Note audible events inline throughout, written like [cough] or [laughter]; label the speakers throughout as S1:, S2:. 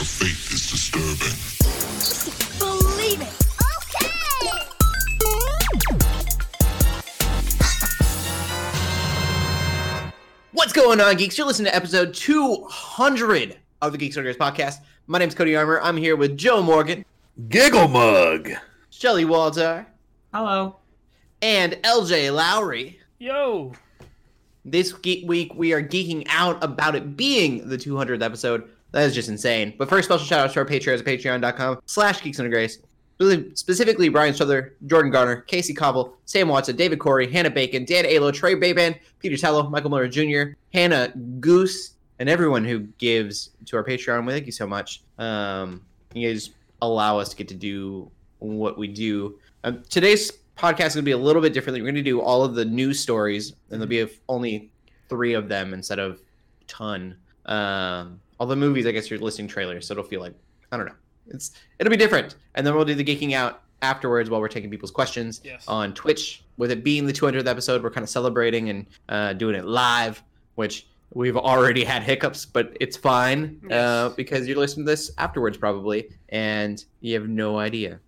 S1: of faith is disturbing.
S2: Believe it.
S3: What's going on, geeks? You're listening to episode 200 of the Geeks Are Gears podcast. My name's Cody Armour. I'm here with Joe Morgan,
S4: Giggle mug.
S3: Shelly Walter,
S5: Hello.
S3: and LJ Lowry.
S5: Yo.
S3: This ge- week, we are geeking out about it being the 200th episode. That is just insane. But first, special shout out to our Patreons at patreon.com slash geeks under grace. Really- Specifically, Brian Struther, Jordan Garner, Casey Cobble, Sam Watson, David Corey, Hannah Bacon, Dan Alo, Trey Baban, Peter Tello, Michael Miller Jr., Hannah Goose, and everyone who gives to our Patreon. We thank you so much. Um, you guys allow us to get to do what we do. Um, today's podcast is going to be a little bit different. We're going to do all of the news stories, and there'll be a, only three of them instead of ton. Um, all the movies, I guess, you're listing trailers, so it'll feel like I don't know. It's it'll be different, and then we'll do the geeking out afterwards while we're taking people's questions
S5: Yes.
S4: Uh,
S3: on Twitch. With it being the 200th episode, we're kind of celebrating and uh, doing it live, which we've already had hiccups, but it's fine uh,
S5: Yes.
S3: because you're listening to this afterwards probably, and you have no idea.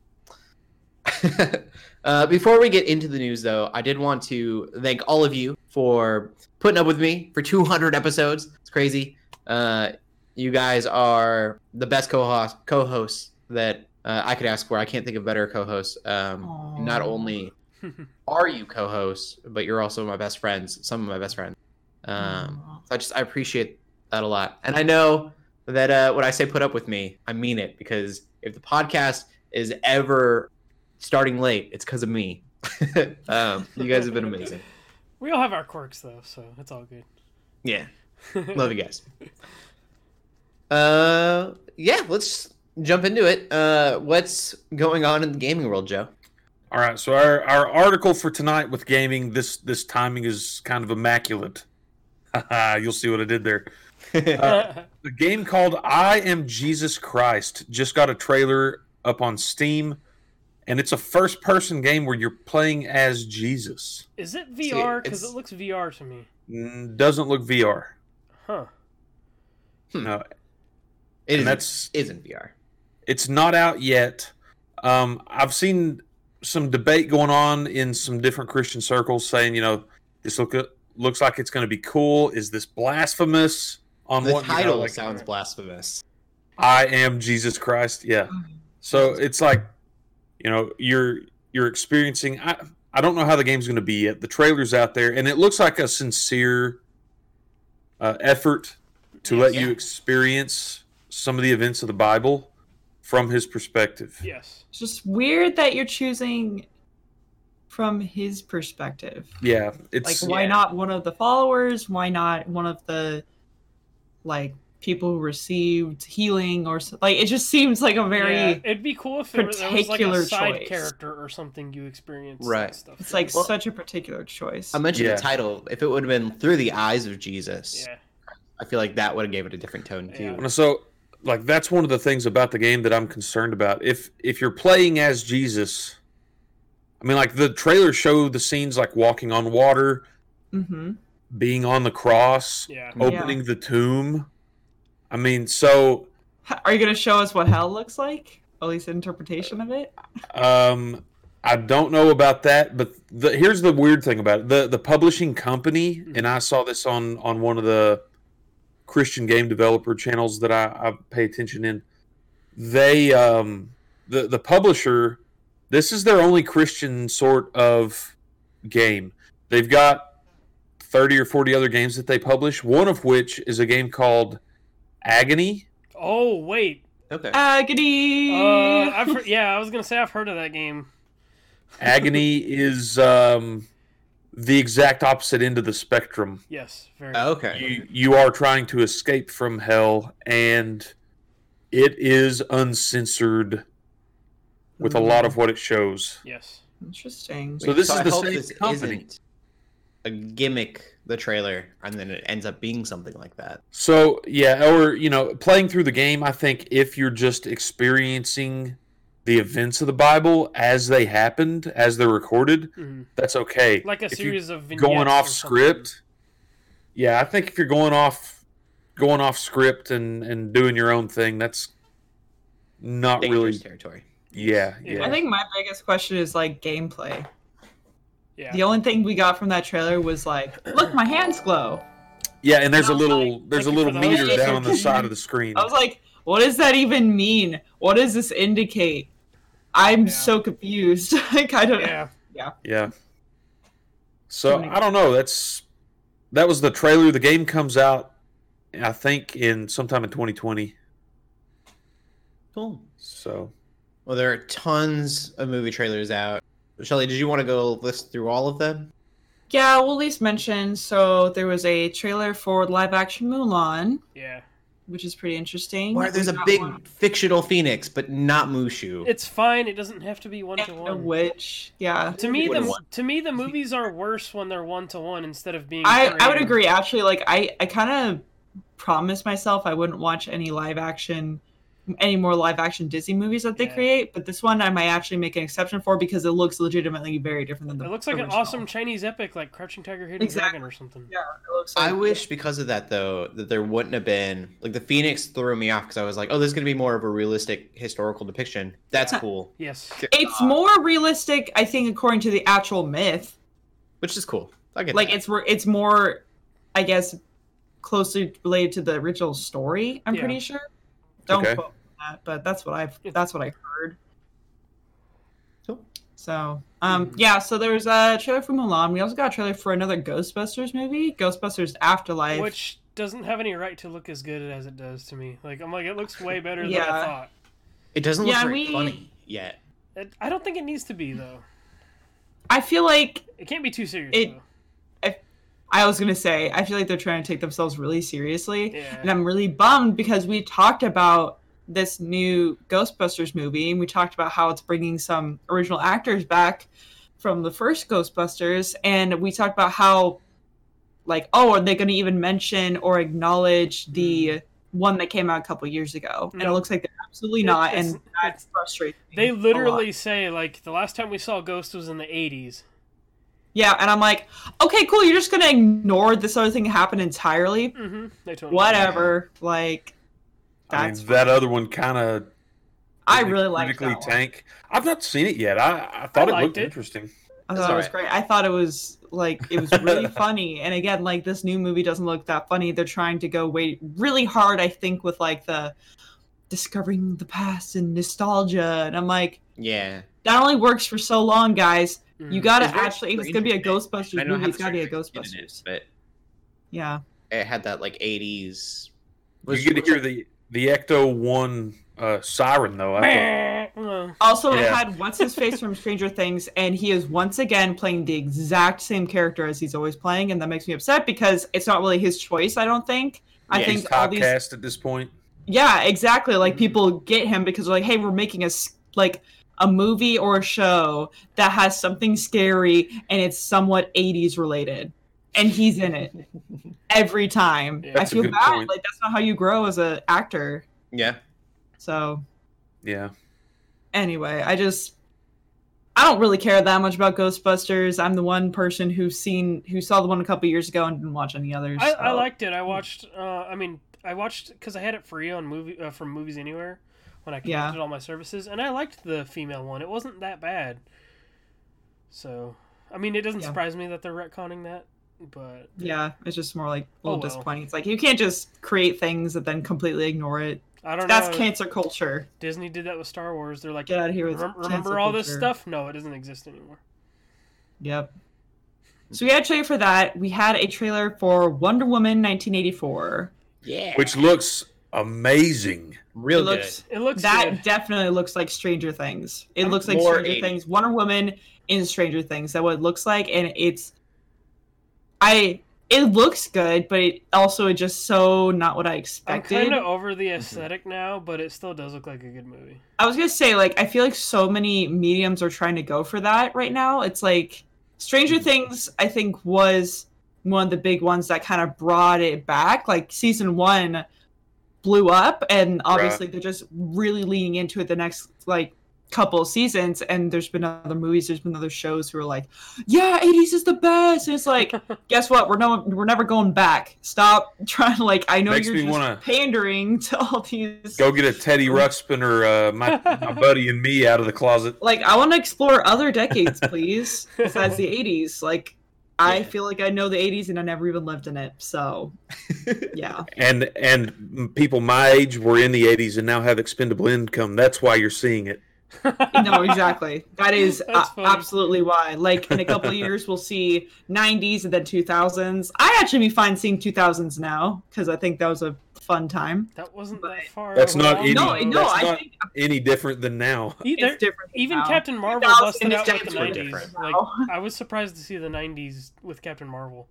S3: [laughs] uh, before we get into the news, though, I did want to thank all of you for putting up with me for 200 episodes. It's crazy. Uh, you guys are the best co-host co-hosts that uh, I could ask for. I can't think of better co-hosts. Um,
S5: Aw.
S3: not only are you co-hosts, but you're also my best friends. Some of my best friends. Um, so I just I appreciate that a lot, and I know that uh, when I say put up with me, I mean it because if the podcast is ever starting late, it's because of me. [laughs] um, you guys have been amazing.
S5: we all have our quirks though, so it's all good.
S3: Yeah. [laughs] Love you guys. Uh, yeah, let's jump into it. Uh, what's going on in the gaming world, Joe? [laughs]
S4: All right, so our, our article for tonight with gaming this this timing is kind of immaculate. [laughs] Haha, You'll see what I did there. The game called I Am Jesus Christ just got a trailer up on Steam, and it's a first person game where you're playing as Jesus.
S5: [laughs] Is it VR? Because
S3: it's-
S5: it looks VR to me.
S4: Mm, Doesn't look VR.
S5: Huh.
S4: No,
S3: It
S4: and
S3: is,
S4: that's
S3: is in VR.
S4: It's not out yet. Um, I've seen some debate going on in some different Christian circles saying, you know, this look looks like it's going to be cool. Is this blasphemous? On
S3: The
S4: what you know,
S3: title
S4: like,
S3: sounds blasphemous.
S4: I am Jesus Christ. Yeah. So it's like, you know, you're you're experiencing. I I don't know how the game's going to be yet. The trailer's out there, and it looks like a sincere uh, effort to let you
S3: Yeah.
S4: experience some of the events of the Bible from his perspective.
S5: Yes.
S6: It's just weird that you're choosing from his perspective.
S4: Yeah,
S6: Like,
S4: it's
S6: why not one of the followers? Why not one of the like people who received healing or so, like? It just seems like a very.
S5: Yeah, it'd be cool if it was, there was like a
S6: particular
S5: side
S6: choice.
S5: character or something you experience. and
S3: Right.
S5: Stuff.
S6: It's like
S3: Well-
S6: such a particular choice.
S3: I mentioned
S4: Yeah.
S3: the title. If it would have been through the eyes of Jesus,
S5: Yeah.
S3: I feel like that would have gave it a different tone too.
S5: Yeah.
S4: So, like, that's one of the things about the game that I'm concerned about. If if you're playing as Jesus, I mean, like the trailer showed the scenes like walking on water,
S6: mm-hmm.
S4: being on the cross,
S5: Yeah.
S4: opening the tomb. I mean, so
S6: Are you gonna show us what hell looks like? At least interpretation of
S4: Uh,
S6: it.
S4: um, I don't know about that, but the, here's the weird thing about it: the the publishing company, and I saw this on on one of the Christian game developer channels that I, I pay attention in. They um, the the publisher, this is their only Christian sort of game. They've got thirty or forty other games that they publish. One of which is a game called Agony.
S5: Oh wait.
S3: Okay.
S6: Ah.
S5: Uh,
S6: Agony.
S5: I've heard, yeah, I was gonna say I've heard of that game.
S4: agony is um, the exact opposite end of the spectrum.
S5: Yes. Very.
S4: Uh,
S3: Okay.
S4: You you are trying to escape from hell, and it is uncensored with a lot of what it shows.
S5: Yes.
S6: Interesting.
S4: So this is
S3: I
S4: the
S3: hope
S4: same
S3: this
S4: company.
S3: isn't a gimmick, the trailer, and then it ends up being something like that.
S4: So yeah, or you know, playing through the game, I think if you're just experiencing the events of the Bible as they happened, as they're recorded,
S5: Mhm.
S4: that's okay.
S5: Like a
S4: If you-
S5: series of vignettes
S4: going off
S5: or something.
S4: script. Yeah, I think if you're going off going off script and and doing your own thing, that's not
S3: dangerous
S4: really.
S3: territory.
S4: Yeah, yeah.
S6: I think my biggest question is like gameplay.
S5: Yeah.
S6: The only thing we got from that trailer was like, look, my hands glow.
S4: Yeah, and there's a
S6: And I was
S4: little there's a
S5: thank you
S4: little
S5: for the
S4: meter
S6: update.
S4: down on the side of
S6: [laughs]
S4: the screen.
S6: I was like, what does that even mean? What does this indicate? I'm
S5: Yeah.
S6: so confused. [laughs] like I don't
S5: yeah.
S4: Yeah.
S6: Too
S4: So
S6: many-
S4: I don't know. That's that was the trailer. The game comes out, I think, in sometime in 2020.
S3: Cool.
S4: So
S3: Well, there are tons of movie trailers out. Shelly, did you want to go list through all of them?
S6: Yeah, we'll at least mention. So there was a trailer for live action Mulan,
S5: Yeah.
S6: which is pretty interesting.
S3: Where there's a
S6: That
S3: big
S6: one.
S3: fictional phoenix, but not Mushu.
S5: It's fine. It doesn't have to be one to
S6: and a
S5: one.
S6: witch. Yeah,
S5: To me,
S3: What is-
S5: the to me the movies are worse when they're one to one instead of being.
S6: I I would
S5: three.
S6: agree. Actually, like I I kind of promised myself I wouldn't watch any live action, any more live action Disney movies that they
S5: Yeah.
S6: create. But this one I might actually make an exception for because it looks legitimately very different than the.
S5: It looks like an
S6: original.
S5: awesome Chinese epic, like Crouching Tiger, Hidden
S6: Exactly.
S5: Dragon, or something.
S6: Yeah, it looks
S3: I
S6: like-
S3: wish because of that though that there wouldn't have been like the phoenix threw me off because I was like, oh, this is gonna be more of a realistic historical depiction. That's cool,
S5: Yes.
S6: it's more realistic. I think according to the actual myth.
S3: which is cool. I get
S6: like
S3: that.
S6: it's re- it's more i guess closely related to the original story i'm
S5: Yeah.
S6: pretty sure don't
S4: Okay.
S6: quote me on that but that's what i've
S5: Yeah.
S6: that's what i heard
S3: Cool.
S6: so um
S5: Mm-hmm.
S6: yeah so there was a trailer for mulan we also got a trailer for another ghostbusters movie ghostbusters afterlife
S5: Which doesn't have any right to look as good as it does to me. Like I'm like, it looks way better than I
S6: Yeah.
S5: thought.
S3: it doesn't look
S6: yeah,
S3: very
S6: we-
S3: funny yet.
S5: It, I don't think it needs to be though.
S6: i feel like
S5: It can't be too serious.
S6: It-
S5: though.
S6: i was gonna say i feel like they're trying to take themselves really seriously
S5: Yeah.
S6: And I'm really bummed because we talked about this new Ghostbusters movie and we talked about how it's bringing some original actors back from the first Ghostbusters. And we talked about how, like, oh, are they going to even mention or acknowledge
S5: Mm.
S6: the one that came out a couple years ago? And it
S5: No.
S6: looks like they're absolutely
S5: It-
S6: not.
S5: it's-
S6: And that
S5: it's-
S6: frustrates me.
S5: They
S6: a lot.
S5: literally say like the last time we saw Ghost was in the '80s.
S6: Yeah. And I'm like, okay, cool. You're just going to ignore this other thing that happened entirely.
S5: Mm-hmm. They told me.
S6: Whatever. Like,
S4: I mean,
S6: that's.
S4: that other one kind of
S6: I really like that. one.
S4: tank. I've not seen it yet. I, I thought it
S5: liked
S4: looked
S5: it.
S4: interesting.
S6: I
S3: That's
S6: thought it was
S3: alright.
S6: great. I thought it was like it was
S3: [laughs]
S6: really funny. And again, like this new movie doesn't look that funny. They're trying to go way really hard, I think, with like the discovering the past and nostalgia. And I'm like,
S3: Yeah,
S6: that only works for so long, guys.
S5: Mhm.
S6: You gotta
S3: It's very
S6: actually if it's gonna be a
S3: strange. I
S6: Ghostbusters
S3: don't know
S6: movie,
S3: how
S6: it's gotta be a
S3: the structure in it
S6: Ghostbusters.
S3: is, but
S6: Yeah.
S3: it had that like '80s.
S4: You get to hear the the Ecto One uh, siren though. I
S5: Well,
S6: Also it
S4: Yeah.
S6: had what's his face from Stranger Things, and he is once again playing the exact same character as he's always playing, and that makes me upset because it's not really his choice, I don't think. I
S4: thought
S6: think
S4: he's
S6: all these
S4: typecast at this point.
S6: Yeah, exactly. Like
S5: Mhm.
S6: people get him because they're like, "Hey, we're making a s- like a movie or a show that has something scary and it's somewhat 80s related." And he's in
S5: [laughs]
S6: it every time.
S5: Yeah.
S6: I
S4: That's a
S6: feel
S4: good
S6: bad.
S4: point.
S6: Like that's not how you grow as an actor.
S3: Yeah,
S6: So,
S4: Yeah,
S6: anyway, I just I don't really care that much about Ghostbusters. I'm the one person who's seen who saw the one a couple years ago and didn't watch any others.
S5: I, I
S6: so-
S5: liked it. I watched. Uh, I mean, I watched because I had it free on movie uh, from Movies Anywhere when I
S6: Yeah.
S5: connected all my services, and I liked the female one. It wasn't that bad. So, I mean, it doesn't
S6: Yeah.
S5: surprise me that they're retconning that, but
S6: yeah, it's just more like a
S5: Oh,
S6: little
S5: well.
S6: disappointing. It's like you can't just create things and then completely ignore it.
S5: I don't
S6: That's
S5: know.
S6: cancer culture.
S5: Disney did that with Star Wars. They're like,
S6: Get out of here with
S5: "Remem-
S6: cancel
S5: remember all this
S6: culture."
S5: stuff? No, it doesn't exist anymore.
S6: Yep. So we had a trailer for that. We had a trailer for Wonder Woman 1984.
S3: yeah,
S4: which looks amazing.
S3: real
S6: it looks
S5: It looks
S6: that
S5: good.
S6: definitely looks like Stranger Things. It
S3: I'm
S6: looks like
S3: more
S6: Stranger
S3: 80s.
S6: Things. Wonder Woman in Stranger Things. That what it looks like, and it's I. It looks good, but it also it's just so not what I
S5: I'm
S6: expected.
S5: kind of over
S4: Mm-hmm.
S5: the aesthetic now, but it still does look like a good movie.
S6: I was gonna say, like, I feel like so many mediums are trying to go for that right now. It's like
S4: Mm-hmm.
S6: Stranger Things, I think, was one of the big ones that kind of brought it back. Like season one blew up, and obviously they're just really leaning into it the next like couple of seasons and there's been other movies there's been other shows who are like yeah 80s is the best and
S4: [laughs]
S6: it's like guess what we're no we're never going back stop [laughs] trying to like i know
S4: Makes
S6: you're
S4: me
S6: just
S4: wanna-
S6: pandering to all these
S4: Go get a Teddy Ruxpin or uh, my,
S6: [laughs]
S4: my buddy and me out of the closet.
S6: like i want to explore other
S4: [laughs]
S6: decades please
S5: [laughs]
S6: besides the 80s like i
S3: Yeah.
S6: feel like i know the 80s and i never even lived in it
S4: [laughs]
S6: so yeah
S4: And and people my age were in the 80s and now have expendable income. That's why you're seeing it.
S6: no exactly that is
S5: [laughs] That's
S6: uh,
S5: funny.
S6: absolutely why like in a couple of years we'll see 90s and then 2000s i actually be fine seeing 2000s now because i think that was a fun time
S5: That wasn't that far.
S4: That's
S5: over
S4: not
S5: long
S4: any-
S6: no
S5: ago.
S6: no
S4: that's
S6: i
S4: not-
S6: think
S4: Any different than now.
S5: Either-
S6: it's different
S5: Even
S6: now.
S5: Captain Marvel
S6: 2000
S5: busted
S6: and
S5: out with
S6: it's
S5: the
S3: were
S5: 90s.
S3: different.
S5: Like
S6: Wow. [laughs]
S5: I was surprised to see the 90s with Captain Marvel.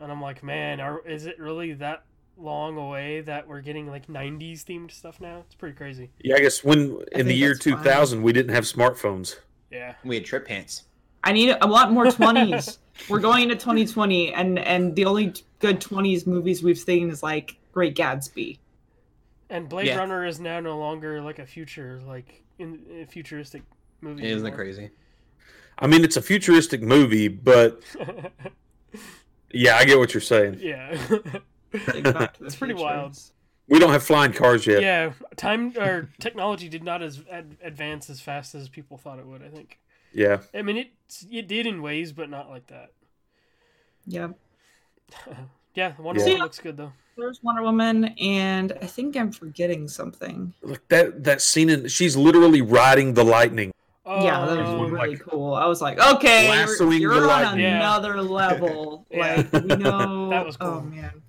S5: And I'm like, man, are, is it really that long away that we're getting like 90s themed stuff now? It's pretty crazy.
S4: Yeah, I guess when
S6: I
S4: in the
S6: think
S4: year
S6: that's fine.
S4: 2000 we didn't have smartphones.
S5: Yeah.
S3: We had trip pants.
S6: I need. I
S5: [laughs]
S6: want more twenties. We're going into 2020, and and the only good 20s movies we've seen is like Great Gatsby.
S5: And Blade
S3: Yeah.
S5: Runner is now no longer like a future, like in, in futuristic movie.
S3: Isn't that
S5: anymore.
S3: crazy?
S4: I mean, it's a futuristic movie, but yeah, I get what you're saying.
S5: [laughs] yeah. [laughs]
S6: Like Back to the
S5: It's pretty
S6: Future.
S5: wild.
S4: We don't have flying cars yet.
S5: yeah. Time or technology did not as ad- advance as fast as people thought it would, I think.
S4: Yeah.
S5: I mean, it, it did in ways, but not like that.
S6: Yeah,
S5: [laughs] yeah, Wonder
S6: Yeah.
S5: Woman looks good though.
S6: there's Wonder Woman, and I think I'm forgetting something.
S4: Like that that scene in she's literally riding the lightning.
S5: Oh,
S6: yeah, that
S4: Oh,
S6: was really
S4: like-
S6: cool. I was like, okay, you're,
S4: Lassoing
S6: you're
S4: the
S6: on
S4: lightning.
S5: Yeah. [laughs]
S6: another level.
S5: Yeah.
S6: Like we know.
S5: That was cool.
S6: Oh man,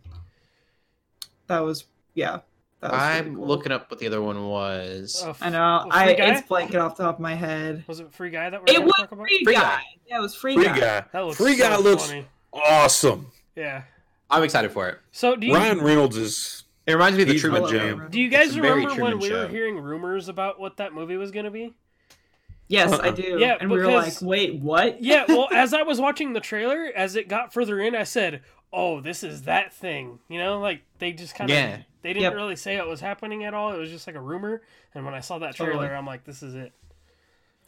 S6: that was yeah. That was really
S3: I'm
S6: cool. Oh.
S3: looking up what the other one was.
S5: a uh, f-
S6: I know.
S5: a
S6: I
S5: free guy?
S6: it's blanking off the top of my head.
S5: Was it free guy that we're
S6: It
S5: gonna
S6: was
S5: talk about?
S6: Free,
S3: Free
S6: guy.
S3: Guy.
S6: Yeah, it was free,
S4: Free
S6: guy.
S4: guy.
S5: That looks
S4: Free guy
S5: so
S4: looks
S5: funny.
S4: awesome.
S5: Yeah.
S3: I'm excited for it.
S5: So do you
S4: Ryan Reynolds is
S3: It reminds me of the
S4: He's
S3: Truman
S4: my
S3: Show.
S4: jam.
S5: do you
S3: It's
S5: guys
S3: a very
S5: remember when
S3: Truman
S5: we were
S3: Show.
S5: hearing rumors about what that movie was gonna
S6: [laughs]
S5: be?
S6: Yes, I
S4: Uh-uh.
S6: do.
S5: Yeah,
S6: and we were like,
S5: because-
S6: wait, what?
S5: Yeah. Well, as I was watching the trailer, as it got further in, I said, "Oh, this is that thing." You know, like they just kind of
S3: Yeah.
S5: they didn't
S6: Yep.
S5: really say it was happening at all. It was just like a rumor. And when I saw that trailer,
S6: Totally.
S5: I'm like, "This is it."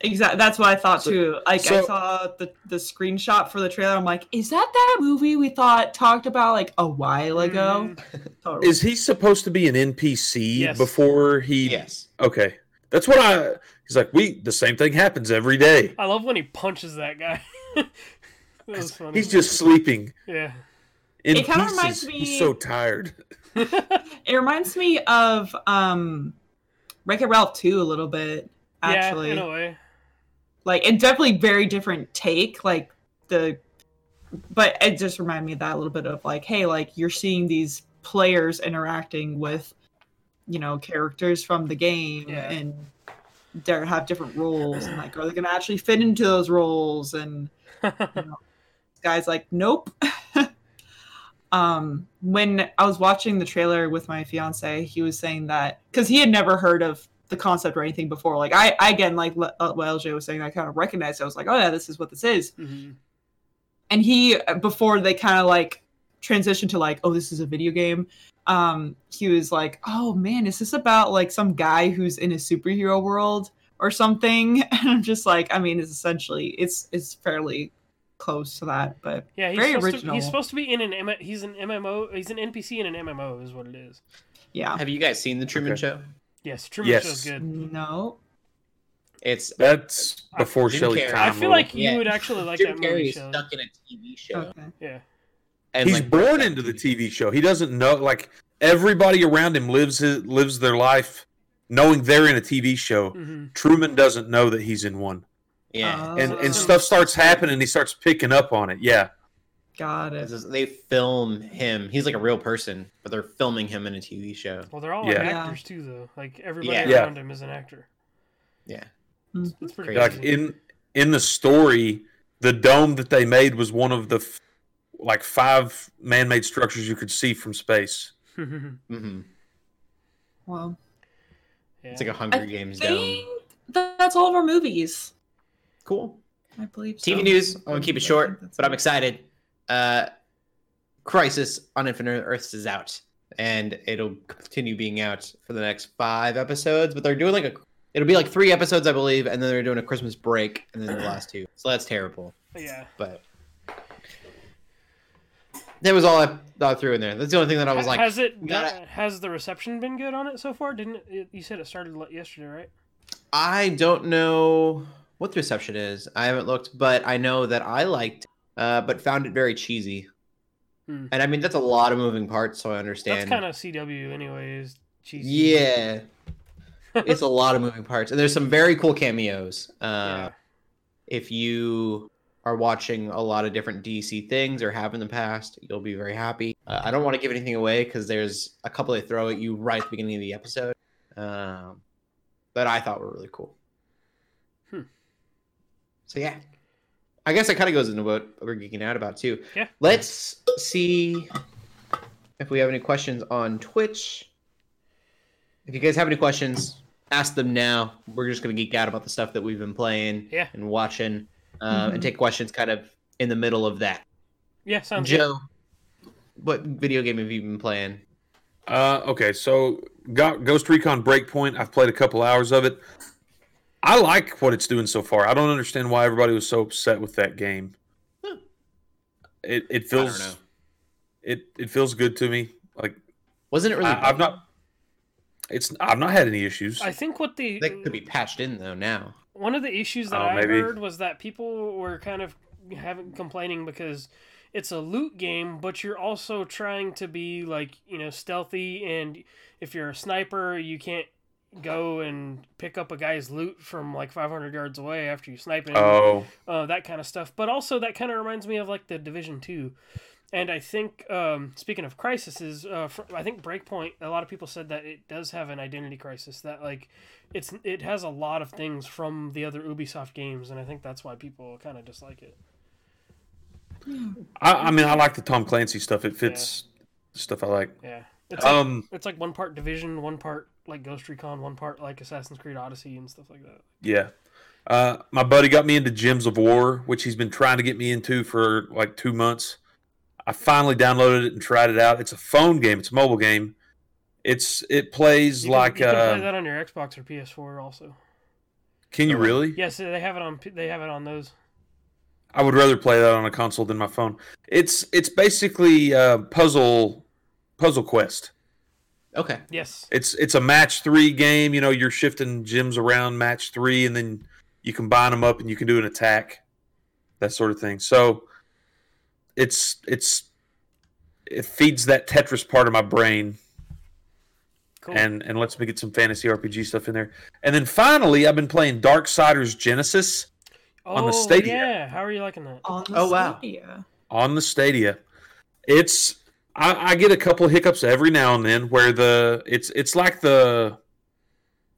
S6: exactly. That's what I thought
S4: So-
S6: too. Like, I
S4: so-
S6: saw the the screenshot for the trailer. I'm like, is that that movie we thought talked about like a while
S4: [laughs]
S6: ago? Totally.
S4: Mm. is he supposed to be an NPC
S5: Yes.
S4: before he
S3: Yes.
S4: Okay. That's what I he's like, we the same thing happens every day.
S5: I love when he punches that guy. [laughs] that was funny.
S4: He's just sleeping
S5: yeah.
S4: in
S6: It kinda
S4: pieces.
S6: reminds
S4: He's
S6: me-
S4: so tired.
S6: it reminds me of um, Wreck It Ralph 2 a little bit. Actually,
S5: yeah, in a way.
S6: like and definitely very different take like the but it just reminded me of that a little bit of like hey like you're seeing these players interacting with you know characters from the game
S5: Yeah.
S6: and they are have different roles and like are they gonna actually fit into those roles and guy's like nope [laughs] um when i was watching the trailer with my fiance he was saying that because he had never heard of the concept or anything before like i, I again like Le- uh, what lj was saying i kind of recognized it. i was like oh yeah this is what this is
S5: Mhm.
S6: and he uh, before they kind of like transitioned to like oh this is a video game um he was like oh man is this about like some guy who's in a superhero world or something [laughs] and i'm just like i mean it's essentially it's it's fairly close to that but
S5: Yeah, he's
S6: Very
S5: supposed To,
S6: original.
S5: he's supposed to be in an M- he's an MMO. He's an NPC in an MMO, is what it is.
S6: yeah
S3: Have you guys seen the Truman
S4: Okay.
S3: Show?
S5: Yes, Truman
S4: Yes.
S5: Show's good.
S6: no
S3: It's
S4: That's
S5: I-
S4: before
S3: Jim
S4: Shelley
S3: Carrey.
S4: Time.
S5: I feel like you
S3: Yeah.
S5: would actually like
S3: Jim
S5: that
S3: Carrey
S5: movie.
S3: is
S5: Show.
S3: stuck in a TV show.
S6: okay
S5: Yeah,
S3: And
S4: he's
S3: like,
S4: born into the TV show. He doesn't know like everybody around him lives his, lives their life knowing they're in a TV show.
S5: hmm
S4: Truman doesn't know that he's in one,
S3: Yeah.
S4: and
S6: Oh,
S4: and stuff starts happening. He starts picking up on it. Yeah,
S6: got it
S3: This is- They film him. He's like a real person, but they're filming him in a TV show.
S5: well, they're all like
S4: Yeah.
S6: Yeah.
S5: actors too, though. Like everybody
S3: Yeah.
S4: Yeah.
S5: around him is an actor.
S3: Yeah.
S5: It's, it's pretty
S3: Crazy.
S4: like
S5: crazy. [laughs]
S4: in in the story, the dome that they made was one of the f- like five man made structures you could see from space.
S3: hmm
S6: well
S5: yeah.
S3: It's like a Hunger
S6: I
S3: Games down.
S6: think that- that's all of our movies
S3: Cool.
S6: i believe so. Um,
S3: TV news. I'm gonna keep it
S6: I think
S3: short,
S6: that's
S3: but I'm
S6: it.
S3: excited. Uh, Crisis on Infinite Earths is out, and it'll continue being out for the next five episodes. But they're doing like a It'll be like three episodes, I believe, and then they're doing a Christmas break, and then the last two. So that's terrible.
S5: Yeah.
S3: But that was all I thought through in there. That's the only thing that I was like.
S5: has it uh,
S3: gotta-
S5: has the reception been good on it so far? Didn't it, you said it started like yesterday, right?
S3: I don't know what the reception is. I haven't looked, but I know that I liked, uh, but found it very cheesy.
S5: Hmm.
S3: And I mean, that's a lot of moving parts, so I
S5: That's
S3: understand.
S5: kind of CW, anyways. Cheesy. [laughs]
S3: yeah, it's a lot of moving parts, and there's some very cool cameos. Uh,
S5: Yeah.
S3: If you are watching a lot of different DC things or have in the past, you'll be very happy. Uh, I don't want to give anything away because there's a couple they throw at you right at the beginning of the episode um, that I thought were really cool.
S5: Hmm.
S3: So yeah, I guess that kind of goes into what we're geeking out about too.
S5: Yeah.
S3: Let's see if we have any questions on Twitch. If you guys have any questions, ask them now. We're just gonna geek out about the stuff that we've been playing
S5: Yeah. Mm-hmm.
S3: and watching, uh, and take questions kind of in the middle of that.
S5: Yeah, sounds good.
S3: Joe, what video game have you been playing?
S4: Uh, okay, so Go- Ghost Recon Breakpoint. I've played a couple hours of it. I like what it's doing so far. I don't understand why everybody was so upset with that game.
S3: Hmm.
S4: It
S3: don't
S4: it feels
S3: know.
S4: it it feels good to me. Like
S3: Wasn't it really?
S4: I, I've not. It's I've not had any issues.
S5: I think what the
S3: That could be patched in though now.
S5: one of the issues that
S4: Oh,
S5: I
S4: maybe.
S5: heard was that people were kind of having complaining because it's a loot game, but you're also trying to be like you know stealthy, and if you're a sniper, you can't go and pick up a guy's loot from like 500 yards away after you snipe him
S4: oh,
S5: uh, that kind of stuff. But also, that kind of reminds me of like the Division Two. And I think, um, speaking of crises, uh, fr- I think Breakpoint. A lot of people said that it does have an identity crisis. That like, it's it has a lot of things from the other Ubisoft games, and I think that's why people kind of dislike it.
S4: I, I mean I like the Tom Clancy stuff. It fits stuff I like.
S5: Yeah, it's like,
S4: Um.
S5: it's like one part Division, one part like Ghost Recon, one part like Assassin's Creed Odyssey and stuff like that.
S4: Yeah. Uh, my buddy got me into Gems of War, which he's been trying to get me into for like two months. I finally downloaded it and tried it out. It's a phone game. It's a mobile game. It's it plays
S5: You can,
S4: like
S5: you can
S4: uh,
S5: play that on your Xbox or PS4 also.
S4: can you really?
S5: Yes, they have it on. P- They have it on those.
S4: I would rather play that on a console than my phone. It's it's basically uh, puzzle puzzle quest.
S3: Okay.
S5: Yes.
S4: It's it's a match three game. You know, you're shifting gems around match three, and then you combine them up, and you can do an attack, that sort of thing. So it's it's it feeds that Tetris part of my brain,
S5: Cool.
S4: and and lets me get some fantasy RPG stuff in there. And then finally, I've been playing Darksiders Genesis on the
S5: Oh,
S4: Stadia.
S5: Yeah. How are you liking that?
S6: On the
S3: Oh, wow.
S6: Stadia.
S4: on the Stadia. It's I, I get a couple of hiccups every now and then where the it's it's like the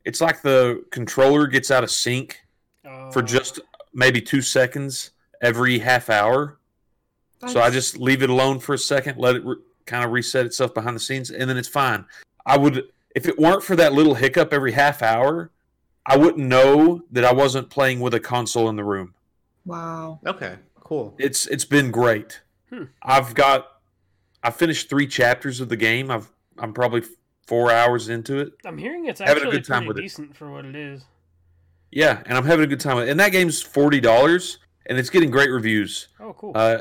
S4: it's like the controller gets out of sync for
S5: Oh.
S4: just maybe two seconds every half hour. So I
S6: That's-
S4: just leave it alone for a second, let it re- kind of reset itself behind the scenes, and then it's fine. I would if it weren't for that little hiccup every half hour, I wouldn't know that I wasn't playing with a console in the room.
S6: wow.
S3: Okay. Cool.
S4: it's it's been great.
S5: Hmm.
S4: I've got I finished three chapters of the game. I've I'm probably four hours into it.
S5: I'm hearing it's
S4: Having a
S5: actually
S4: good time
S5: pretty
S4: with it.
S5: decent for what it is.
S4: Yeah, and I'm having a good time with it. And that game's forty dollars, and it's getting great reviews.
S5: Oh, cool.
S4: Uh,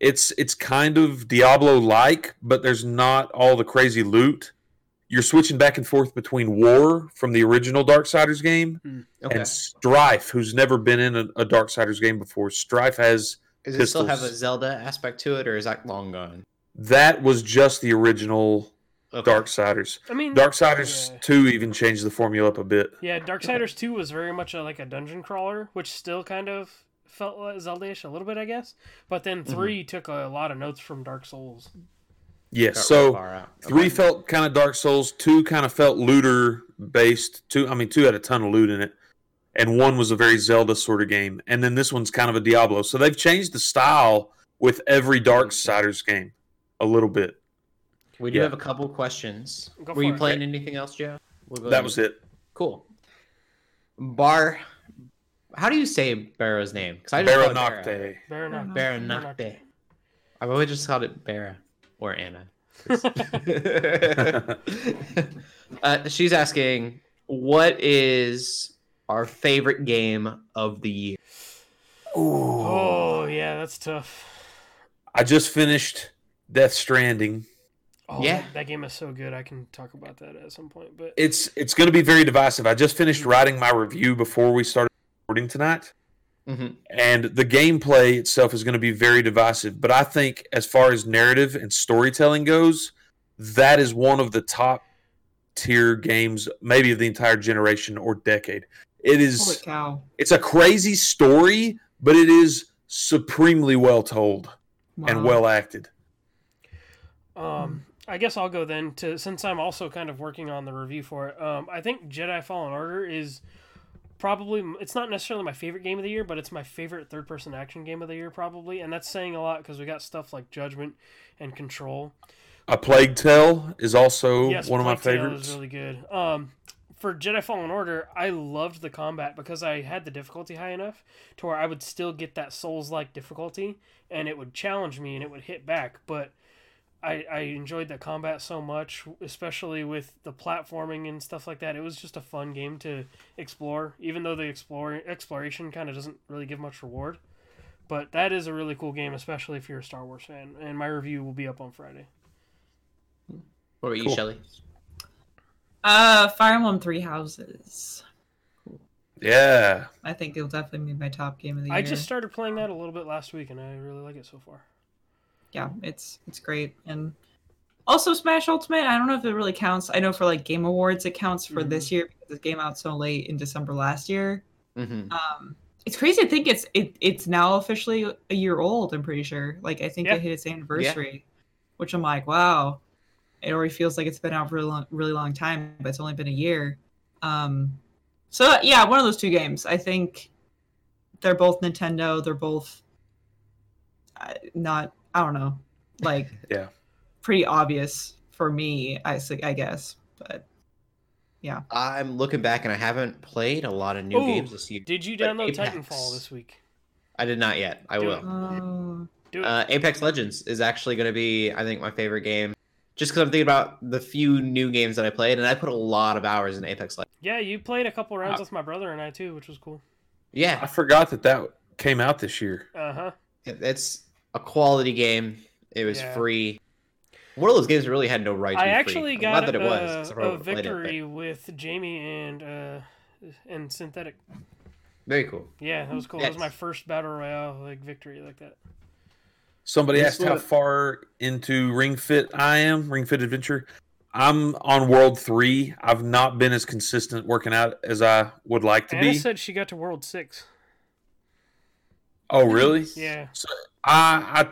S4: it's it's kind of Diablo like, but there's not all the crazy loot. You're switching back and forth between War from the original Darksiders game
S3: Okay.
S4: and Strife, who's never been in a, a Darksiders game before. Strife has
S3: Does it still have a
S4: pistols.
S3: Zelda aspect to it, or is that long gone?
S4: that was just the original
S3: Okay.
S4: Darksiders.
S5: I mean,
S4: Darksiders
S5: Yeah.
S4: 2 even changed the formula up a bit.
S5: yeah, Darksiders 2 was very much a, like a dungeon crawler, which still kind of felt like Zelda-ish a little bit, I guess. But then
S4: Mm-hmm.
S5: 3 took a lot of notes from Dark Souls.
S4: Yeah,
S3: Got real
S4: so
S3: far out.
S4: 3
S3: Okay.
S4: felt kind of Dark Souls, 2 kind of felt looter based. 2 I mean 2 had a ton of loot in it. And 1 was a very Zelda sort of game. And then this one's kind of a Diablo. So they've changed the style with every Darksiders game a little bit.
S3: We do
S4: Yeah.
S3: have a couple questions.
S5: Go
S3: Were
S5: for
S3: you
S5: it.
S3: playing anything else, Joe? We'll go
S4: That
S3: ahead.
S4: was it.
S3: Cool. Bar. How do you say Barrow's name? Because I just call it Barra.
S4: Baronocte.
S5: Baron
S3: Barra Nocte. I've always just called it Barra
S4: [laughs]
S3: or Anna. uh, she's asking What is our favorite game of the year?
S5: Oh yeah, that's tough.
S4: I just finished Death Stranding.
S5: Oh,
S3: Yeah.
S5: that, that game is so good. I can talk about that at some point. But
S4: It's it's going to be very divisive. I just finished writing my review before we started recording tonight,
S3: Mhm.
S4: and the gameplay itself is going to be very divisive. But I think, as far as narrative and storytelling goes, that is one of the top tier games, maybe of the entire generation or decade. It is.
S6: Holy cow!
S4: it's a crazy story, but it is supremely well told and
S6: Wow.
S4: well acted.
S5: Um, I guess I'll go then to since I'm also kind of working on the review for it. Um, I think Jedi Fallen Order is probably it's not necessarily my favorite game of the year, but it's my favorite third person action game of the year probably, and that's saying a lot because we got stuff like Judgment and Control.
S4: A Plague Tale is also
S5: yes,
S4: one of my
S5: Plague Tale
S4: favorites.
S5: is really good. Um, for Jedi Fallen Order, I loved the combat because I had the difficulty high enough to where I would still get that Souls like difficulty, and it would challenge me and it would hit back. But I, I enjoyed the combat so much, especially with the platforming and stuff like that. It was just a fun game to explore, even though the explore, exploration kind of doesn't really give much reward. But that is a really cool game, especially if you're a Star Wars fan. And my review will be up on Friday.
S3: What about you,
S4: Cool.
S3: Shelly?
S6: Uh, Fire Emblem Three Houses.
S4: yeah.
S6: I think it'll definitely be my top game of the year.
S5: I just started playing that a little bit last week, and I really like it so far.
S6: yeah, it's it's great. And also Smash Ultimate, I don't know if it really counts. I know for like game awards it counts for this
S4: Mm.
S6: year because it came out so late in December last year.
S3: Mm-hmm.
S6: Um it's crazy to think it's it, it's now officially a year old, I'm pretty sure. Like I think
S5: Yeah.
S6: it hit its anniversary, which I'm like, wow. It already feels like it's been out for a long, really long time, but it's only been a year. Um so yeah, one of those two games. I think they're both Nintendo, they're both uh, not I don't know. Like
S4: Yeah.
S6: pretty obvious for me, I s- I guess. But
S3: I'm looking back and I haven't played a lot of new
S5: Ooh.
S3: games this year.
S5: Did you
S3: But
S5: download
S3: Apex.
S5: Titanfall this week?
S3: I did not yet. I
S5: Do
S3: will.
S5: it.
S6: uh,
S5: Do it.
S3: Uh, Apex Legends is actually going to be, I think, my favorite game, just because I'm thinking about the few new games that I played, and I put a lot of hours in Apex Legends.
S5: yeah, you played a couple
S3: uh,
S5: rounds with my brother and I too, which was cool.
S4: I
S3: Yeah,
S4: forgot that that came out this year.
S5: Uh huh.
S3: it- it's a quality game. It was
S5: Yeah.
S3: free. One of those games that really had no right. To
S5: I
S3: be free.
S5: actually
S3: I'm
S5: got
S3: glad that it was. 'cause I
S5: a,
S3: probably
S5: a
S3: would've played it, but-
S5: victory with Jamie and uh, and synthetic.
S3: very cool.
S5: Yeah, that was cool. That was my
S3: That's-
S5: first battle royale like victory like that.
S4: Somebody
S3: This
S4: asked how
S3: one-
S4: far into Ring Fit I am, Ring Fit Adventure. I'm on World 3. I've not been as consistent working out as I would like to
S5: Anna
S4: be.
S5: said she got to world six.
S4: oh, really?
S5: Yeah.
S4: I, I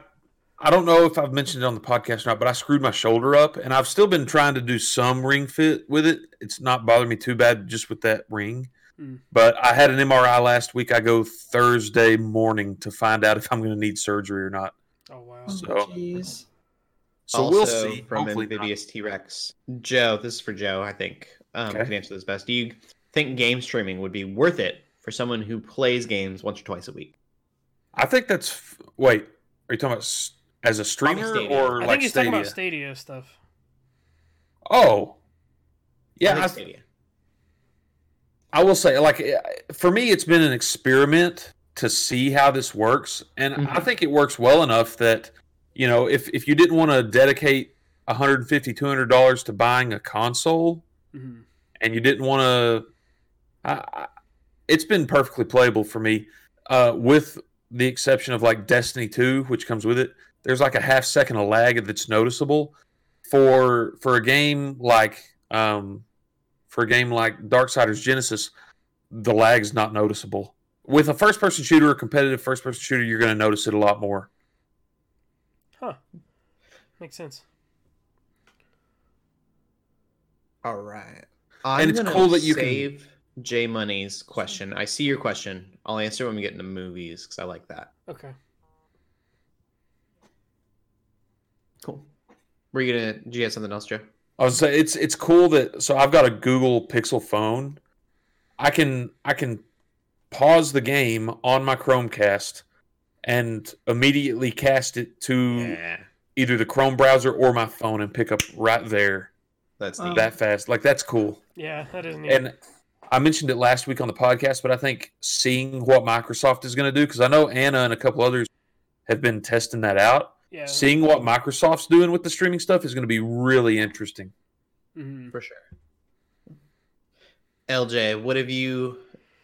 S4: I don't know if I've mentioned it on the podcast or not, but I screwed my shoulder up, and I've still been trying to do some ring fit with it. It's not bothered me too bad just with that ring.
S5: Hmm.
S4: But I had an MRI last week. I go Thursday morning to find out if I'm going to need surgery or not.
S5: Oh wow.
S6: oh,
S4: So-
S6: jeez.
S4: So
S3: also
S4: we'll see.
S3: From
S4: Hopefully not.
S3: Amphibious T Rex, Joe. This is for Joe. I think um,
S4: Okay.
S3: can answer this best. Do you think game streaming would be worth it for someone who plays games once or twice a week?
S4: I think that's. f- Wait, are you talking about s- as a streamer
S3: Stadia.
S4: or
S5: I
S4: like
S5: think he's
S4: Stadia?
S5: talking about Stadia stuff.
S4: oh, yeah.
S3: I
S4: I
S3: think Stadia.
S4: I will say, like, eh, for me, it's been an experiment to see how this works, and I
S5: Mm-hmm.
S3: Mhm.
S4: think it works well enough that you know, if if you didn't want to dedicate 150 200 dollars to buying a console,
S5: Mhm.
S4: and you didn't want to, I, I, it's been perfectly playable for me, uh, with the exception of like Destiny 2, which comes with it. There's like a half second of lag that's noticeable for for a game like um, for a game like Darksiders Genesis. The lag's not noticeable. With a first person shooter, a competitive first person shooter, you're going to notice it a lot more.
S5: Makes sense.
S3: All right.
S4: And it's cool that you can-
S3: save J Money's question. I see your question. I'll answer when we get into movies because I like that.
S5: Okay.
S3: Cool. Were you gonna? Do you have something else, Joe?
S4: I was say it's it's cool that so I've got a Google Pixel phone. I can I can pause the game on my Chromecast and immediately cast it to either the Chrome browser or my phone and pick up right there
S3: that's
S6: Wow.
S3: neat.
S4: Um, that fast. Like that's cool.
S5: Yeah, that isn't. even-
S4: And I mentioned it last week on the podcast, but I think seeing what Microsoft is going to do, because I know Anna and a couple others have been testing that out.
S5: yeah.
S4: Seeing what Microsoft's doing with the streaming stuff is going to be really interesting.
S5: Mhm.
S3: for sure. LJ, what have you?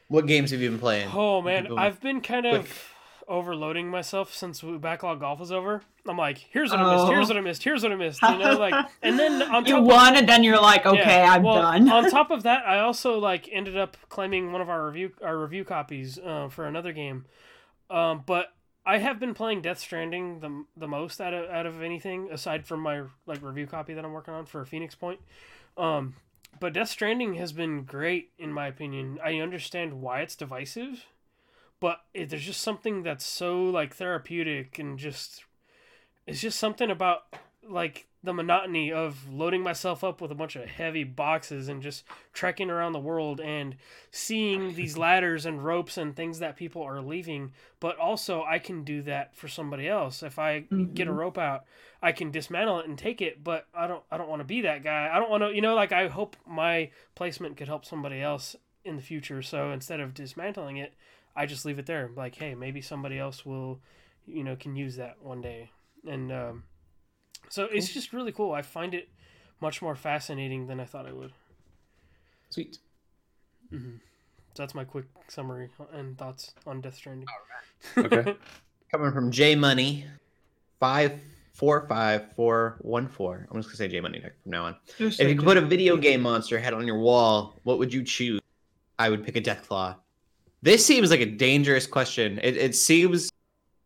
S3: What games have you been playing?
S5: Oh man,
S3: People-
S5: I've been kind
S3: quick.
S5: of overloading myself since we- backlog golf was over. I'm like, here's what I missed. Here's
S6: Oh.
S5: what I missed. Here's what I missed. You know, like, and
S6: [laughs]
S5: then
S3: [laughs]
S5: on top
S6: You
S5: of
S6: won, and then you're like, okay,
S5: Yeah,
S6: I'm
S5: well,
S6: done. [laughs]
S5: on top of that, I also like ended up claiming one of our review our review copies uh, for another game. Um, but I have been playing Death Stranding the the most out of out of anything aside from my like review copy that I'm working on for Phoenix Point. Um, but Death Stranding has been great in my opinion. I understand why it's divisive, but it, there's just something that's so like therapeutic and just it's just something about like the monotony of loading myself up with a bunch of heavy boxes and just trekking around the world and seeing these ladders and ropes and things that people are leaving but also I can do that for somebody else if I get a
S6: Mhm.
S5: rope out I can dismantle it and take it but I don't I don't want to be that guy I don't want to you know like I hope my placement could help somebody else in the future so instead of dismantling it I just leave it there like hey maybe somebody else will you know can use that one day and um, so it's just really cool. I find it much more fascinating than I thought I would.
S3: Sweet.
S5: Mm-hmm. So that's my quick summary and thoughts on Death Stranding.
S4: Okay.
S3: Coming from J Money, five four five four one four. I'm just gonna say J Money from now on.
S6: Just
S3: If you
S6: like-
S3: could put a video game monster head on your wall, what would you choose? I would pick a Deathclaw. This seems like a dangerous question. It, it seems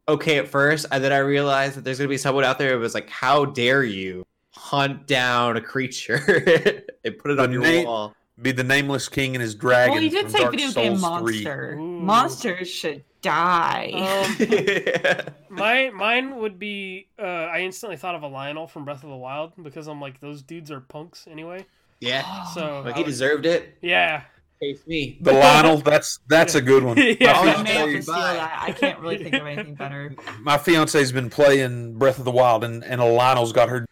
S3: okay at first, and then I realized that there's gonna be someone out there who was like, "How dare you hunt down a creature [laughs] and put it on your [laughs]
S4: name-
S3: wall?"
S4: be the nameless king and his dragon.
S6: well, you did
S4: from
S6: say
S4: Dark
S6: video
S4: Souls
S6: game
S4: 3.
S6: monster.
S5: Ooh.
S6: Monsters should die.
S3: [laughs]
S5: Um,
S3: yeah.
S5: my mine would be uh, I instantly thought of a Lionel from Breath of the Wild because I'm like those dudes are punks anyway. Oh,
S6: [laughs]
S4: Oh.
S5: So
S3: Like
S5: I
S3: he
S5: would-
S3: deserved it.
S5: yeah,
S3: Face me.
S4: The Lionel, that's that's a
S6: [laughs]
S4: good one.
S5: Yeah.
S4: My,
S6: I
S3: Always
S6: may have
S4: fiance,
S6: to steal that. I can't really think of
S3: [laughs]
S6: anything better.
S4: my fiance's been playing Breath of the Wild, and and a Lionel's got her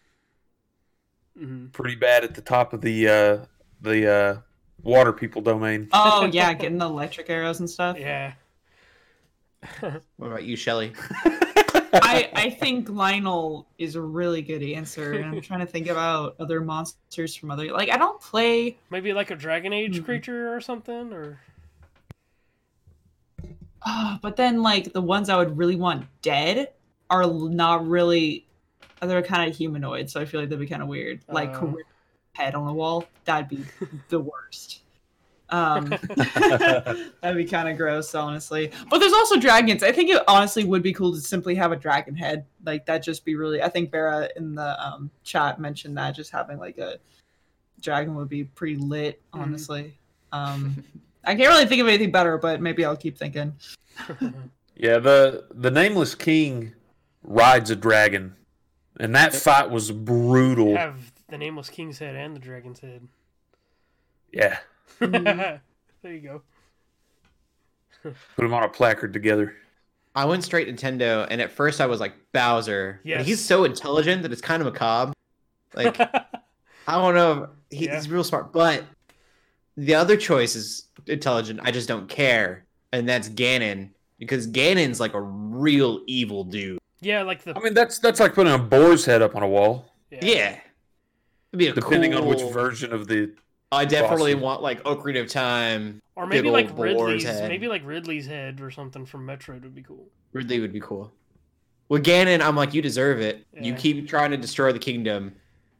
S5: hmm
S3: Mm-hmm.
S4: pretty bad at the top of the uh, the uh, water people domain.
S6: Oh yeah, getting the electric arrows and stuff.
S5: yeah.
S3: What about you, Shelly?
S6: I, I think Lionel is a really good answer. And I'm trying to think about other monsters from other like I don't play
S5: Maybe like a Dragon Age
S3: Mm-hmm.
S6: Mhm.
S5: creature or
S3: [laughs]
S5: something, or
S6: Ah, but then like the ones I would really want dead are l- not really they're kind of humanoid, so I feel like that'd be kind of weird. Like
S5: Oh.
S6: head on the wall, that'd be the worst. Um, that'd be kind of gross, honestly. But there's also dragons. I think it honestly would be cool to simply have a dragon head. Like that'd just be really. I think Vera in the um, chat mentioned that just having like a dragon would be pretty lit,
S5: Mhm.
S6: honestly. Um, I can't really think of anything better, but maybe I'll keep thinking.
S4: yeah, the the nameless king rides a dragon, and that fight was brutal.
S5: have the Nameless King's head and the Dragon's head.
S4: Yeah, Mm.
S3: Mm-hmm.
S6: Mhm.
S5: [laughs] there you go.
S4: put them on a placard together.
S3: I went straight Nintendo, and at first I was like Bowser. Yeah,
S5: Yes.
S3: he's so intelligent that it's kind of macabre.
S5: [laughs]
S3: Like I don't know, if he,
S5: Yeah.
S3: he's real smart, but the other choice is intelligent. I just don't care, and that's Ganon because Ganon's like a real evil dude.
S5: yeah, like the
S4: I mean, that's that's like putting a boar's head up on a wall.
S5: yeah.
S3: Yeah, It'd be a
S4: Depending on which
S3: cool-
S4: version of
S3: [laughs]
S4: the
S3: I definitely
S4: boss.
S3: want like Ocarina of Time.
S5: Or
S3: Big
S5: maybe like
S3: old boar's
S5: Ridley's,
S3: head. Oh.
S5: maybe like Ridley's head or something from Metroid would be cool.
S3: Ridley would be cool. With Ganon, I'm like, you deserve it. You
S5: Yeah.
S3: keep trying to destroy the kingdom.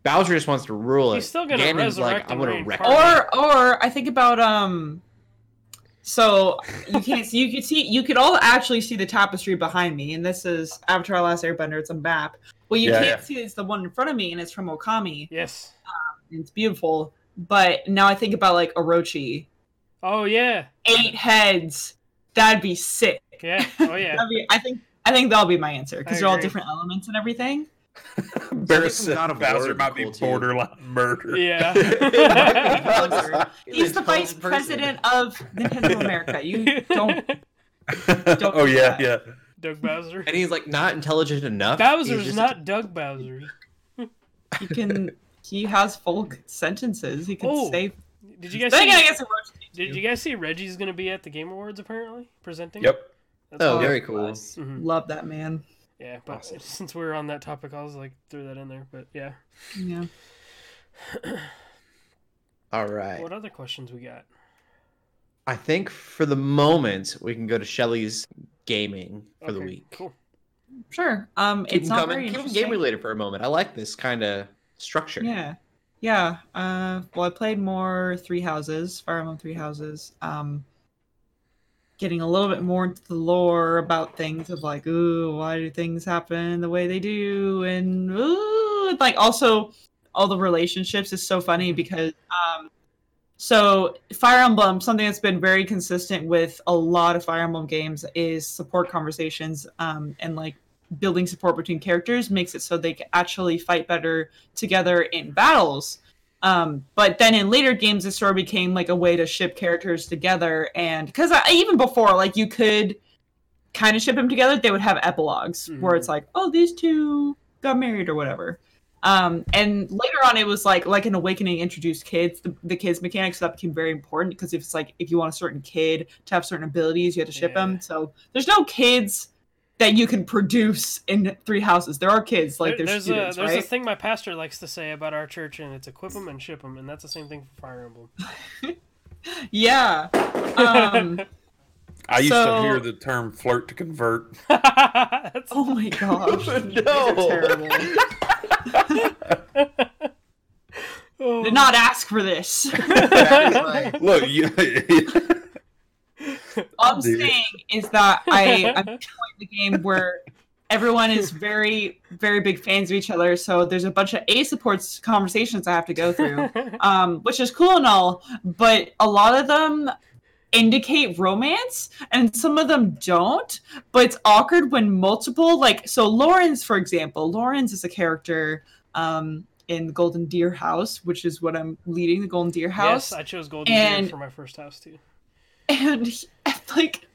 S3: Bowser just wants to rule it.
S5: He's still gonna
S3: Ganon's like,
S5: resurrect
S3: I'm
S5: and
S3: gonna wreck.
S5: reincarnate.
S6: [laughs] or or I think about um so you can't see you could see you could all actually see the tapestry behind me and this is Avatar Last Airbender it's a map. What you
S4: Yeah, yeah.
S6: can't see is the one in front of me and it's from Okami
S5: Yes.
S6: and it's beautiful. But now I think about like Orochi.
S5: Oh yeah.
S6: Eight heads. That'd be sick.
S5: Yeah. Oh
S6: [laughs]
S5: yeah.
S6: That'd be, I think I think that'll be my answer
S5: I
S6: because they're all
S5: agree.
S6: different elements
S5: [laughs]
S6: and everything.
S4: Barrison
S3: God of War
S4: Bowser
S3: would be
S4: might be
S3: cool, too.
S4: borderline murder.
S5: yeah.
S6: He's the vice president of Nintendo of America.
S5: [laughs]
S6: You [laughs] don't
S4: oh
S6: do
S4: yeah,
S6: that.
S4: yeah.
S5: Doug Bowser.
S3: and he's like not intelligent enough. He's
S5: Bowser's
S3: just-
S5: not Doug Bowser.
S6: He can. he has full c- sentences. He can
S5: Oh.
S6: say
S5: Did you guys?
S6: Then again, I
S5: See,
S6: guess it works.
S5: did you guys see Reggie's going to be at the Game Awards apparently presenting?
S4: Yep.
S5: That's
S3: Oh,
S5: awesome.
S3: very cool.
S5: Mhm.
S6: Love that man.
S5: Yeah, but
S4: Awesome.
S5: [laughs] since we were on that topic, I was like threw that in there. But yeah,
S6: Yeah.
S3: All right.
S5: what other questions we got?
S3: I think for the moment we can go to Shelly's gaming for the
S5: Okay,
S3: week.
S5: Cool.
S6: Sure. Um,
S3: Keep
S6: it's
S3: them
S6: not
S3: coming.
S6: very
S3: Keep them
S6: interesting.
S3: game related for a moment. I like this kind of structure. [laughs]
S6: Yeah. Yeah. Uh, well, I played more Three Houses, Fire Emblem Three Houses. Um, getting a little bit more into the lore about things of like, ooh, why do things happen the way they do? And ooh, and, like also all the relationships is so funny because um, so Fire Emblem, something that's been very consistent with a lot of Fire Emblem games is support conversations um, and like building support between characters makes it so they can actually fight better together in battles. Um, but then in later games, it sort of became like a way to ship characters together. And because even before, like you could kind of ship them together, they would have epiloggs where it's like, oh, these two got married or whatever. Um, and later on, it was like like an awakening introduced kids the, the kids mechanics that became very important because if it's like if you want a certain kid to have certain abilities, you have to ship
S5: Yeah.
S6: them. So there's no kids that you can produce in three houses. There are kids like
S5: There- there's
S6: there's, students,
S5: a there's
S6: right?
S5: a thing my pastor likes to say about our church, and it's equip them and ship them, and that's the same thing for Fire Emblem.
S6: Yeah.
S5: [laughs]
S6: Um,
S4: I used
S6: So-
S4: to hear the term flirt to convert.
S5: That's-
S6: oh my gosh. These are
S3: no.
S6: terrible.
S5: [laughs]
S3: [laughs]
S5: oh.
S6: Did not ask for this.
S3: That is like-
S4: Look, you, [laughs]
S6: All I'm
S4: Dude.
S6: saying is that I
S5: [laughs]
S6: I'm enjoying the game where everyone is very very big fans of each other. So there's a bunch of A supports conversations I have to go through, um, which is cool and all, but a lot of them indicate romance and some of them don't but it's awkward when multiple like so Lauren's for example Lauren's is a character um in Golden Deer House which is what I'm leading the Golden Deer House
S5: Yes, I chose Golden Deer
S6: and-
S5: for my first house [laughs] too.
S6: and he- [laughs] like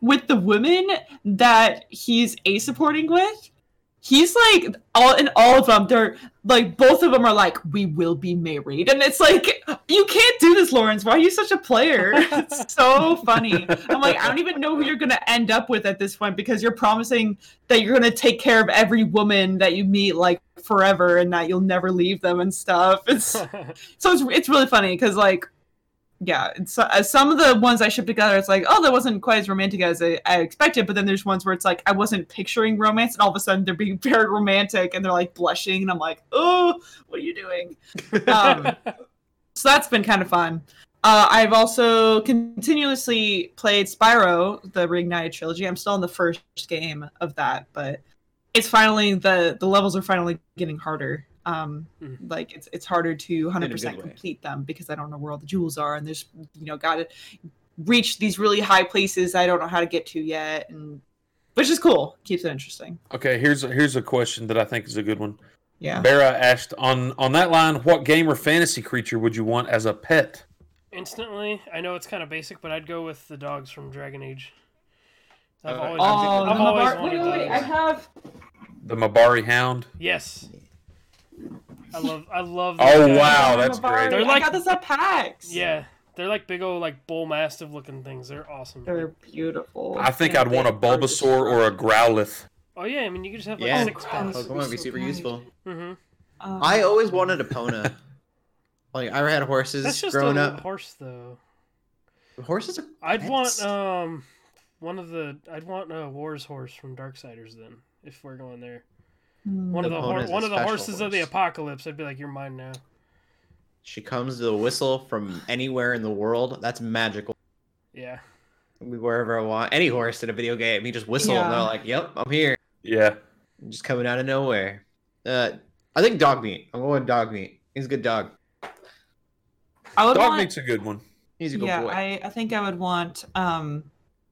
S6: with the women that he's a supporting with he's like all in all of them they're like both of them are like we will be married and it's like you can't do this lawrence why are you such a player [laughs] it's so funny i'm like i don't even know who you're gonna end up with at this point because you're promising that you're gonna take care of every woman that you meet like forever and that you'll never leave them and stuff
S5: [laughs]
S6: it's so it's it's really funny because like yeah it's, uh, some of the ones i shipped together it's like oh that wasn't quite as romantic as I, I expected but then there's ones where it's like i wasn't picturing romance and all of a sudden they're being [laughs] very romantic and they're like blushing and i'm like oh what are you doing
S5: [laughs]
S6: um, so that's been kind of fun uh, i've also continuously played spyro the reignited trilogy i'm still in the first game of that but it's finally the the levels are finally getting harder um
S5: Mhm.
S6: like it's it's harder to
S3: Mm-hmm. good
S6: 100%
S3: way.
S6: complete them because i don't know where all the jewels are and there's you know gotta reach these really high places i don't know how to get to yet and which is cool keeps it interesting
S4: okay, here's here's a question that I think is a good one.
S6: yeah
S4: Barra asked on on that line, what game or fantasy creature would you want as a pet?
S5: Instantly, I know it's kind of basic, but I'd go with the dogs from Dragon Age. I've
S3: Uh,
S5: always,
S3: Oh,
S5: I've
S3: the
S5: always
S3: Mabar-
S5: wanted those.
S6: have
S4: The Mabari Hound.
S5: Yes. I love I love
S4: Oh,
S5: those guys.
S4: wow. that's great.
S5: They're
S6: They're
S5: like-
S6: like, I got this at PAX.
S5: Yeah. They're like big old like bull mastiff looking things. They're awesome.
S6: They're beautiful.
S4: I think I'd want a Bulbasaur or a Growlith.
S5: oh yeah, I mean you could just have like
S3: Yeah.
S5: six packs.
S6: Gross.
S3: Pokemon would be super useful.
S5: hmm
S6: Um,
S3: I always wanted a
S5: [laughs]
S3: Pona. Like I had
S5: That's
S3: horses
S5: just
S3: growing
S5: a
S3: up.
S5: horse though.
S3: Horses are
S5: I'd want
S3: pets.
S5: um one of the I'd want a War's horse from Darksiders then, if we're going there.
S6: hmm.
S5: One of the hor-
S3: Opponent is
S5: one of the
S3: special
S5: horses of the
S3: horse.
S5: apocalypse. I'd be like, You're mine now.
S3: She comes to the whistle from anywhere in the world. That's magical.
S5: Yeah.
S3: We wherever I want. Any horse in a video game, you just whistle and they're
S6: Yeah.
S3: like, "Yep, I'm here."
S4: Yeah.
S3: Just coming out of nowhere. Uh, I think dog meat. I'm going dog meat. He's a good dog.
S6: I would
S4: Dog
S6: want,
S4: meat's a good one.
S3: He's a good
S6: yeah,
S3: boy.
S6: I, I think I would want um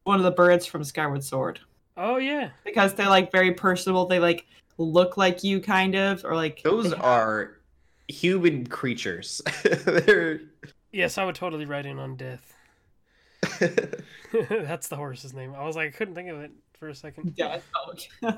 S6: one of the birds from Skyward Sword
S5: Oh yeah.
S6: because they're like very personable. They like look like you, kind of, or like
S3: Those
S6: they have-
S3: are human creatures. [laughs] They're
S5: Yes, I would totally ride in on death. [laughs] That's the horse's name. I was like, I couldn't think of it for a second.
S6: Yeah, it's not like-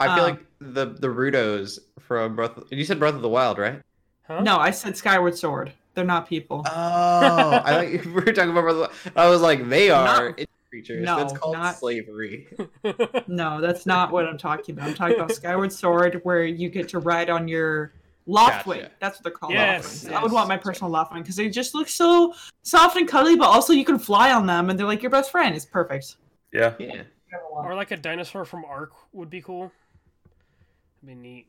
S3: I feel
S6: Um,
S3: like the the Rudos from Breath. you said Breath of the Wild, right?
S5: Huh?
S6: no, I said Skyward Sword. They're not people.
S3: Oh, I like we [laughs] were talking about. Brother- I was like, they are
S6: No.
S3: it's creatures.
S6: No,
S3: That's called
S6: not-
S3: slavery. [laughs]
S6: No, that's not what I'm talking about. I'm
S4: [laughs]
S6: talking about Skyward Sword, where you get to ride on your loft
S3: Gotcha.
S6: wing. That's what they're called.
S5: Yes,
S6: loft wings.
S5: yes.
S6: I would want my personal loft wing because they just look so soft and cuddly, but also you can fly on them, and they're like your best friend. It's perfect.
S4: Yeah.
S3: Yeah.
S5: [laughs] or like a dinosaur from Ark would be cool. That'd be neat.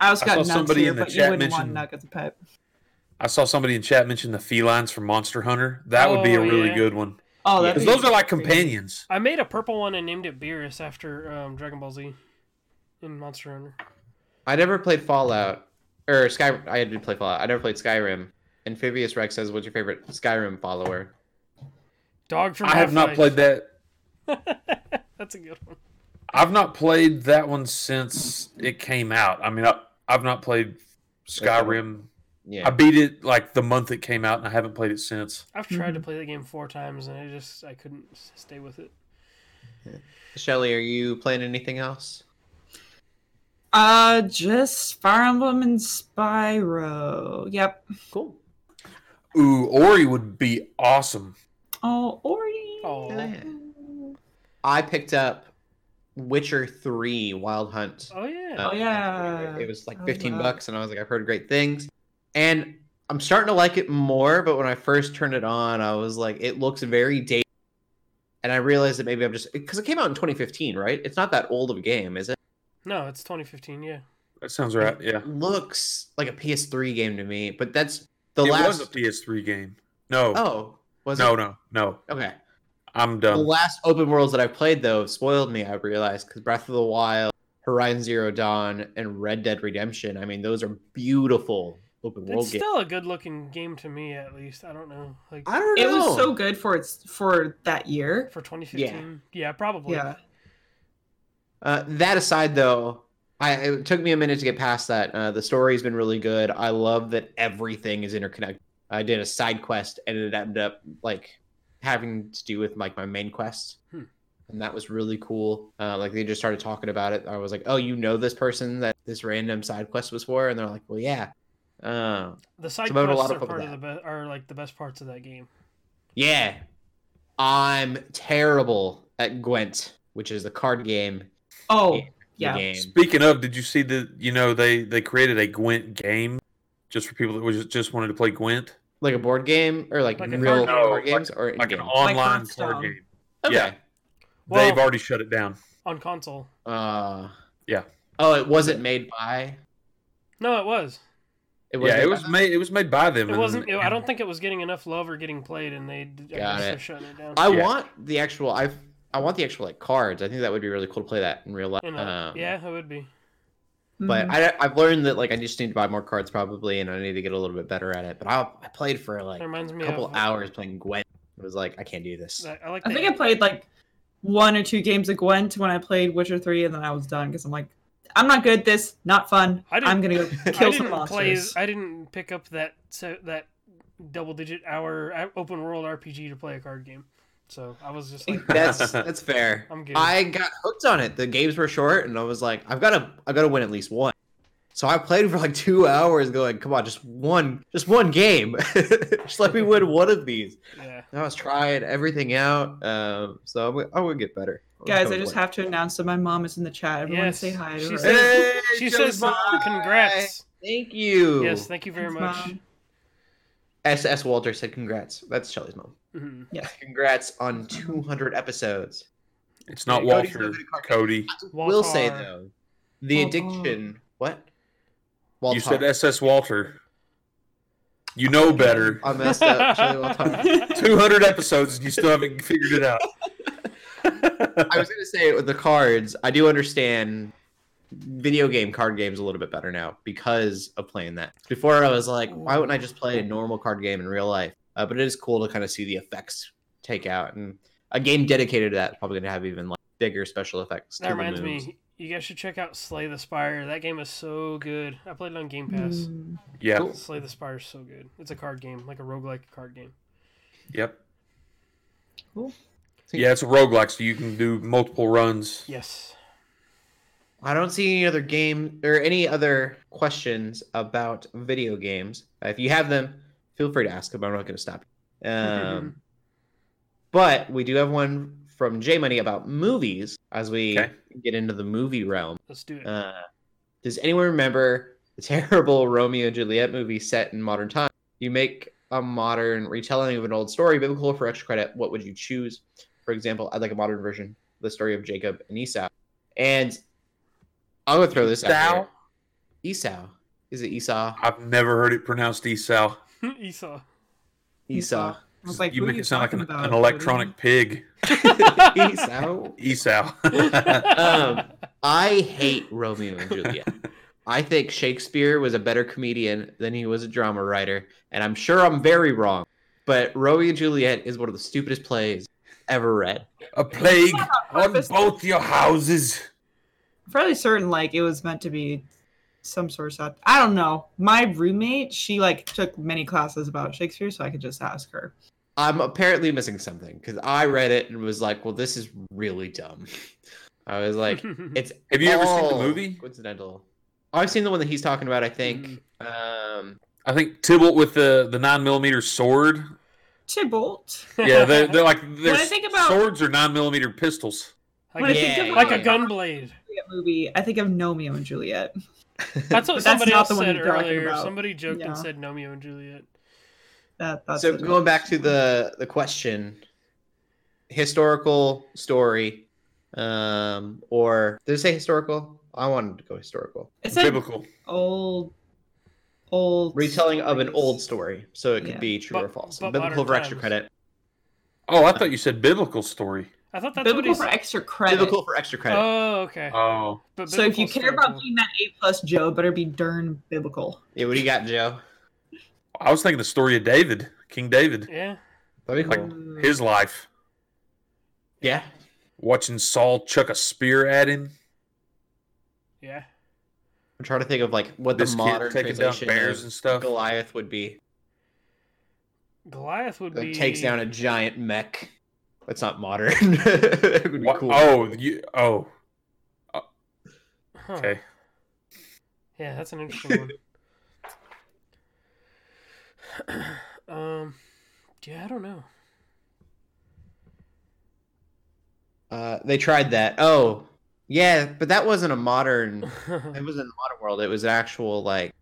S6: I also
S4: I
S6: got
S4: saw
S6: nuts
S4: somebody
S6: here,
S4: in the
S6: but you
S4: chat
S6: wouldn't want
S4: mention-
S6: Nug as a pet.
S4: I saw somebody in chat mention the felines from Monster Hunter. That would be a
S5: Oh,
S4: really
S5: yeah.
S4: good one.
S6: Oh,
S5: Yeah.
S6: that
S4: Because those are like companions.
S5: I made a purple one and named it Beerus after um, Dragon Ball Z in Monster Hunter.
S3: I never played Fallout or Sky. I did play Fallout. I never played Skyrim. Amphibious Rex says, "What's your favorite Skyrim follower?"
S5: Dog from
S4: I have not
S5: Half-Life.
S4: played
S5: [laughs]
S4: that.
S5: That's a good one.
S4: I've not played that one since it came out. I mean, I, I've not played Skyrim.
S3: Yeah.
S4: I beat it like the month it came out, and I haven't played it since.
S5: I've tried to play the game four times and I just I couldn't s- stay with it.
S3: Shelly, are you playing anything else?
S6: Uh, just Fire Emblem and Spyro. Yep.
S3: Cool.
S4: Ooh, Ori would be awesome.
S6: Oh, Ori.
S5: Oh,
S3: Yeah. I picked up Witcher Three Wild Hunt.
S5: oh yeah.
S3: Uh,
S6: Oh, yeah.
S3: It was like
S6: Oh,
S3: 15
S6: wow.
S3: bucks, and I was like, I've heard great things. And I'm starting to like it more, but when I first turned it on, I was like, it looks very dated. And I realized that maybe I'm just because it came out in 2015, right? It's not that old of a game, is it?
S5: No, it's 2015. Yeah.
S4: That sounds right. Yeah,
S3: It looks like a PS3 game to me, but that's the
S4: it
S3: last.
S4: was a PS3 game. No,
S3: Oh, was
S4: no,
S3: it?
S4: no, no.
S3: Okay.
S4: I'm
S3: The
S4: done.
S3: last open worlds that I've played though have spoiled me. I realized because Breath of the Wild, Horizon Zero Dawn, and Red Dead Redemption. I mean, those are beautiful open
S5: It's
S3: world games.
S5: still a good looking game to me at least. I don't know. Like
S3: I don't know.
S6: It was so good for its for that year.
S5: for 2015. Yeah, probably.
S6: Yeah.
S3: Uh, that aside, though, I it took me a minute to get past that. Uh, the story's been really good. I love that everything is interconnected. I did a side quest, and it ended up like having to do with like my main quest,
S5: Hmm.
S3: and that was really cool. Uh, like they just started talking about it. I was like, "Oh, you know this person that this random side quest was for?" And they're like, "Well, yeah, uh,
S5: The side
S3: about a lot
S5: quests
S3: of
S5: are
S3: fun
S5: part
S3: with
S5: of the be- are like the best parts of that game.
S3: yeah." I'm terrible at Gwent, which is the card game. in
S6: Oh,
S3: the
S6: yeah.
S3: game.
S4: Speaking of, did you see that? You know, they they created a Gwent game just for people that was just wanted to play Gwent,
S3: like a board game or like,
S5: Like a
S3: real
S5: card game.
S3: card games or
S4: like an
S3: in-game?
S4: online
S6: Hearthstone.
S4: card game.
S3: Okay.
S4: Yeah,
S5: Well-
S4: they've already shut it down.
S5: On console.
S3: Uh,
S4: Yeah.
S3: Oh, it wasn't made by.
S5: No, it was.
S3: It
S4: yeah, it
S3: by
S4: was
S3: them?
S4: made. It was made by them.
S5: It
S4: and-
S5: wasn't. It, I
S4: and-
S5: don't think it was getting enough love or getting played, and they. d-
S3: Got
S5: I guess
S3: it.
S5: they're shutting it down.
S3: I
S4: Yeah.
S3: want the actual. I I want the actual like cards. I think that would be really cool to play that in real life.
S5: You know,
S3: Um,
S5: yeah, Mm. it would be.
S3: But
S6: Mhm.
S3: I, I've learned that like I just need to buy more cards probably, and I need to get a little bit better at it. But I, I played for like
S5: It
S3: a
S5: reminds me
S3: couple
S5: of
S3: hours playing Gwen. It was like I can't do this.
S5: I, I like.
S6: I
S5: that-
S6: think I played like one or two games of Gwent when I played Witcher Three, and then I was done because I'm like, I'm not good at this. Not fun.
S5: I didn't-
S6: I'm gonna go
S3: I
S6: kill
S5: [laughs] I
S6: some
S5: didn't play.
S6: monsters.
S5: I didn't pick up that so that double digit hour uh, open world RPG to play a card game. So I was just
S6: [laughs]
S5: like,
S3: [laughs]
S5: [laughs]
S3: that's that's fair.
S5: I'm good.
S3: I got hooked on it. The games were short, and I was like, I've got to, I've got to win at least one. So I played for like [laughs] two hours, going, "Come on, just one, just one game, [laughs] just let me win one of these."
S5: yeah.
S3: And I was trying everything out, um, so I would, I would get better. would
S6: Guys,
S3: come
S6: I just
S3: play.
S6: have to announce that my mom is in the chat. Everyone
S5: Yes.
S6: say hi to
S5: She
S6: her.
S5: said-
S4: Hey,
S5: She
S4: Joe's
S5: says,
S4: mom.
S5: "Congrats."
S3: Thank you.
S5: Yes, thank you very much.
S6: Mom.
S3: SS Walter said, "Congrats." That's Shelly's mom.
S5: hmm
S3: Congrats on 200 episodes.
S4: It's not
S5: Yeah,
S3: Cody's
S4: Walter.
S3: not gonna-
S4: Cody.
S3: Will say
S5: Mm-hmm. Waltar.
S3: though, the
S6: Waltar.
S3: addiction. What?
S4: You
S3: Waltar.
S4: said SS Walter. You know better.
S3: I messed
S5: [laughs]
S3: up. Shelly Waltar.
S4: 200 episodes and you still haven't figured it out.
S3: [laughs] I was gonna say with the cards, I do understand video game card games a little bit better now because of playing that. Before I was like, why wouldn't I just play a normal card game in real life? Uh, but it is cool to kind of see the effects take out, and a game dedicated to that is probably gonna have even like bigger special effects.
S5: That
S3: to the
S5: reminds
S3: moves.
S5: me. You guys should check out Slay the Spire. That game is so good. I played it on Game Pass.
S6: Mm.
S4: Yeah.
S3: Cool.
S5: Slay the Spire is so good. It's a card game, like a roguelike card game.
S4: Yep.
S6: Cool.
S4: Yeah, it's a roguelike, so you can do multiple runs.
S5: Yes.
S3: I don't see any other game or any other questions about video games. Uh, if you have them, Feel free to ask them. I'm not going to stop. you. Um, but we do have one from J Money about movies as we
S4: Okay.
S3: get into the movie realm.
S5: Let's do it.
S3: Uh, does anyone remember the [laughs] terrible Romeo and Juliet movie set in modern time? You make a modern retelling of an old story, biblical for extra credit. What would you choose? For example, I'd like a modern version, of the story of Jacob and Esau. And I'm gonna throw this out.
S4: Esau? Uh,
S3: There. Esau. Is it Esau?
S4: I've never heard it pronounced Esau.
S3: Uh,
S5: [laughs] Esau.
S3: Esau.
S6: I was like,
S4: you
S6: who are
S4: make
S6: you
S4: it sound like
S6: talking
S4: an,
S6: about,
S4: an electronic pig.
S3: [laughs] Esau.
S6: [laughs]
S4: Esau.
S3: Um, I hate Romeo and Juliet. I think Shakespeare was a better comedian than he was a drama writer, and I'm sure I'm very wrong. But Romeo and Juliet is one of the stupidest plays ever read.
S4: [laughs] a plague on
S6: purpose.
S4: both your houses.
S6: I'm fairly certain like it was meant to be some sort of sat- I don't know. My roommate, she like took many classes about Shakespeare, so I could just ask her.
S3: I'm apparently missing something because I read it and was like, "Well, this is really dumb." I was
S5: [laughs]
S3: like, [laughs] "It's
S4: Have you ever seen the
S3: all
S4: movie?
S3: Coincidental. I've seen the one that he's talking about. I think. Um,
S4: I think Tybalt with the the nine millimeter sword.
S6: Tybalt.
S4: Yeah, they're, they're like their
S6: I think about-
S4: swords are nine millimeter pistols.
S6: When I
S5: like,
S3: Yeah,
S6: think of
S5: like
S6: like
S5: a gun blade.
S6: a movie, I think of Romeo and Juliet.
S5: That's what
S6: But that's
S5: somebody
S6: not
S5: else
S6: the one
S5: said
S6: you're talking
S5: earlier.
S6: about.
S5: Somebody joked
S6: Yeah.
S5: and said Romeo and Juliet.
S6: That, that's
S3: so
S6: it.
S3: going back to the the question historical story um or did it say historical i wanted to go historical
S6: it's an
S4: Biblical.
S6: old, old
S3: retelling of an
S6: stories.
S3: old story so it could
S6: Yeah.
S3: be true
S5: But-
S3: or false
S5: but
S3: biblical
S5: modern
S3: for extra
S5: times.
S3: credit
S4: Oh, I thought you said biblical story.
S5: I thought that's
S6: biblical
S5: what
S6: for
S5: he said.
S6: extra credit.
S3: biblical for extra credit
S5: Oh, okay.
S4: Oh,
S5: But
S6: so if
S5: biblical
S6: you care about
S5: story.
S6: being that A plus Joe, better be darn biblical.
S3: yeah what do you got joe
S4: I was thinking the story of David, King David,
S5: yeah,
S3: That'd be cool.
S6: Ooh.
S4: his life,
S3: yeah
S4: watching Saul chuck a spear at him.
S5: yeah,
S3: i'm trying to think of like what
S4: This
S3: the
S4: kid
S3: modern
S4: taking down
S3: translation
S4: bears
S3: of
S4: and stuff.
S3: goliath would be
S5: Goliath would
S3: like
S5: be
S3: takes down a giant mech that's not modern [laughs] it would be
S4: Wha-
S3: cool
S4: Oh, you, oh,
S5: Huh.
S3: [laughs]
S4: okay.
S5: Yeah, that's an interesting one. [coughs] um, yeah, I
S4: [laughs]
S5: don't know.
S3: Uh, they tried that. Oh, yeah, but that wasn't a
S4: [laughs]
S3: modern. It wasn't a modern world. It was an actual like,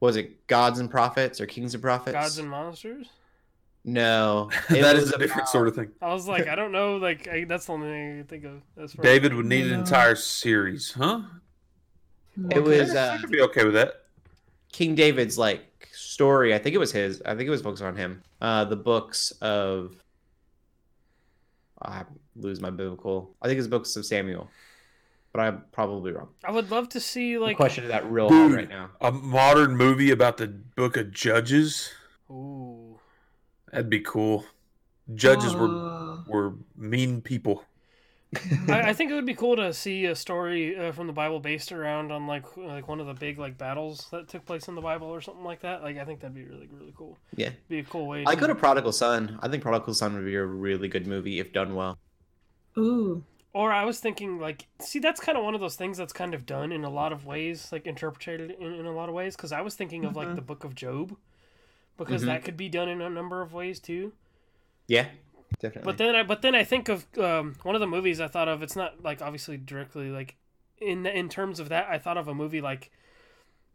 S3: was it gods and prophets or kings and prophets?
S5: Gods and monsters.
S4: [laughs]
S3: no, it
S4: that is
S3: was
S4: a different
S3: about-
S4: sort of thing.
S5: I was like, I don't know. Like, I, that's the only thing I can think of. That's right.
S4: David would need an
S6: No.
S4: entire series, huh?
S3: It was
S4: I
S3: uh,
S4: could be okay with that.
S3: King David's like story. I think it was his. I think it was focused on him. Uh, the books of. I lose my biblical. I think it's books of Samuel, but I'm probably wrong.
S5: I would love to see
S3: Like,
S5: like.
S3: question that real hard
S4: Dude.
S3: right now.
S4: A modern movie about the Book of Judges.
S5: Ooh.
S4: That'd be cool. Judges were
S6: Uh,
S4: were mean people.
S5: I, I think it would be cool to see a story uh, from the Bible based around on like like one of the big like battles that took place in the Bible or something like that. Like I think that'd be really really cool.
S3: Yeah.
S5: be a cool way.
S3: I go to Prodigal Son. I think Prodigal Son would be a really good movie if done well.
S6: ooh,
S5: Or I was thinking like, see, that's kind of one of those things that's kind of done in a lot of ways, like interpreted in, in a lot of ways. Because I was thinking of like
S6: Mhm.
S5: the Book of Job, because
S3: Mhm.
S5: that could be done in a number of ways too.
S3: Yeah, definitely.
S5: But then, I, but then I think of um, one of the movies I thought of. It's not like obviously directly like in the, in terms of that. I thought of a movie like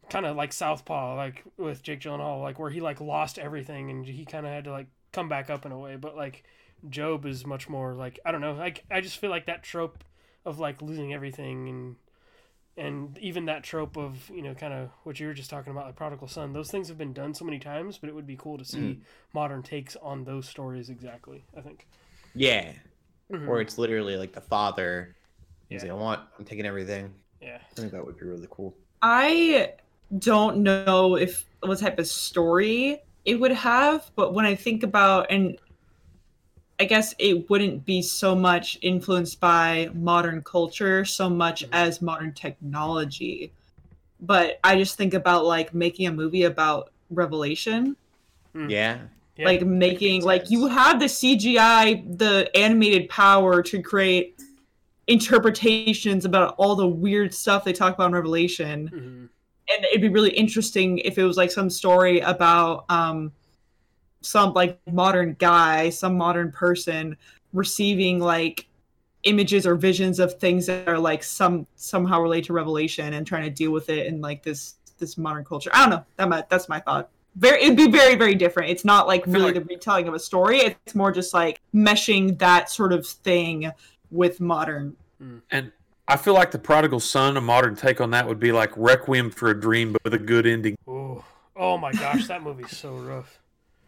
S5: kind of like Southpaw, like with Jake Gyllenhaal, like where he like lost everything and he kind of had to like come back up in a way. But like Job is much more like I don't know. Like I just feel like that trope of like losing everything and and even that trope of you know kind of what you were just talking about like prodigal son those things have been done so many times but it would be cool to see modern takes on those stories exactly i think
S3: yeah,
S5: Mhm.
S3: or it's literally like the father. He's
S5: Yeah.
S3: like, I want. I'm taking everything.
S5: yeah
S3: I think that would be really cool.
S6: I don't know if what type of story it would have, but when I think about and I guess it wouldn't be so much influenced by modern culture so much
S3: Mm-hmm.
S6: as modern technology. But I just think about like making a movie about revelation
S5: Mm.
S3: Yeah,
S5: Yeah.
S6: like making
S3: makes
S6: like you
S3: sense.
S6: have the CGI, the animated power to create interpretations about all the weird stuff they talk about in Revelation,
S5: Mhm.
S6: and it'd be really interesting if it was like some story about um some like modern guy, some modern person receiving like images or visions of things that are like some somehow related to revelation and trying to deal with it in like this this modern culture. I don't know. That might, that's my thought. Very it'd be very very different. It's not like
S4: feel
S6: really
S4: like-
S6: the retelling of a story. It's more just like meshing that sort of thing with modern.
S4: And I feel like the prodigal son, a modern take on that would be like Requiem for a Dream, but with a good ending.
S5: Oh, oh my gosh, that movie's so rough.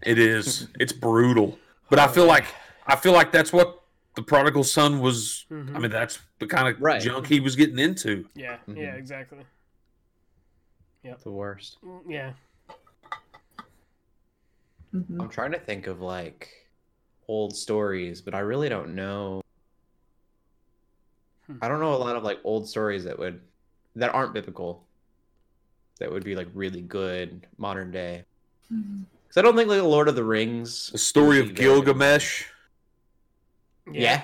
S4: It
S3: [laughs]
S4: is. it's brutal. But
S3: Oh,
S4: I feel like I feel like that's what the prodigal son was.
S5: Mhm.
S4: I mean, Mm-hmm. that's the kind of
S3: Right.
S4: junk he was getting into.
S5: Yeah, yeah,
S3: Mhm.
S5: exactly.
S3: The worst.
S5: Mm, Yeah.
S6: Mhm.
S3: I'm trying to think of like old stories, but I really don't know.
S5: Hmm.
S3: I don't know a lot of like old stories that would that aren't biblical that would be like really good modern day. Because I don't think like the Lord of the Rings.
S4: The story of
S3: would be very biblical.
S4: Gilgamesh.
S3: Yeah.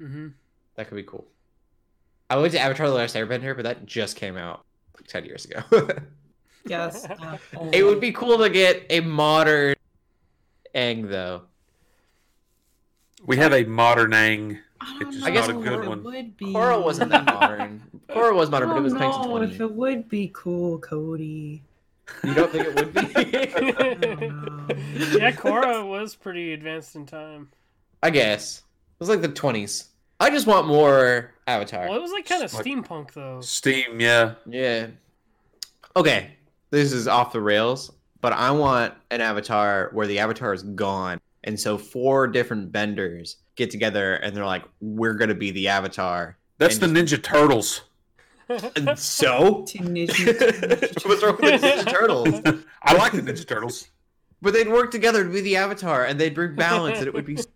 S5: Mm-hmm.
S3: that could be cool. I went to Avatar: The Last Airbender, but that just came out like ten years ago. [laughs]
S4: [laughs]
S6: Yes. uh,
S3: it would be cool to get a modern Aang though.
S4: We have a modern Ang.
S6: don't
S4: It's
S6: know
S3: I guess
S6: if
S3: not a good
S6: it
S4: one.
S6: Would be.
S3: Korra wasn't that modern. Korra was modern, but it was
S6: I don't know if
S3: 1920.
S6: it would be cool, Cody.
S3: You don't think it would
S5: [laughs]
S3: be? [laughs]
S6: know.
S5: Mm-hmm. yeah, Korra was pretty advanced in time.
S3: I guess it was like the 20s. I just want more Avatar.
S5: Well, it was like kind of
S4: Like-
S5: steampunk
S3: Oh.
S5: though.
S4: Steam, yeah.
S3: Yeah. Okay, this is off the rails, but I want an Avatar where the Avatar is gone, and so four different benders get together and they're like, "We're gonna be the Avatar."
S4: That's
S3: And
S4: the Ninja Turtles.
S5: [laughs]
S3: And so. [laughs]
S6: Teenage Mutant Ninja Turtles.
S3: What's wrong with the Ninja Turtles?
S4: [laughs] I like the Ninja Turtles.
S3: But they'd work together to be the Avatar, and they'd bring balance, and it would be.
S4: But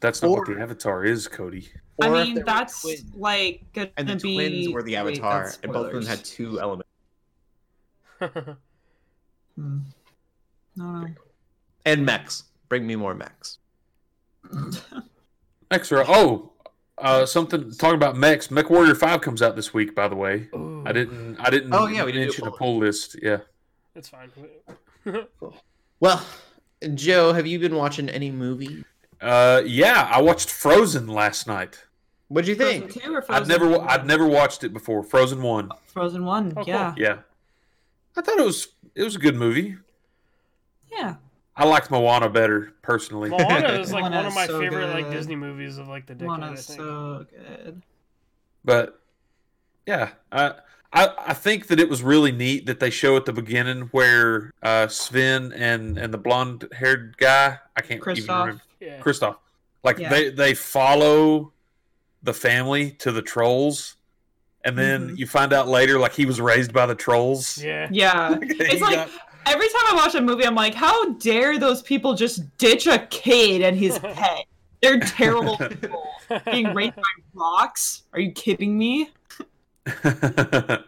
S4: that's not what
S3: Or-
S4: the Avatar is, Cody.
S6: [laughs] I
S3: Or if
S6: mean,
S3: there were
S6: that's
S3: twins,
S6: like gonna
S3: and the
S6: be.
S3: twins were the
S6: wait,
S3: Avatar,
S6: that's
S3: and both of them had
S6: spoilers.
S3: two elements.
S6: Hmm. No, no.
S3: And Max, Bring me more Max.
S4: Extra. Oh, uh, something talking about mechs. Mech Warrior Five comes out this week, by the way.
S5: Ooh,
S4: I didn't. I didn't.
S3: Oh, yeah, we did do a
S4: mention a
S3: poll.
S4: pull list. Yeah. [laughs]
S5: That's fine.
S3: Well, Joe, have you been watching any movie?
S4: Uh, yeah. I watched Frozen last night.
S3: What'd you
S6: Frozen
S3: think?
S6: two or Frozen?
S4: I've never. wa- I've never watched it before. Frozen One.
S6: Frozen one.
S5: Oh, cool.
S6: yeah,
S4: Yeah. I thought it was. It was a good movie.
S6: yeah.
S4: I liked Moana better personally.
S5: Moana is like one of
S6: Moana's
S5: my
S6: so
S5: favorite like
S6: good.
S5: Disney movies of like the decade. I
S6: Mona's
S5: think.
S6: so good.
S4: [laughs] But yeah, I, I I think that it was really neat that they show at the beginning where uh, Sven and and the blonde haired guy I can't even
S6: Kristoff.
S4: remember
S5: yeah.
S4: Kristoff like
S6: Yeah.
S4: they they follow the family to the trolls, and then
S6: Mhm.
S4: you find out later like he was raised by the trolls. [laughs]
S5: yeah.
S6: Yeah.
S4: He
S6: It's like-
S4: got-
S6: Every time I watch a movie, I'm like, how dare those people just ditch a kid
S5: [laughs]
S6: and his pet? They're
S4: [laughs]
S6: terrible people. Being raped by rocks? Are you kidding me? Uh,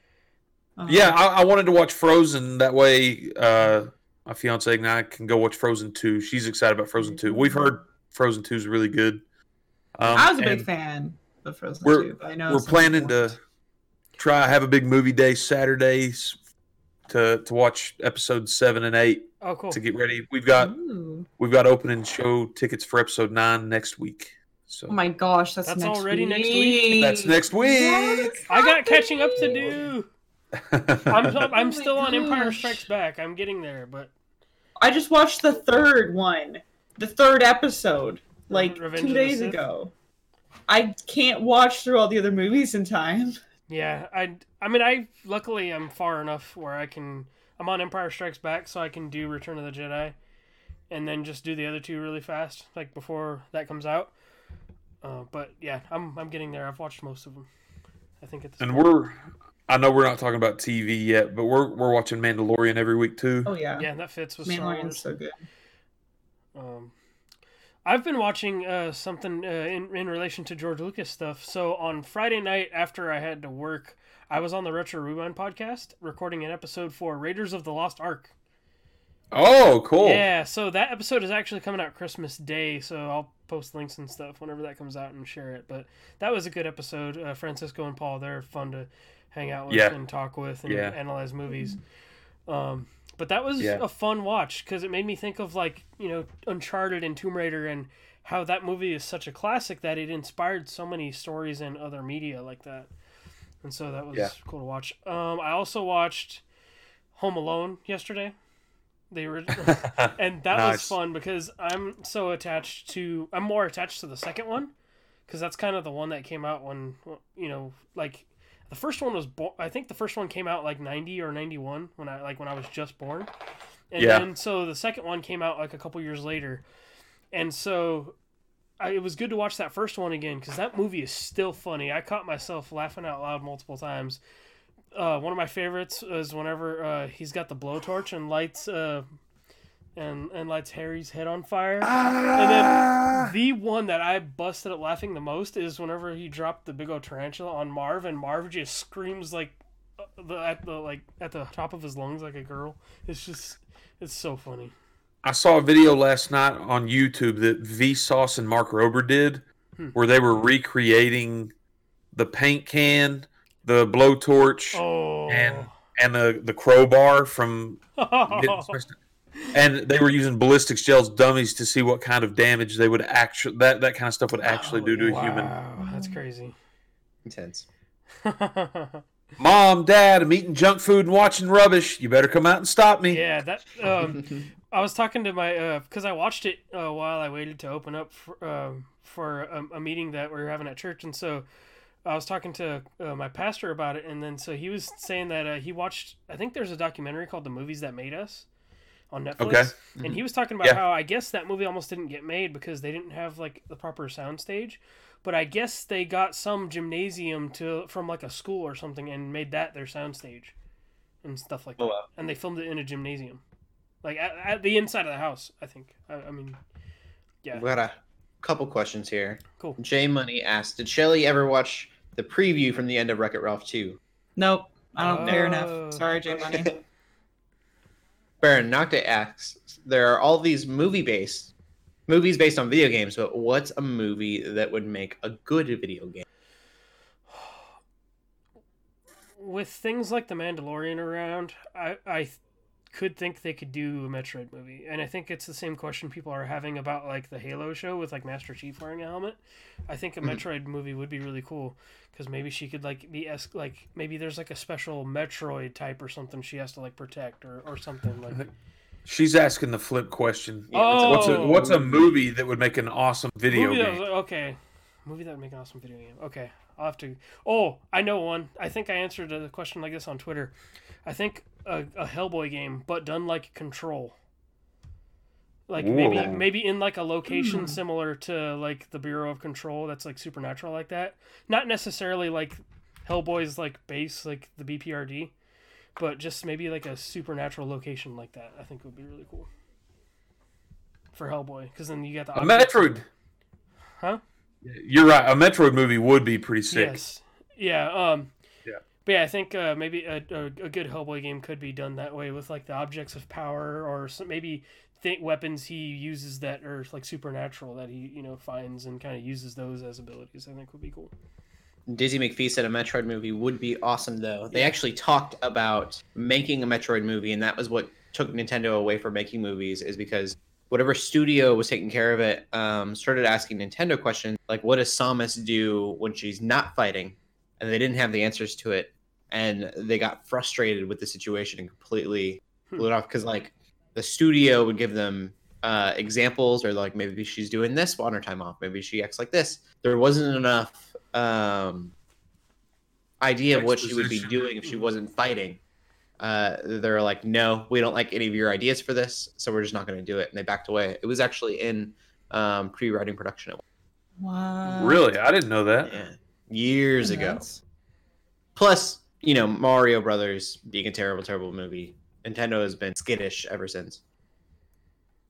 S4: [laughs] yeah, I, I wanted to watch Frozen. That way, uh, my fiance and I can go watch Frozen Two. She's excited about Frozen Two. We've heard Frozen Two is really good. Um,
S6: Oh. I was a big
S4: and
S6: fan of Frozen
S4: we're-
S6: 2. But I know
S4: We're
S6: some
S4: planning
S6: people
S4: to try have a big movie day Saturdays to to watch episode seven and eight
S5: Oh, cool.
S4: to get ready. We've got
S6: aren't. Ooh.
S4: we've got opening show tickets for episode nine next week. So
S6: Oh my gosh, that's,
S5: That's
S6: next
S5: already
S6: week.
S5: next week?
S4: that's next week.
S5: I got catching up to do. I'm
S6: Oh, my
S5: I'm still on Empire
S6: gosh.
S5: Strikes Back. I'm getting there, but
S6: I just watched the third one, the third episode, like
S5: Revenge
S6: two
S5: of the
S6: days
S5: Sith?
S6: ago. I can't watch through all the other movies in time. [laughs]
S5: yeah, I I mean I luckily I'm far enough where I can I'm on Empire Strikes Back so I can do Return of the Jedi and then just do the other two really fast like before that comes out. Uh, but yeah, I'm I'm getting there. I've watched most of them. I think
S4: [laughs]
S5: it's
S4: And we're I know we're not talking about TV yet, but we're we're watching Mandalorian every week too.
S6: Oh yeah,
S5: yeah, that fits with Star
S6: Mandalorian's
S5: Wars.
S6: so good.
S5: Um, I've been watching uh, something uh, in in relation to George Lucas stuff. So on Friday night after I had to work, I was on the Retro Rewind podcast recording an episode for Raiders of the Lost Ark.
S4: Oh, cool. [laughs]
S5: Yeah, so that episode is actually coming out Christmas Day. So I'll post links and stuff whenever that comes out and share it. But that was a good episode. Uh, Francisco and Paul, they're fun to hang out with
S4: Yeah.
S5: and talk with and
S4: Yeah.
S5: analyze movies. Um, But that was
S4: Yeah.
S5: a fun watch because it made me think of like you know Uncharted and Tomb Raider and how that movie is such a classic that it inspired so many stories in other media like that. And so that was
S4: Yeah.
S5: cool to watch. Um, I also watched Home Alone yesterday.
S4: [laughs]
S5: They were, [laughs] and that was
S4: Nice.
S5: fun because I'm so attached to. I'm more attached to the second one because that's kind of the one that came out when you know like the first one was born i think the first one came out like 90 or 91 when i like when i was just born and
S4: Yeah.
S5: then so the second one came out like a couple years later and so I, it was good to watch that first one again because that movie is still funny i caught myself laughing out loud multiple times uh, one of my favorites is whenever uh, he's got the blowtorch and lights uh, and and lights harry's head on fire
S4: Ah.
S5: and then the one that I busted up laughing the most is whenever he dropped the big old tarantula on Marv, and Marv just screams like uh, the, at the like at the top of his lungs like a girl. It's just it's so funny.
S4: I saw a video last night on YouTube that V Sauce and Mark Rober did,
S5: Hmm.
S4: where they were recreating the paint can, the blowtorch,
S5: Oh, [laughs]
S4: and and the the crowbar from getting
S5: Oh.
S4: smashed. And they were using ballistics gels dummies to see what kind of damage they would actually that that kind of stuff would actually do to a human.
S5: Wow, that's crazy.
S3: [laughs] Intense.
S4: Mom, Dad, I'm eating junk food and watching rubbish. You better come out and stop me.
S5: [laughs] yeah, that
S3: [laughs]
S5: um, I was talking to my because I watched it uh, while I waited to open up for, um for a, a meeting that we were having at church, and so I was talking to uh, my pastor about it, and then so he was saying that uh, he watched. I think there's a documentary called "The Movies That Made Us" on Netflix,
S4: Okay.
S5: and he was talking about
S4: Yeah.
S5: how I guess that movie almost didn't get made because they didn't have like the proper soundstage, but I guess they got some gymnasium to from like a school or something and made that their soundstage and stuff like that
S3: Oh, wow.
S5: and they filmed it in a gymnasium, like at, at the inside of the house. I think. I, I mean, yeah,
S3: We got a couple questions here.
S5: cool.
S3: J Money asked, "Did Shelly ever watch the preview from the end of Wreck It Ralph 2?"
S6: Nope. I don't care
S5: Oh.
S6: enough. Sorry, J
S4: [laughs]
S6: Money.
S3: Baron Nocte asks, "There are all these movie-based movies based on video games, but what's a movie that would make a good video game?"
S5: With things like The Mandalorian around, I I th- could think they could do a Metroid movie, and I think it's the same question people are having about like the Halo show with like Master Chief wearing a helmet. I think a
S3: Mhm.
S5: Metroid movie would be really cool because maybe she could like be es- like maybe there's like a special Metroid type or something she has to like protect or or something like.
S4: She's asking the flip question.
S5: oh,
S4: What's a what's a movie that would make an awesome video
S5: movie
S4: game?
S5: That was, okay, movie that would make an awesome video game. Okay, I'll have to. Oh, I know one. I think I answered a question like this on Twitter. I think a, a Hellboy game, but done like Control. Like maybe
S4: Ooh.
S5: maybe in like a location similar to like the Bureau of Control that's like supernatural like that. Not necessarily like Hellboy's like base like the BPRD, but just maybe like a supernatural location like that. I think would be really cool for Hellboy because then you got the
S4: A
S5: objects-
S4: Metroid.
S5: Huh?
S4: You're right. A Metroid movie would be pretty sick.
S5: Yes. Yeah. Um.
S4: Yeah.
S5: But yeah, I think uh, maybe a, a, a good Hellboy game could be done that way with like the objects of power or some, maybe th- weapons he uses that are like supernatural that he you know finds and kind of uses those as abilities. I think would be cool.
S3: Dizzy McPhee said a Metroid movie would be awesome, though. They actually talked about making a Metroid movie, and that was what took Nintendo away from making movies, is because whatever studio was taking care of it um, started asking Nintendo questions like, "What does Samus do when she's not fighting?" And they didn't have the answers to it, and they got frustrated with the situation and completely blew it off because like the studio would give them uh, examples or like maybe she's doing this on her time off, maybe she acts like this. There wasn't enough um, idea of what she would be
S4: Exposition.
S3: doing if she wasn't fighting. Uh, they're like, no, we don't like any of your ideas for this, so we're just not going to do it. And they backed away. It was actually in um, pre-writing production
S6: Wow.
S4: Really, I didn't know
S5: [laughs]
S4: that.
S3: yeah. years ago. Plus, you know, Mario Brothers being a terrible, terrible movie. Nintendo has been skittish ever since.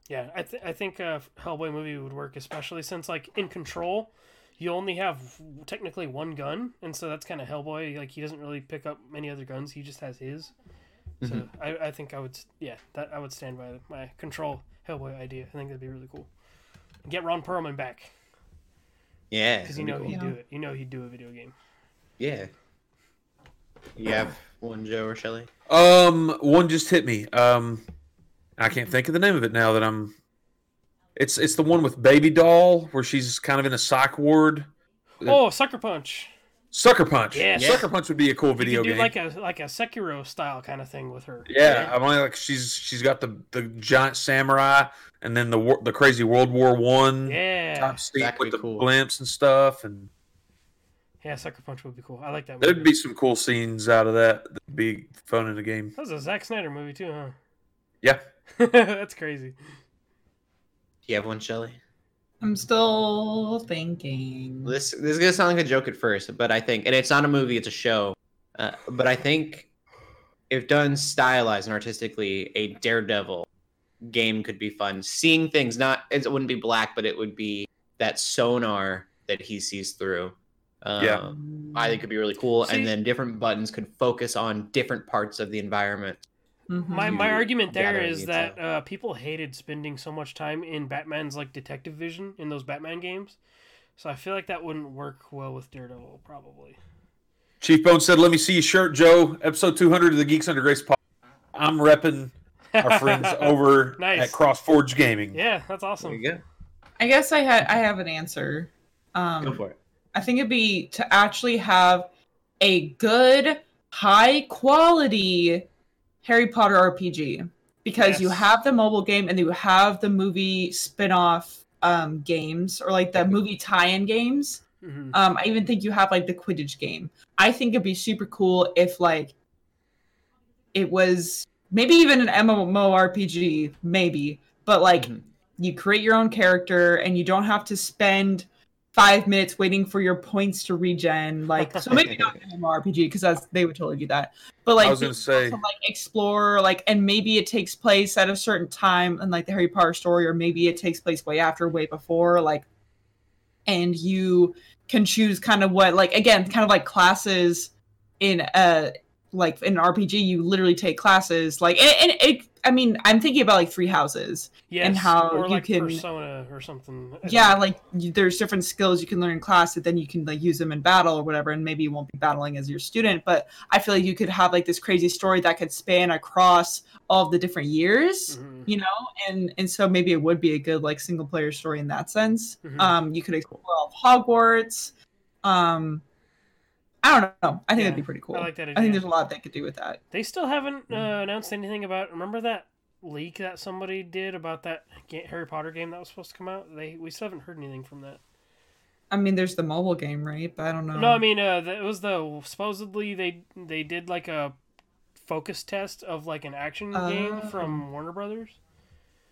S5: Yeah, I, th- I think a Hellboy movie would work, especially since like in Control, you only have technically one gun, and so that's kind of Hellboy. Like he doesn't really pick up many other guns; he just has his. So
S4: Mm-hmm.
S5: I, I think I would s- yeah that I would stand by my Control Hellboy idea. I think that'd be really cool. Get Ron Perlman back
S3: Yeah,
S5: because you
S3: that'd
S5: know
S3: be
S5: he'd
S3: cool.
S5: do it. You know he'd do a video game.
S3: yeah. You have one, Joe or Shelly?
S4: Um, one just hit me. Um, I can't think of the name of it now that I'm. It's it's the one with Baby Doll where she's kind of in a psych ward.
S5: Oh, Sucker Punch.
S4: Sucker Punch.
S5: Yeah.
S4: Sucker Punch would be a cool
S5: You
S4: video
S5: could do
S4: game.
S5: like a like a Sekiro style kind of thing with her.
S4: yeah, I'm only like she's she's got the the giant samurai and then the wor- the crazy World War One
S5: Yeah.
S4: type scene
S3: That could
S4: with
S3: be
S4: the
S3: cool.
S4: blimps and stuff, and
S5: Yeah, Sucker Punch would be cool. I like that movie.
S4: there'd be some cool scenes out of that. That'd be fun in the game.
S5: That was a Zack Snyder movie too, huh?
S4: Yeah.
S5: [laughs] That's crazy.
S3: Do you have one, Shelly?
S6: I'm still thinking.
S3: This this is gonna sound like a joke at first, but I think, and it's not a movie; it's a show. Uh, but I think, if done stylized and artistically, a Daredevil game could be fun. Seeing things not it wouldn't be black, but it would be that sonar that he sees through. Um,
S4: Yeah.
S3: I think could be really cool,
S5: See-
S3: and then different buttons could focus on different parts of the environment.
S6: Mhm.
S5: My
S3: You
S5: my argument there
S3: gotta
S5: is
S3: need
S5: that
S3: to-
S5: uh, people hated spending so much time in Batman's like detective vision in those Batman games. So I feel like that wouldn't work well with Daredevil probably.
S4: Chief Bone said, "Let me see your shirt, Joe." Episode 200 of the Geeks Under Grace podcast. I'm repping our
S5: [laughs]
S4: friends over
S5: Nice.
S4: at Cross Forge Gaming.
S5: Yeah, that's
S3: There
S5: awesome.
S3: you go.
S6: I guess I had I have an answer. Um,
S3: Go for it.
S6: I think it'd be to actually have a good, high quality Harry Potter RPG because you
S5: Yes.
S6: have the mobile game and you have the movie spin off um, games or like the movie tie in games.
S5: hmm
S4: Mm.
S6: Um, I even think you have like the Quidditch game. I think it'd be super cool if like it was maybe even an MMORPG, maybe, but like
S4: Mm-hmm.
S3: Mhm.
S6: you create your own character and you don't have to spend five minutes waiting for your points to regen. Like, so maybe
S4: [laughs]
S6: not an MMORPG because that's they would totally do that. But like,
S4: I was gonna say,
S6: to, like explore like and maybe it takes place at a certain time in like the harry potter story or maybe it takes place way after way before like and you can choose kind of what like again kind of like classes in a like in an rpg you literally take classes like and, and it i mean i'm thinking about like three houses
S5: Yes,
S6: how
S5: or
S6: you
S5: like
S6: can-
S5: persona or something.
S6: yeah like you, there's different skills you can learn in class that then you can like use them in battle or whatever and maybe you won't be battling as your student but i feel like you could have like this crazy story that could span across all of the different years
S5: Mhm.
S6: you know and and so maybe it would be a good like single player story in that sense
S5: Mhm.
S6: um you could explore all of hogwarts um i don't know i think that'd
S5: Yeah,
S6: be pretty cool
S5: I like that idea.
S6: I think there's a lot Mm-hmm. they could do with that
S5: They still haven't uh, announced anything about. Remember that leak that somebody did about that ga- Harry Potter game that was supposed to come out. They we still haven't heard anything from that.
S6: i mean there's the mobile game right but i don't know
S5: No, I mean uh, the, it was the supposedly they they did like a focus test of like an action game
S6: Oh.
S5: from Warner Brothers.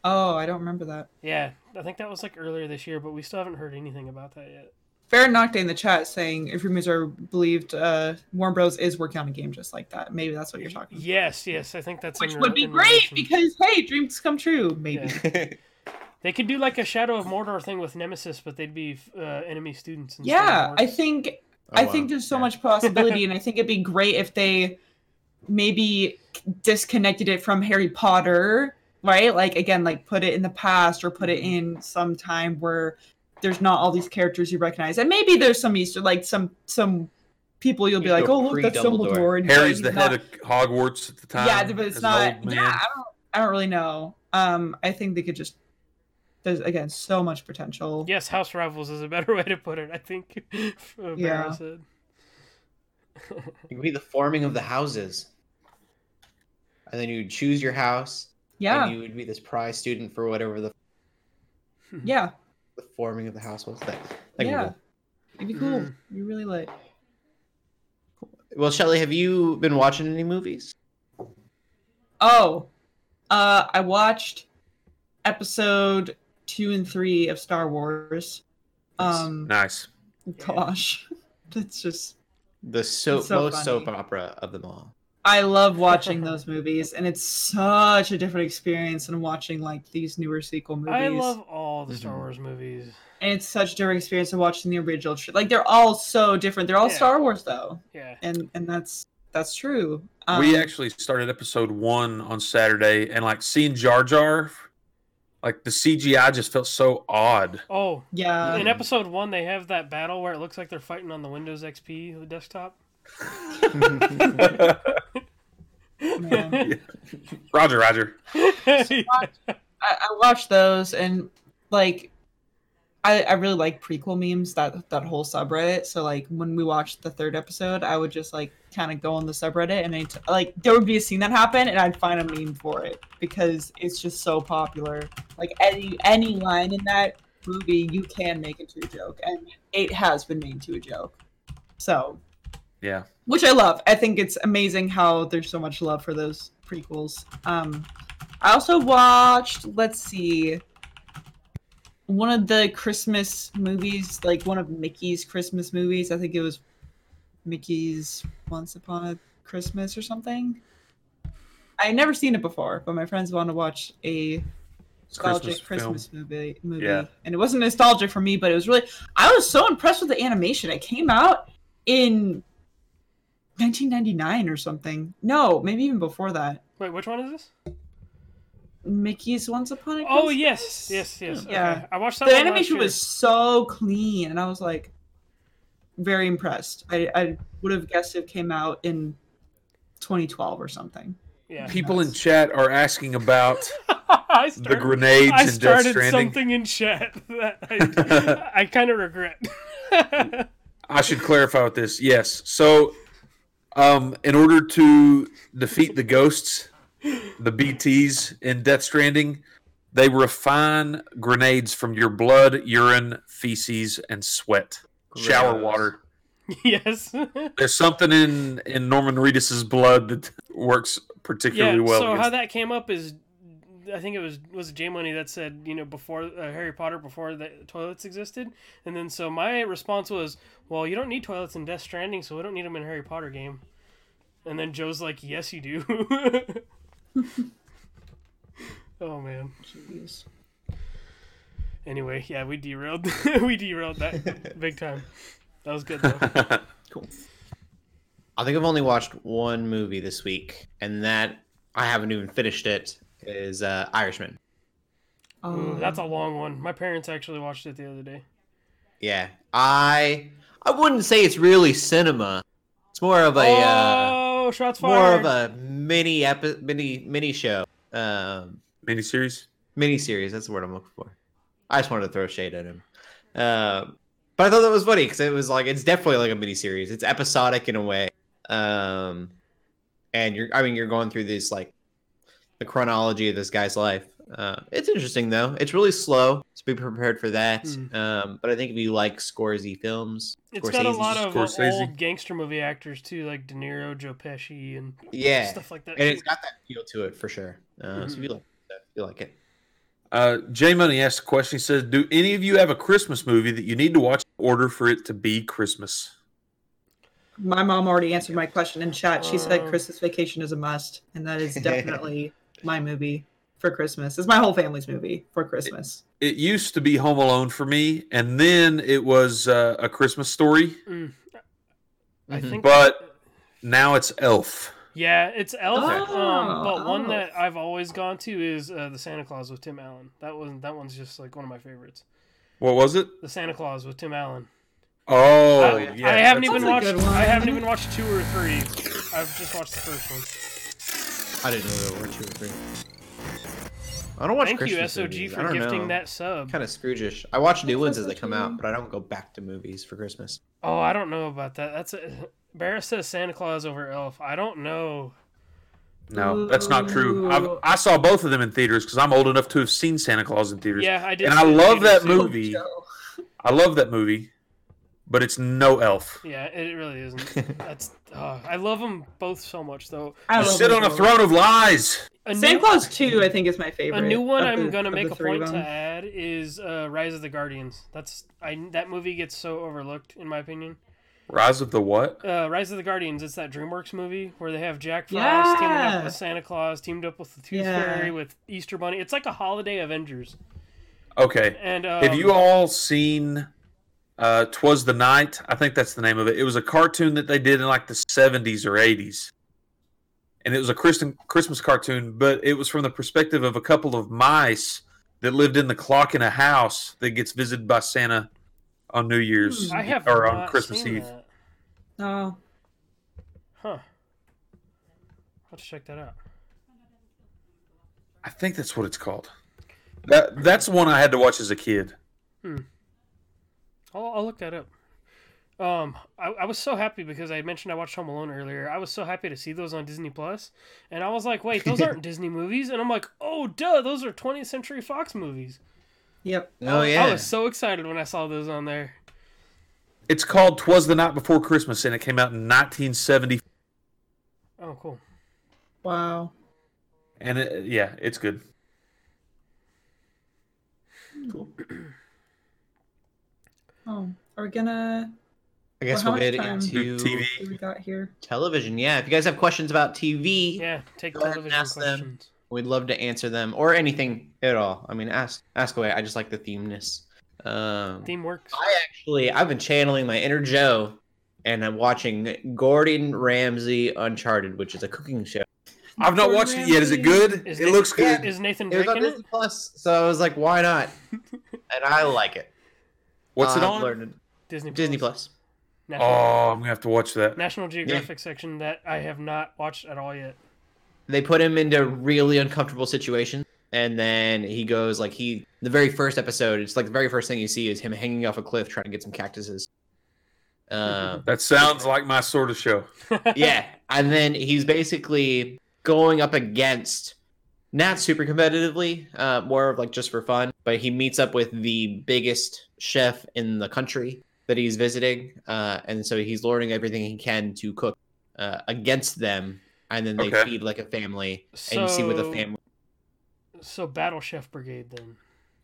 S6: oh i don't remember that
S5: Yeah, I think that was like earlier this year, but we still haven't heard anything about that yet.
S6: Baron Nocte in the chat saying if rumors are believed, uh, Warren Bros is working on a game just like that. Maybe that's what you're talking about.
S5: Yes, yes, I think that's in
S6: Which
S5: re-
S6: would be
S5: in
S6: great
S5: relation-
S6: because hey, dreams come true. Maybe.
S5: Yeah. [laughs] they could do like a Shadow of Mordor thing with Nemesis, but they'd be uh, enemy students. instead of
S6: Yeah, I
S5: orcs.
S6: think
S4: Oh,
S6: I
S3: Oh,
S6: think there's so much possibility, and I think it'd be great if they maybe disconnected it from Harry Potter, right? Like again, like put it in the past or put it in some time where there's not all these characters you recognize, and maybe there's some Easter, like some some people you'll be
S3: You
S6: like,
S3: go
S6: oh look, that's
S3: pre-Dumbledore.
S6: Dumbledore. and
S4: Harry's
S6: he's
S4: the
S6: not-
S4: head of Hogwarts at the time.
S6: yeah, but it's
S4: as an
S6: not.
S4: old man.
S6: Yeah, I don't. I don't really know. Um, I think they could just. There's again so much potential.
S5: Yes, House Rivals is a better [laughs] way to put it. I think. [laughs] uh,
S6: Yeah.
S5: Barrow said.
S3: It could be the forming of the houses, and then you choose your house,
S6: Yeah,
S3: and you would be this prize student for whatever the,
S6: yeah,
S3: the forming of the house was. That,
S6: Yeah. it'd be cool.
S4: Mm.
S5: Mhm.
S6: You really like.
S3: Well, Shelly, have you been watching any movies?
S6: Oh, uh, I watched episode two and three of Star Wars. Um,
S4: nice.
S6: gosh, [laughs] that's just.
S3: The soap,
S6: It's so
S3: most soap
S6: funny.
S3: opera of them
S6: [laughs]
S3: all.
S6: I love watching those movies, and it's such a different experience than watching like these newer sequel movies. Mm-hmm.
S5: I love all the Star
S3: Mhm.
S5: Wars movies.
S6: and it's such a different experience than watching the original. tr- Like they're all so different. They're all
S5: Yeah.
S6: Star Wars though,
S5: Yeah.
S6: and and that's that's true. Um,
S4: we actually started episode one on Saturday, and like seeing Jar Jar, like the CGI just felt so odd.
S5: Oh,
S6: yeah,
S4: Um,
S5: in episode one, they have that battle where it looks like they're fighting on the Windows XP, the desktop.
S6: Man.
S4: Roger, Roger.
S6: I, I watched those and like I, I really like prequel memes that that whole subreddit so like when we watched the third episode i would just like kind of go on the subreddit and it like there would be a scene that happened and i'd find a meme for it because it's just so popular like any any line in that movie you can make into a joke and it has been made to a joke so
S4: Yeah.
S6: which I love. I think it's amazing how there's so much love for those prequels. Um, I also watched, let's see, one of the Christmas movies, like one of Mickey's Christmas movies. I think it was Mickey's Once Upon a Christmas or something. I had never seen it before, but my friends wanted to watch a
S4: It's a
S6: nostalgic
S4: Christmas
S6: Christmas, movie. movie.
S4: Yeah.
S6: And it wasn't nostalgic for me, but it was really. I was so impressed with the animation. It came out in 1999 or something. No, maybe even before that.
S5: Wait, which one is this?
S6: Mickey's Once Upon a Christmas.
S5: Oh yes, yes, yes.
S6: Yeah.
S5: Okay. I watched that.
S6: The
S5: one last
S6: animation
S5: year.
S6: was so clean, and I was like, very impressed. I, I would have guessed it came out in 2012 or something.
S5: Yeah.
S4: film. People in chat are asking about
S5: [laughs] I
S4: the
S5: started,
S4: grenades
S5: I
S4: and Death
S5: started
S4: Stranding.
S5: something in chat [laughs] that I, I kind of regret. [laughs]
S4: I should clarify with this. Yes. So, um, in order to defeat the ghosts, the BTs in Death Stranding, they refine grenades from your blood, urine, feces, and sweat, shower
S3: Gross.
S4: water.
S5: yes.
S4: There's something in in Norman Reedus's blood that works particularly
S5: yeah.
S4: well.
S5: so
S4: against-
S5: how that came up is, I think it was was J Money that said you know before uh, Harry Potter before the toilets existed, and then so my response was, well, you don't need toilets in Death Stranding, so we don't need them in Harry Potter game. And then Joe's like, yes, you do. [laughs] oh man.
S6: Jeez.
S5: Anyway, yeah, we derailed. [laughs] we derailed that big time. That was good though.
S3: I think I've only watched one movie this week, and that I haven't even finished it. Is uh, Irishman?
S5: Ooh,
S6: Um,
S5: that's a long one. My parents actually watched it the other day.
S3: Yeah, I I wouldn't say it's really cinema. It's more of a uh,
S5: oh, shots
S3: more of
S5: fired!
S3: a mini epi- mini mini show, um,
S4: miniseries.
S3: mini series. That's the word I'm looking for. I just wanted to throw shade at him, uh, but I thought that was funny because it was like it's definitely like a mini series. It's episodic in a way, um, and you're I mean you're going through these like the chronology of this guy's life. Uh, it's interesting though. It's really slow, so be prepared for that.
S5: Hmm.
S3: Um, but I think if you like Scorsese films,
S5: It's got a
S3: Scorsese's
S5: lot of uh,
S4: Scorsese.
S5: old gangster movie actors too, like De Niro, Joe Pesci, and
S3: Yeah,
S5: stuff like that.
S3: and
S5: too.
S3: it's got that feel to it for sure. Uh, So
S5: Hmm.
S3: if you like, that, you like it.
S4: Uh, J Money asked a question. He says, "Do any of you have a Christmas movie that you need to watch in order for it to be Christmas?"
S6: My mom already answered my question in chat. She said
S5: Um.
S6: Christmas Vacation is a must, and that
S4: [laughs]
S6: is definitely my movie for Christmas. It's my whole family's movie for Christmas.
S4: It used to be Home Alone for me, and then it was uh, a Christmas story.
S5: Mm. I
S3: Mhm.
S5: think,
S4: But- Now it's Elf.
S5: yeah, it's Elf. um,
S6: Oh,
S5: but one that
S6: Elf.
S5: I've always gone to is uh, the Santa Claus with Tim Allen. That wasn't that one's just like one of my favorites.
S4: What was it?
S5: The Santa Claus with Tim Allen.
S4: Oh,
S5: I,
S4: yeah.
S5: I haven't even
S6: That's a
S5: watched.
S6: good
S5: I
S6: one.
S5: haven't even watched two or three. I've just watched the first one.
S3: I didn't know there were two or three. I don't watch.
S5: Thank you,
S3: Christmas
S5: SOG,
S3: movies. I
S5: for
S3: don't
S5: gifting
S3: know.
S5: that sub.
S3: Kind of Scroogeish. I watch new ones as they come
S6: SOG.
S3: out, but I don't go back to movies for Christmas.
S5: Oh, I don't know about that. That's a... [laughs] Barris says Santa Claus over Elf. I don't know.
S4: No, that's not true. I've,
S6: Ooh.
S4: I saw both of them in theaters because I'm old enough to have seen Santa Claus in theaters.
S5: Yeah, I did.
S4: and I
S5: see it in
S4: love
S5: theaters,
S4: that
S5: too.
S4: movie. I love that movie, but it's no Elf.
S5: Yeah, it really
S6: [laughs]
S5: isn't. That's uh, I love them both so much though.
S6: I
S4: You
S6: love
S4: sit
S6: those
S4: on a
S6: movies.
S4: throne of lies.
S5: A
S6: Santa
S5: new,
S6: Claus 2, I think, is my favorite.
S5: a new one
S6: of
S5: I'm
S6: the-
S5: gonna
S6: of
S5: make
S6: the
S5: a
S6: three of
S5: point to
S6: them.
S5: add is uh, Rise of the Guardians. That's I that movie gets so overlooked in my opinion.
S4: Rise of the what?
S5: Uh, Rise of the Guardians. It's that DreamWorks movie where they have Jack Frost teaming
S6: Yeah.
S5: up with Santa Claus, teamed up with the Tooth
S6: Yeah.
S5: Fairy, with Easter Bunny. It's like a holiday Avengers.
S4: Okay.
S5: And um,
S4: Have you all seen uh, "Twas the Night"? I think that's the name of it. It was a cartoon that they did in like the '70s or '80s, and it was a Christian Christmas cartoon. But it was from the perspective of a couple of mice that lived in the clock in a house that gets visited by Santa on New Year's
S5: I have
S4: or
S5: not
S4: on Christmas
S5: seen
S4: Eve.
S6: Oh,
S5: that.
S6: No.
S5: Huh. I'll have to check that out.
S4: I think that's what it's called. That that's one I had to watch as a kid.
S5: I'll, I'll look that up. Um, I, I was so happy because I had mentioned I watched Home Alone earlier. I was so happy to see those on Disney Plus, and I was like,
S3: [laughs]
S5: "Wait, those aren't Disney movies!" And I'm like, "Oh, duh, those are 20th Century Fox movies."
S6: Yep.
S3: Oh
S5: I
S3: yeah.
S5: was so excited when I saw those on there.
S4: It's called "Twas the Night Before Christmas" and it came out in 1970.
S5: Oh, cool.
S6: Wow.
S4: And it, yeah, it's good.
S6: Oh, are we gonna?
S3: I guess
S6: Well,
S3: we'll
S6: how much
S3: get
S6: time-
S3: into
S4: TV.
S6: What do we got here?
S3: television. Yeah, if you guys have questions about TV,
S5: Yeah, take
S3: Go ahead and
S5: television
S3: ask them.
S5: questions.
S3: We'd love to answer them or anything at all. I mean, ask ask away. I just like the themeness. Um,
S5: Theme works.
S3: I actually, I've been channeling my inner Joe, and I'm watching Gordon Ramsay Uncharted, which is a cooking show.
S4: I've not
S6: Gordon
S4: watched it yet. Is it
S6: Ramsay.
S4: good?
S5: Is
S4: it looks good.
S5: Is Nathan
S3: It was
S5: Drake
S3: on
S5: in it?
S3: Disney Plus, so I was like, why not? and I like it.
S4: What's it
S3: I've
S4: on?
S3: learned.
S5: Disney.
S3: Disney Plus.
S5: National,
S4: Oh, I'm gonna have to watch that.
S5: National Geographic section that I have not watched at all yet.
S3: they put him into really uncomfortable situations and then he goes like he the very first episode it's like the very first thing you see is him hanging off a cliff trying to get some cactuses
S4: [laughs]
S3: um,
S4: That sounds like my sort of show.
S3: yeah and then he's basically going up against not super competitively uh, more of like just for fun but he meets up with the biggest chef in the country that he's visiting uh, and so he's learning everything he can to cook uh, against them and then they
S4: Okay.
S3: feed like a family
S5: So,
S3: and you see what the family
S5: so Battle Chef
S3: [laughs]
S5: Brigade then.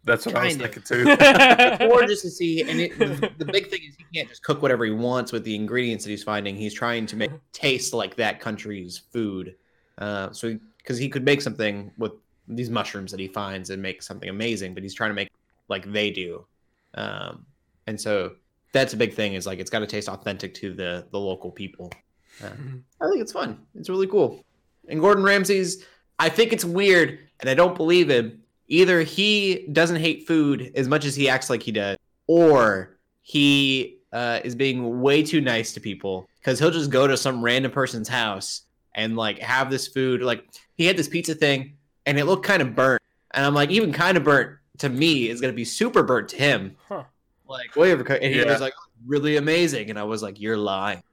S4: That's what I was
S3: Kind of.
S4: thinking
S5: [laughs]
S4: [laughs] too.
S3: or just to see and it, the, the big thing is he can't just cook whatever he wants with the ingredients that he's finding he's trying to make it taste like that country's food uh, so because he could make something with these mushrooms that he finds and make something amazing but he's trying to make like they do um, and so that's a big thing is like it's got to taste authentic to the the local people uh, i think it's fun it's really cool and gordon ramsay's i think it's weird and i don't believe him either he doesn't hate food as much as he acts like he does, or he uh, is being way too nice to people because he'll just go to some random person's house and like have this food. Like he had this pizza thing and it looked kind of burnt. And I'm like, even kind of burnt to me is going to be super burnt to him.
S5: Huh.
S3: Like, way overcooked. And he
S4: Yeah.
S3: was like, really amazing. And I was like, you're lying.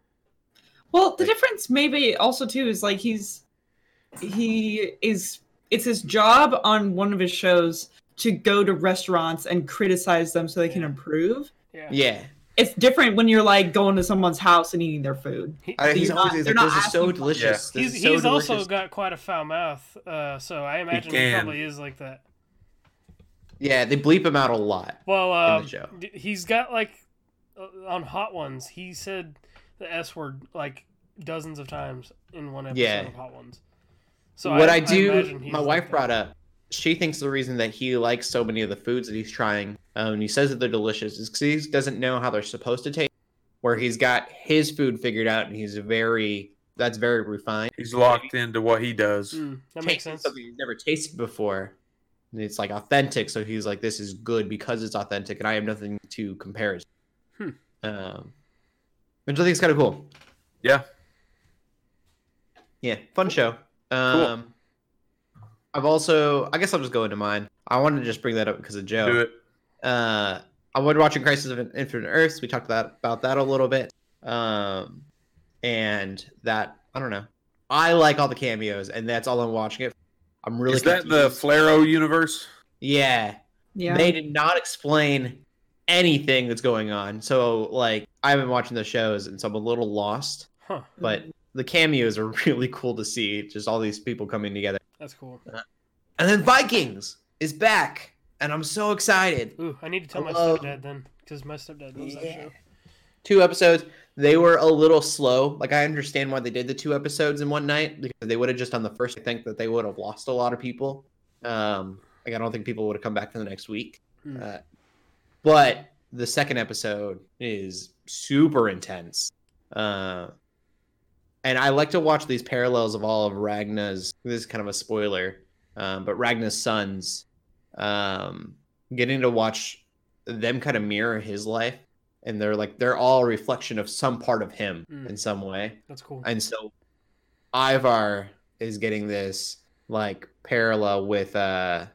S6: Well, the difference maybe also too is like he's he is it's his job on one of his shows to go to restaurants and criticize them so they can
S5: Yeah.
S6: improve.
S5: Yeah.
S3: Yeah.
S6: It's different when you're like going to someone's house and eating their food.
S5: He-
S3: I- he's
S6: They're
S3: always
S6: not-
S3: he's
S6: they're
S3: like,
S6: not
S3: this is so
S6: asking for-
S3: delicious. This
S5: He's,
S3: is so
S5: he's
S3: delicious.
S5: also got quite a foul mouth, uh, so I imagine he,
S4: can.
S5: probably is like that.
S3: yeah, they bleep him out a lot.
S5: Well, um,
S3: the show.
S5: d- he's got like uh, on Hot Ones, he said the S word like dozens of times in one episode
S3: Yeah.
S5: of Hot Ones. So
S3: what I, do,
S5: imagine he's
S3: my
S5: like
S3: wife
S5: that.
S3: brought up. She thinks the reason that he likes so many of the foods that he's trying, um, and he says that they're delicious, is because he doesn't know how they're supposed to taste. Where he's got his food figured out, and he's very that's very refined.
S4: He's locked into what he does.
S5: Mm, that makes
S3: Tasting
S5: sense.
S3: Something he's never tasted before, and it's like authentic. So he's like, "This is good because it's authentic, and I have nothing to compare it."
S5: Hmm.
S3: Um, which I think is kind of cool.
S4: Yeah.
S3: Yeah, fun show. Um, I've also, I guess I'll just go into mine. I wanted to just bring that up because of Joe.
S4: Do it.
S3: Uh, I was watching Crisis of Infinite Earths. We talked about about that a little bit, um, and that I don't know. I like all the cameos, and that's all I'm watching it. I'm really
S4: Is that the
S3: confused.
S4: Flaro universe?
S3: yeah.
S6: Yeah.
S3: They did not explain anything that's going on. So like, I haven't watching the shows, and so I'm a little lost.
S5: Huh,
S3: But the cameos are [laughs] really cool to see. Just all these people coming together.
S5: that's cool.
S3: And then Vikings is back, and I'm so excited.
S5: Ooh, I need to tell my
S3: Hello.
S5: stepdad then, because my stepdad loves that
S3: Yeah.
S5: show.
S3: Two episodes. They were a little slow. Like I understand why they did the two episodes in one night because if they would have just done the first. I think that they would have lost a lot of people. Um, like I don't think people would have come back for the next week.
S5: Hmm.
S3: Uh, but the second episode is super intense. Uh, and I like to watch these parallels of all of Ragna's. This is kind of a spoiler, um, but Ragna's sons, um, getting to watch them kind of mirror his life and they're like they're all a reflection of some part of him
S5: Mm.
S3: in some way.
S5: That's cool.
S3: And so Ivar is getting this like parallel with uh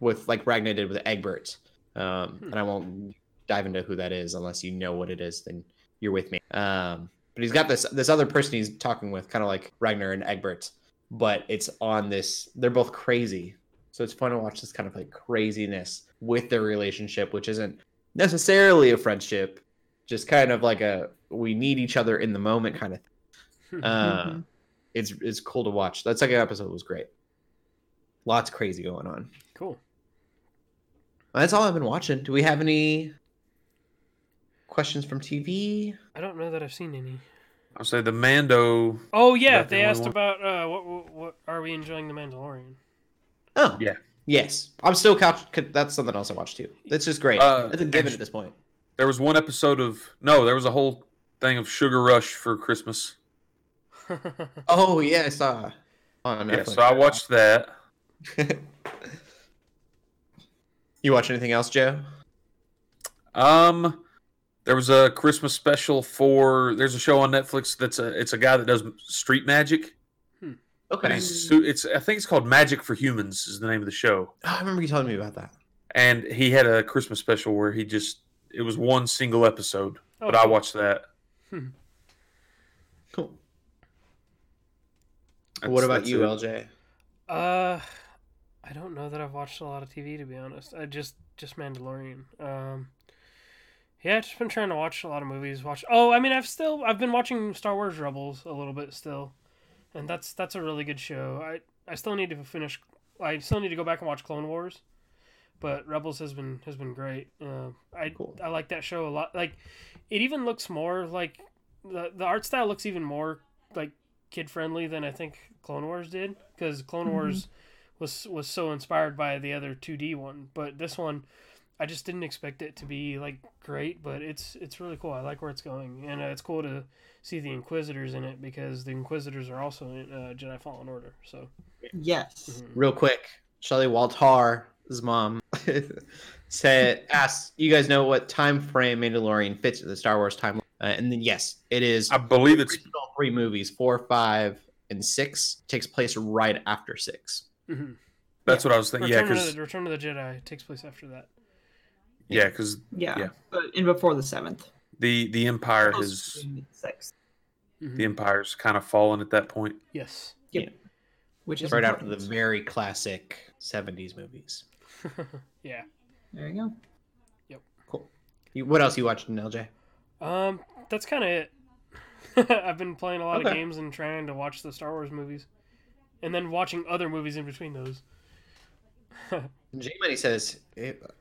S3: with like Ragnar did with Egbert. Um
S5: Hmm.
S3: and I won't dive into who that is unless you know what it is, then you're with me. Um but he's got this this other person he's talking with, kind of like Ragnar and Egbert, but it's on this they're both crazy. So it's fun to watch this kind of like craziness with their relationship, which isn't necessarily a friendship, just kind of like a we need each other in the moment kind of thing. Uh,
S6: Mhm.
S3: It's it's cool to watch. That second episode was great. Lots crazy going on.
S5: Cool.
S3: That's all I've been watching. Do we have any questions from TV?
S5: I don't know that I've seen any.
S4: I'll say the Mando.
S5: Oh yeah,
S4: That the
S5: they
S4: only
S5: asked
S4: one?
S5: about uh, what, what what are we enjoying the Mandalorian? [laughs]
S3: Oh
S4: Yeah.
S3: yes. I'm still couch. That's something else I watch too. That's just great.
S4: Uh,
S3: it's a given at this point.
S4: There was one episode of no, there was a whole thing of Sugar Rush for Christmas.
S3: Oh yeah, I saw on
S4: Yeah,
S3: Netflix.
S4: so I watched that.
S3: [laughs] you watch anything else, Joe?
S4: Um, there was a Christmas special for. There's a show on Netflix that's a. It's a guy that does street magic. But
S3: Okay.
S4: he's su- it's. I think it's called Magic for Humans is the name of the show.
S3: Oh, I remember you telling me about that.
S4: And he had a Christmas special where he just. It was one single episode,
S5: Oh,
S4: but I watched that.
S3: Cool.
S4: That's-
S3: what about
S4: that's
S3: you,
S4: it.
S3: LJ?
S5: Uh, I don't know that I've watched a lot of TV to be honest. I just just Mandalorian. Um, yeah, I've just been trying to watch a lot of movies. Watch. Oh, I mean, I've still I've been watching Star Wars Rebels a little bit still, and that's that's a really good show. I I still need to finish. I still need to go back and watch Clone Wars, but Rebels has been has been great. Uh, I
S3: Cool.
S5: I like that show a lot. Like, it even looks more like the the art style looks even more like kid friendly than I think Clone Wars did because Clone
S6: Mhm.
S5: Wars was was so inspired by the other 2D one, but this one I just didn't expect it to be like great, but it's it's really cool. I like where it's going, and uh, it's cool to see the Inquisitors in it because the Inquisitors are also in uh, Jedi Fallen Order. So
S6: Yes.
S5: mhm.
S3: Real quick, Shelley Waltar's mom [laughs] said, "Asked you guys know what time frame Mandalorian fits in the Star Wars timeline?" Uh, and then yes, it is.
S4: I believe it's
S3: original three movies: four, five, and six. Takes place right after six.
S5: Mhm.
S4: that's what I was thinking. Yeah,
S5: Return,
S4: because
S5: of the, Return of the Jedi takes place after that.
S4: yeah, because
S3: Mm-hmm.
S6: Yeah.
S4: Yeah.
S6: But in before the seventh.
S4: the the Empire
S5: Oh,
S6: Close
S4: has
S6: between the sixth,
S5: Mhm.
S4: the Empire's kind of fallen at that point.
S5: Yes.
S6: which is
S3: right after
S6: important.
S3: the very classic '70s movies.
S5: yeah.
S6: There you
S3: Cool. You, what else you watching, LJ?
S5: Um, that's kind of it. [laughs] I've been playing a lot of
S3: Okay.
S5: games and trying to watch the Star Wars movies, and then watching other movies in between those.
S3: J Money says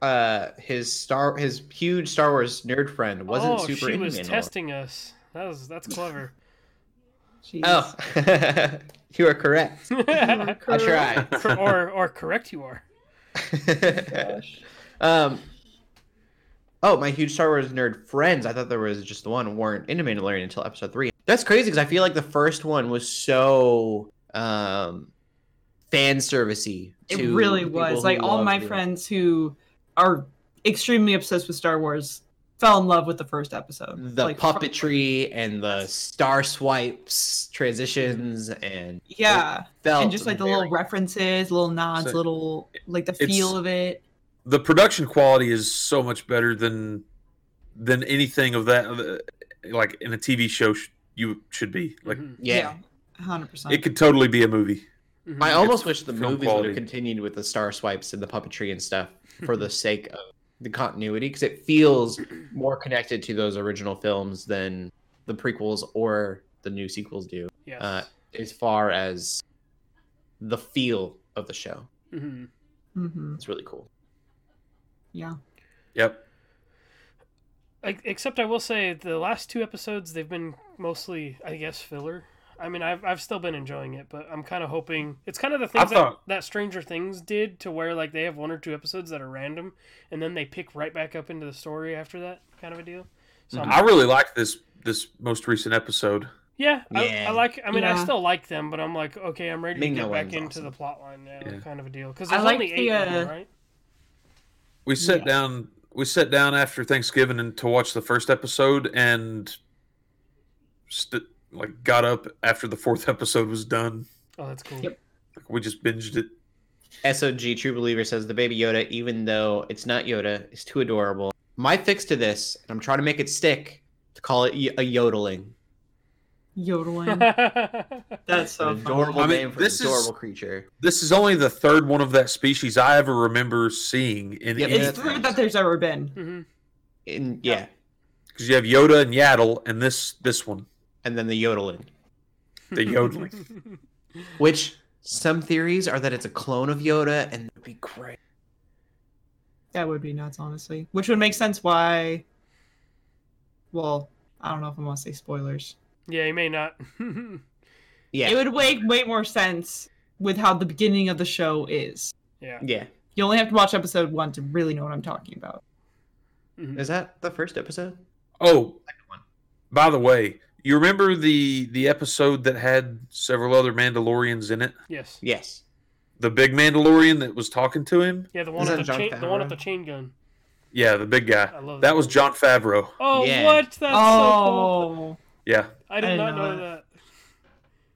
S3: uh, his star, his huge Star Wars nerd friend wasn't
S5: oh,
S3: super
S5: she
S3: into
S5: was
S3: Mandalorian.
S5: testing us. That was that's clever.
S6: go. Jeez.
S3: Oh, [laughs] you are correct. I tried.
S5: [laughs] Cor- or or correct you are.
S6: Oh,
S3: [laughs]
S6: Gosh.
S3: um, oh, my huge Star Wars nerd friends. I thought there was just the one weren't into Mandalorian until episode three. That's crazy because I feel like the first one was so um, fan servicey.
S6: It
S3: to
S6: really
S3: people
S6: was.
S3: who
S6: Like all
S3: loved
S6: my
S3: it.
S6: friends who are extremely obsessed with Star Wars fell in love with the first episode.
S3: the
S6: Like, from-
S3: puppetry and the star swipes transitions and
S6: Yeah.
S3: felt
S6: and just like the little
S3: very-
S6: references, little nods,
S4: So-
S6: little like the
S4: It's-
S6: feel of it.
S4: the production quality is so much better than than anything of that uh, like in a TV show sh- you should be like
S5: Mhm,
S3: yeah.
S6: hundred
S4: it
S6: percent.
S4: could totally be a movie.
S5: mhm.
S3: I almost wish
S4: It's
S3: the
S4: film
S3: movies would
S4: quality.
S3: have continued with the star swipes and the puppetry and
S6: [laughs]
S3: stuff for the sake of the continuity because it feels more connected to those original films than the prequels or the new sequels do
S5: yes.
S3: uh, as far as the feel of the show.
S5: hmm
S6: Mm-hmm.
S3: It's really cool.
S6: Yeah.
S4: Yep.
S5: I, except I will say the last two episodes they've been mostly I guess filler. I mean I've I've still been enjoying it, but I'm kind of hoping it's kind of the things that,
S4: thought-
S5: that Stranger Things did to where like they have one or two episodes that are random and then they pick right back up into the story after that kind of a deal. So I'm-
S4: Mm-hmm. I really liked this this most recent episode.
S5: yeah, I,
S3: Yeah.
S5: I like. I mean, I
S6: Yeah.
S5: still like them, but I'm like, okay, I'm ready to
S3: Ming
S5: get
S3: Na
S5: back
S3: Wen's
S5: into
S3: awesome.
S5: the plot line now,
S4: Yeah.
S5: kind of a deal. Because
S6: I uh,
S5: there's
S6: liked
S5: only
S6: the,
S5: eight, of them,
S6: uh,
S5: right?
S4: We sat
S6: Yeah.
S4: down we sat down after Thanksgiving and to watch the first episode and st- like got up after the fourth [laughs] episode was done.
S5: Oh, that's cool. [laughs]
S6: Yep.
S4: Like, we just binged it.
S3: SOG True Believer says the baby Yoda, even though it's not Yoda, is too adorable. My fix to this, and I'm trying to make it stick, to call it y- a yodeling. [laughs]
S6: Yodeling. That's so
S3: An
S6: fun.
S3: adorable
S4: I mean,
S3: name for
S4: this
S3: an
S4: is-
S3: adorable creature.
S4: This is only the third one of that species I ever remember seeing in
S3: Yeah,
S4: any
S6: It's weird that there's ever been.
S5: hmm
S3: And yeah,
S4: because you have Yoda and Yaddle and this this one
S3: and then the yodeling,
S4: the yodeling.
S5: Mm-hmm.
S4: [laughs]
S3: which some theories are that it's a clone of Yoda, and that'd be great.
S6: That would be nuts, honestly. Which would make sense why. Well, I don't know if I want to say spoilers.
S5: Yeah, you may not. [laughs]
S3: Yeah,
S6: It would make way more sense with how the beginning of the show is.
S5: yeah.
S3: yeah.
S6: You only have to watch episode one to really know what I'm talking about.
S5: Mhm.
S3: Is that the first episode?
S4: oh,
S3: one.
S4: by the way, you remember the the episode that had several other Mandalorians in it?
S5: Yes.
S3: Yes.
S4: The big Mandalorian that was talking to him?
S5: Yeah, the one
S3: Is
S5: with
S3: that
S5: the
S3: John
S5: chain, the one with
S3: Favreau?
S5: the chain gun.
S4: Yeah, the big guy.
S5: I love
S4: That was John Favreau.
S5: Oh,
S3: Yeah.
S5: what? That's so cool.
S6: oh,
S4: Yeah,
S5: I did
S6: I didn't
S5: not
S6: know
S5: know that.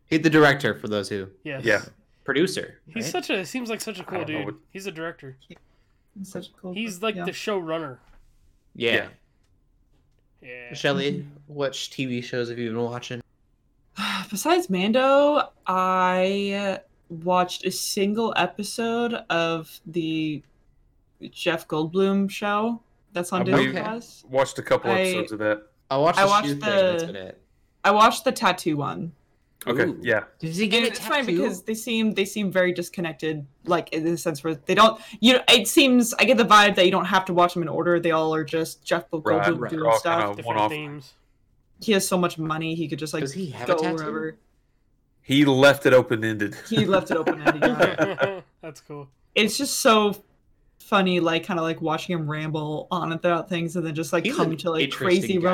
S3: He's the director for those who
S5: Yes.
S4: yeah.
S3: producer.
S5: He's
S3: right?
S5: such a seems like such a cool
S4: don't know
S5: dude.
S4: what-
S5: He's a director.
S6: that's such a cool.
S5: He's like
S6: yeah.
S5: the showrunner.
S3: yeah.
S5: Yeah.
S3: Shelly, what TV shows have you been watching?
S6: [sighs] Besides Mando, I watched a single episode of the Jeff Goldblum show that's
S4: I
S6: on
S4: believe-
S6: Disney Plus.
S4: Watched a couple
S6: I-
S4: episodes of that.
S3: I watched the
S6: I
S3: shoe
S6: watched
S3: thing.
S6: the-
S3: That's been it.
S6: I watched the tattoo one.
S4: Okay,
S3: Ooh.
S4: yeah.
S3: Does he
S6: And it's fine because they seem they seem very disconnected, like in the sense where they don't. You know, it seems I get the vibe that you don't have to watch them in order. They all are just Jeff
S4: Right,
S6: Goldblum
S4: right.
S6: doing
S4: They're all
S6: stuff.
S4: kinda-
S5: Different
S4: one-off. [laughs]
S5: themes.
S6: He has so much money, he could just like
S3: Does he have a
S6: go
S3: tattoo?
S6: wherever.
S4: He left it open ended.
S6: [laughs] He left it open ended.
S5: [laughs] That's cool.
S6: it's just so funny, like kind of like watching him ramble on about things and then just like
S3: He's
S6: come
S3: an
S6: to like
S3: interesting
S6: crazy
S3: guy.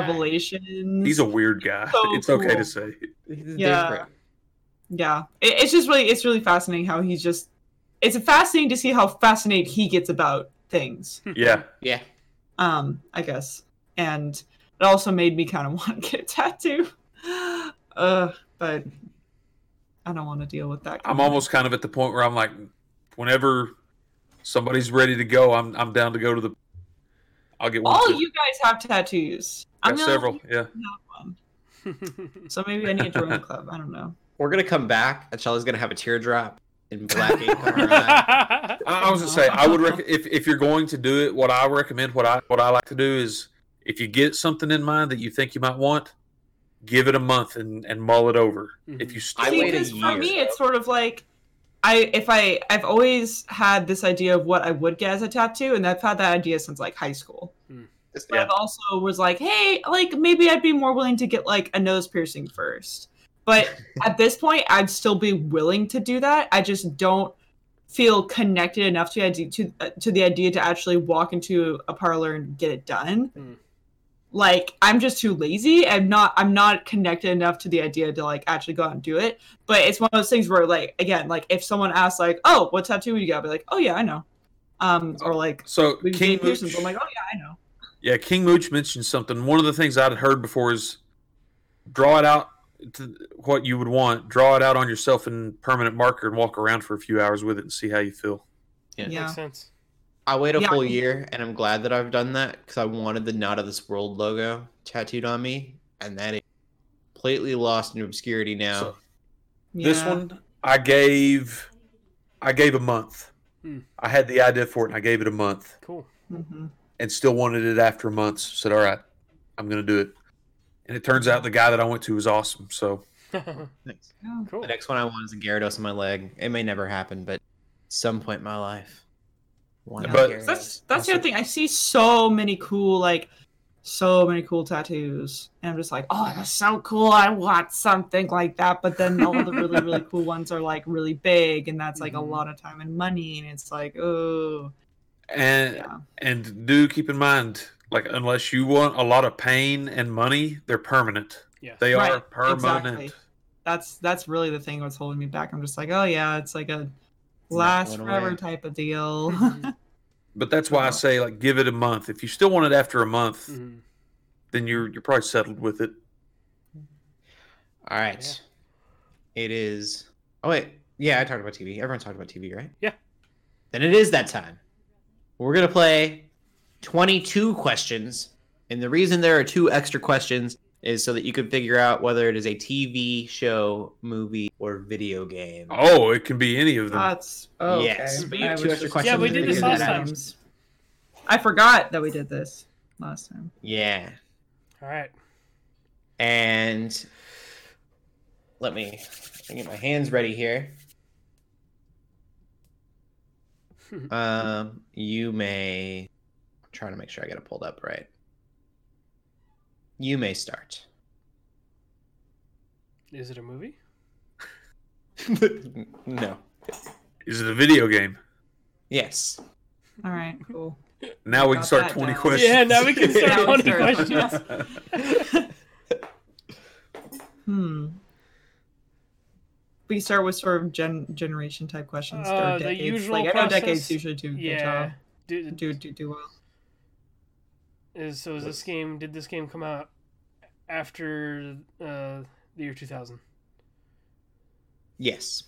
S4: [laughs]
S6: revelations.
S4: He's a weird guy.
S6: So
S4: it's okay
S6: cool.
S4: to say.
S6: Yeah. yeah, it, it's just really it's really fascinating how he's just. It's fascinating to see how fascinated he gets about things.
S4: Yeah.
S3: Yeah.
S6: Um, I guess, and it also made me [laughs] kind of want to get a tattoo. Uh, but I don't want to deal with that.
S4: I'm almost kind of at the point where I'm like, whenever somebody's ready to go, I'm I'm down to go to the. I'll get one.
S6: All
S4: too.
S6: you guys have tattoos.
S4: Got
S6: I'm the only
S4: several.
S6: one
S4: Yeah.
S6: who doesn't have one. So maybe I need
S4: [laughs]
S6: to join the club. I don't know.
S3: We're gonna come back, and Shelly's gonna have a teardrop in black ink on her eye.
S6: [laughs]
S4: I, I was gonna say I would rec- if if you're going to do it, what I recommend, what I what I like to do is if you get something in mind that you think you might want, give it a month and and mull it over. If you still
S3: I
S6: See,
S3: wait a
S6: because for
S3: year.
S6: me, it's sort of like I if I I've always had this idea of what I would get as a tattoo, and I've had that idea since like high school.
S3: This
S6: But I've also was like, hey, like maybe I'd be more willing to get like a nose piercing first.
S4: [laughs]
S6: But at this point, I'd still be willing to do that. I just don't feel connected enough to the idea to, uh, to the idea to actually walk into a parlor and get it done.
S4: Hmm.
S5: Mm.
S6: Like I'm just too lazy. I'm not I'm not connected enough to the idea to like actually go out and do it. But it's one of those things where like again, like if someone asks like, "Oh, what tattoo you got?" I'll be like, "Oh yeah, I know." Um or like
S4: so
S6: "We've
S4: King
S6: made piercings." I'm
S4: Mooch-
S6: like, "Oh yeah, I know."
S4: Yeah, King Mooch mentioned something. One of the things I'd heard before is draw it out to what you would want, draw it out on yourself in permanent marker, and walk around for a few hours with it and see how you feel.
S3: Yeah.
S5: [laughs] Makes sense.
S3: I wait a
S6: Yeah.
S3: full year, and I'm glad that I've done that because I wanted the "Not of This World" logo tattooed on me, and that is completely lost in obscurity now.
S4: So- This
S6: Yeah.
S4: one I gave, I gave a month.
S5: Hmm.
S4: I had the idea for it, and I gave it a month,
S5: Cool. [laughs]
S6: Mhm.
S4: and still wanted it after a month. So said, all right, I'm gonna do it. And it turns out the guy that I went to was awesome. So
S5: cool.
S3: Thanks. The next one I want is a Gyarados on my leg. It may never happen, but at some point in my life, one
S4: Yeah. But-
S6: That's that's the other thing. I see so many cool like so many cool tattoos, and I'm just like, oh, that's so cool. I want something like that. But then all the really really cool ones are like really big, and that's like
S5: Mhm.
S6: a lot of time and money, and it's like, oh,
S4: and
S6: yeah,
S4: and do keep in mind, like unless you want a lot of pain and money, they're permanent.
S5: Yeah.
S4: They
S6: Right,
S4: are permanent.
S6: exactly. that's that's really the thing that's holding me back. I'm just like, oh yeah, it's like a
S3: not
S6: last
S3: going
S6: forever
S3: away.
S6: type of deal. [laughs]
S4: But that's
S6: Uh-huh.
S4: why I say like give it a month. If you still want it after a month,
S6: Mm.
S5: Mhm.
S4: then you're you're probably settled with it.
S3: All right. It is. Oh wait, yeah, I talked about TV. Everyone's talked about TV, right?
S5: Yeah.
S3: Then it is that time. We're gonna play 22 questions, and the reason there are two extra questions is so that you can figure out whether it is a TV show, movie, or video game.
S4: Oh, it can be any of them.
S6: That's oh,
S3: Yes,
S6: okay.
S3: but you
S6: I
S3: have
S6: was
S3: two extra
S6: just-
S3: questions
S5: Yeah, we did this
S6: thinking
S5: last
S6: that
S5: time.
S6: names. I forgot that we did this last time.
S3: Yeah,
S5: All right.
S3: and let me let me get my hands ready here. um, you may. I'm trying to make sure I get it pulled up right. You may start.
S5: Is it a movie?
S3: no.
S4: Is it a video game?
S3: Yes.
S5: [laughs]
S6: All right, cool.
S4: Now we
S6: Got
S4: can start
S6: that
S4: twenty
S6: down.
S4: questions. [laughs]
S5: Yeah, now we can
S6: Now
S5: start
S6: we
S5: on
S6: start.
S5: questions.
S6: Hmm. We start with sort of gen- generation type questions. or
S5: Uh, the
S6: decades.
S5: usual
S6: like I know decades
S5: process-
S6: usually do [laughs] good
S5: Yeah.
S6: job-
S5: Do,
S6: do do do well.
S5: is, so is this game? Did this game come out after uh, the year 2000?
S3: Yes.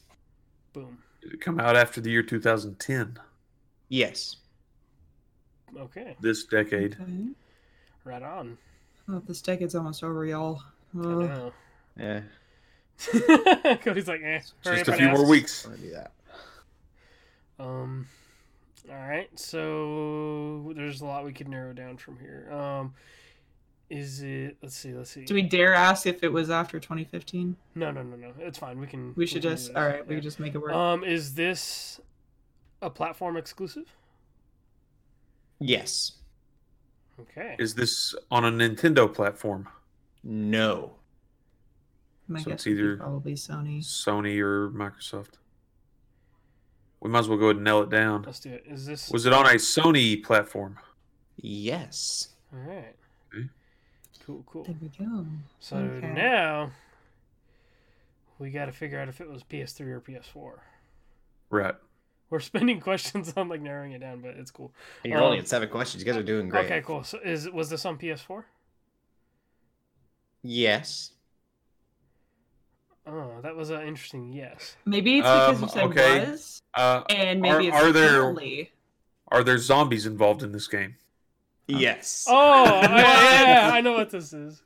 S5: Boom.
S4: Did it come out after the year 2010?
S3: Yes.
S5: Okay.
S4: This decade.
S6: Okay.
S5: Right on.
S6: Oh, this decade's almost over, y'all.
S5: I
S6: Uh,
S5: know. [laughs]
S3: Yeah.
S5: Cody's like, eh. hurry
S4: Just
S5: up
S4: a
S5: and
S4: few more
S5: ask.
S4: weeks.
S3: I'm gonna do that.
S5: Um, all right. So there's a lot we could narrow down from here. Um, is it? Let's see. Let's see.
S6: do we dare ask if it was after 2015?
S5: No, no, no, no. It's fine. We can.
S6: We should
S5: can do
S6: just
S5: this.
S6: all right. We
S5: Yeah.
S6: could just make it work.
S5: Um, is this a platform exclusive?
S3: Yes.
S5: Okay.
S4: Is this on a Nintendo platform?
S3: No.
S6: My
S4: so
S6: guess
S4: it's
S6: would be
S4: either-
S6: probably Sony.
S4: Sony or Microsoft? We might as well go ahead and nail it down.
S5: Let's do it. Is this?
S4: Was it on a Sony platform?
S3: Yes.
S5: All right.
S4: Okay.
S5: Cool. Cool.
S6: There we go.
S5: So
S6: Okay.
S5: now we got to figure out if it was PS3 or PS4.
S4: Right.
S5: We're spending [laughs] questions on like narrowing it down, but it's cool.
S3: And you're
S5: Um,
S3: only at seven questions. You guys are doing great.
S5: Okay, cool. So is was this on PS4?
S3: Yes.
S5: Oh, that was an
S3: [laughs]
S5: interesting yes.
S6: Maybe it's because
S4: Um,
S6: you said
S4: okay.
S6: was,
S4: Uh,
S6: and maybe it's
S4: Are- are there-
S6: currently.
S4: are there zombies involved in this game?
S3: Yes.
S5: Oh, I, yeah, I know what this is.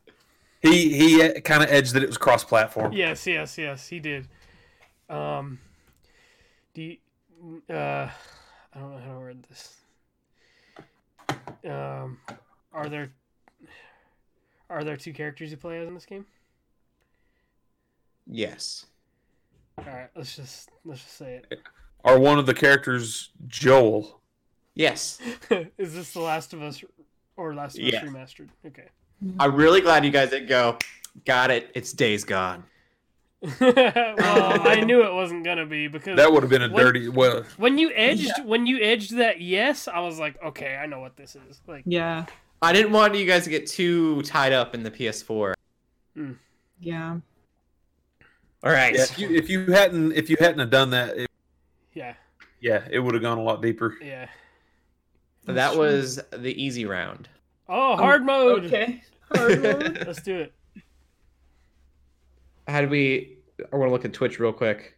S4: He he kind of edged that it was cross-platform.
S5: Yes, yes, yes. He did. Um, do you, uh, I don't know how to word this. Um, are there are there two characters you play as in this game?
S3: Yes.
S5: All right, let's just let's just say
S4: Are one of the characters Joel?
S3: Yes.
S5: it. [laughs] is this the Last of Us or Last of Us
S3: Yeah.
S5: remastered? Okay. [laughs]
S3: I'm really glad you guys didn't go. Got it. It's days gone.
S6: Um,
S5: well, I knew it wasn't gonna be because
S4: That would have been a
S5: What-
S4: dirty. Well,
S5: When you edged when you edged that yes, I was like, okay, I know what this is. Like
S6: Yeah,
S3: I didn't want you guys to get too tied up in the PS4.
S6: yeah.
S3: All right.
S4: yeah, if, you, if you hadn't if you hadn't have done that, it,
S5: yeah,
S4: yeah, it would have gone a lot deeper.
S5: yeah.
S3: That was the easy round.
S5: Oh, hard mode.
S6: Okay. Hard mode.
S5: [laughs] Let's do it.
S3: How do we? I want to look at Twitch real quick.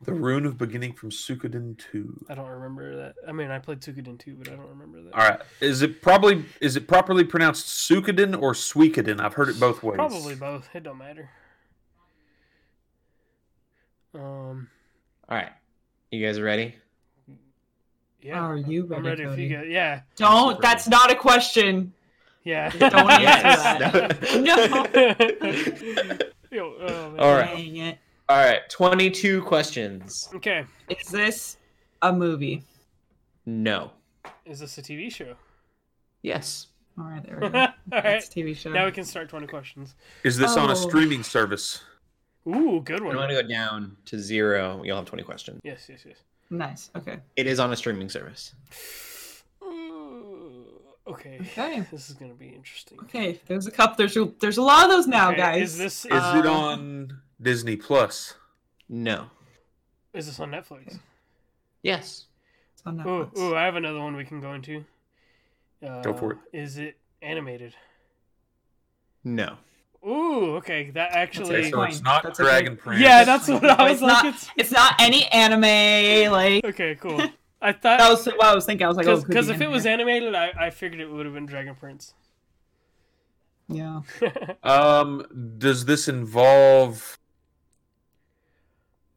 S4: The Rune of Beginning from Suikoden Two.
S5: I don't remember that. I mean, I played Tsukuden too, but I don't remember that.
S4: All right, is it probably is it properly pronounced Suikoden or Suikoden? I've heard it both ways.
S5: Probably both. It don't matter. Um.
S3: All right. You guys are ready?
S5: Yeah.
S6: Are you
S5: I'm
S6: ready,
S5: ready if you
S6: Cody?
S5: go. Yeah.
S6: Don't. That's not a question.
S5: Yeah.
S6: Don't
S5: [laughs]
S6: answer
S3: [laughs]
S5: that. [laughs] Yo, oh, man.
S3: All right.
S6: Dang it.
S3: All right. 22 questions.
S5: Okay.
S6: Is this a movie?
S3: No.
S5: Is this a TV show?
S3: Yes.
S6: All right, there
S5: [laughs]
S6: we
S5: All
S6: go.
S5: right.
S6: It's a TV show.
S5: Now we can start 20 questions.
S4: Is this on
S6: Oh.
S4: a streaming service?
S5: Ooh, good
S3: If you
S5: one.
S3: want to go down to zero, you'll have 20 questions.
S5: Yes, yes, yes.
S6: Nice. Okay.
S3: It is on a streaming service.
S5: Ooh, okay.
S6: Okay.
S5: This is gonna be interesting.
S6: Okay. There's a couple. There's a, there's a lot of those now,
S5: Okay,
S6: guys.
S5: Is this
S4: Is
S5: is,
S4: it
S6: Uh,
S4: on Disney Plus?
S3: No.
S5: this on Netflix?
S3: Yes.
S6: It's on
S5: Ooh,
S6: Netflix.
S5: ooh, I have another one we can go into. Uh,
S4: for it.
S5: Is it animated?
S3: No.
S5: Ooh, okay. That
S4: Okay,
S5: actually.
S4: so it's
S6: Fine.
S4: not
S6: That's a
S4: Dragon
S6: good-
S4: Prince.
S5: yeah, that's what I was
S6: It's
S5: like.
S6: not-
S5: It's
S6: It's not any anime. Like
S5: okay, cool.
S6: [laughs]
S5: I
S6: that
S5: thought
S6: was what I was thinking. I was like, oh, it
S5: because
S6: could
S5: if
S6: be
S5: it
S6: anime.
S5: was animated, I, I figured it would have been Dragon Prince.
S6: yeah,
S4: Um, does this involve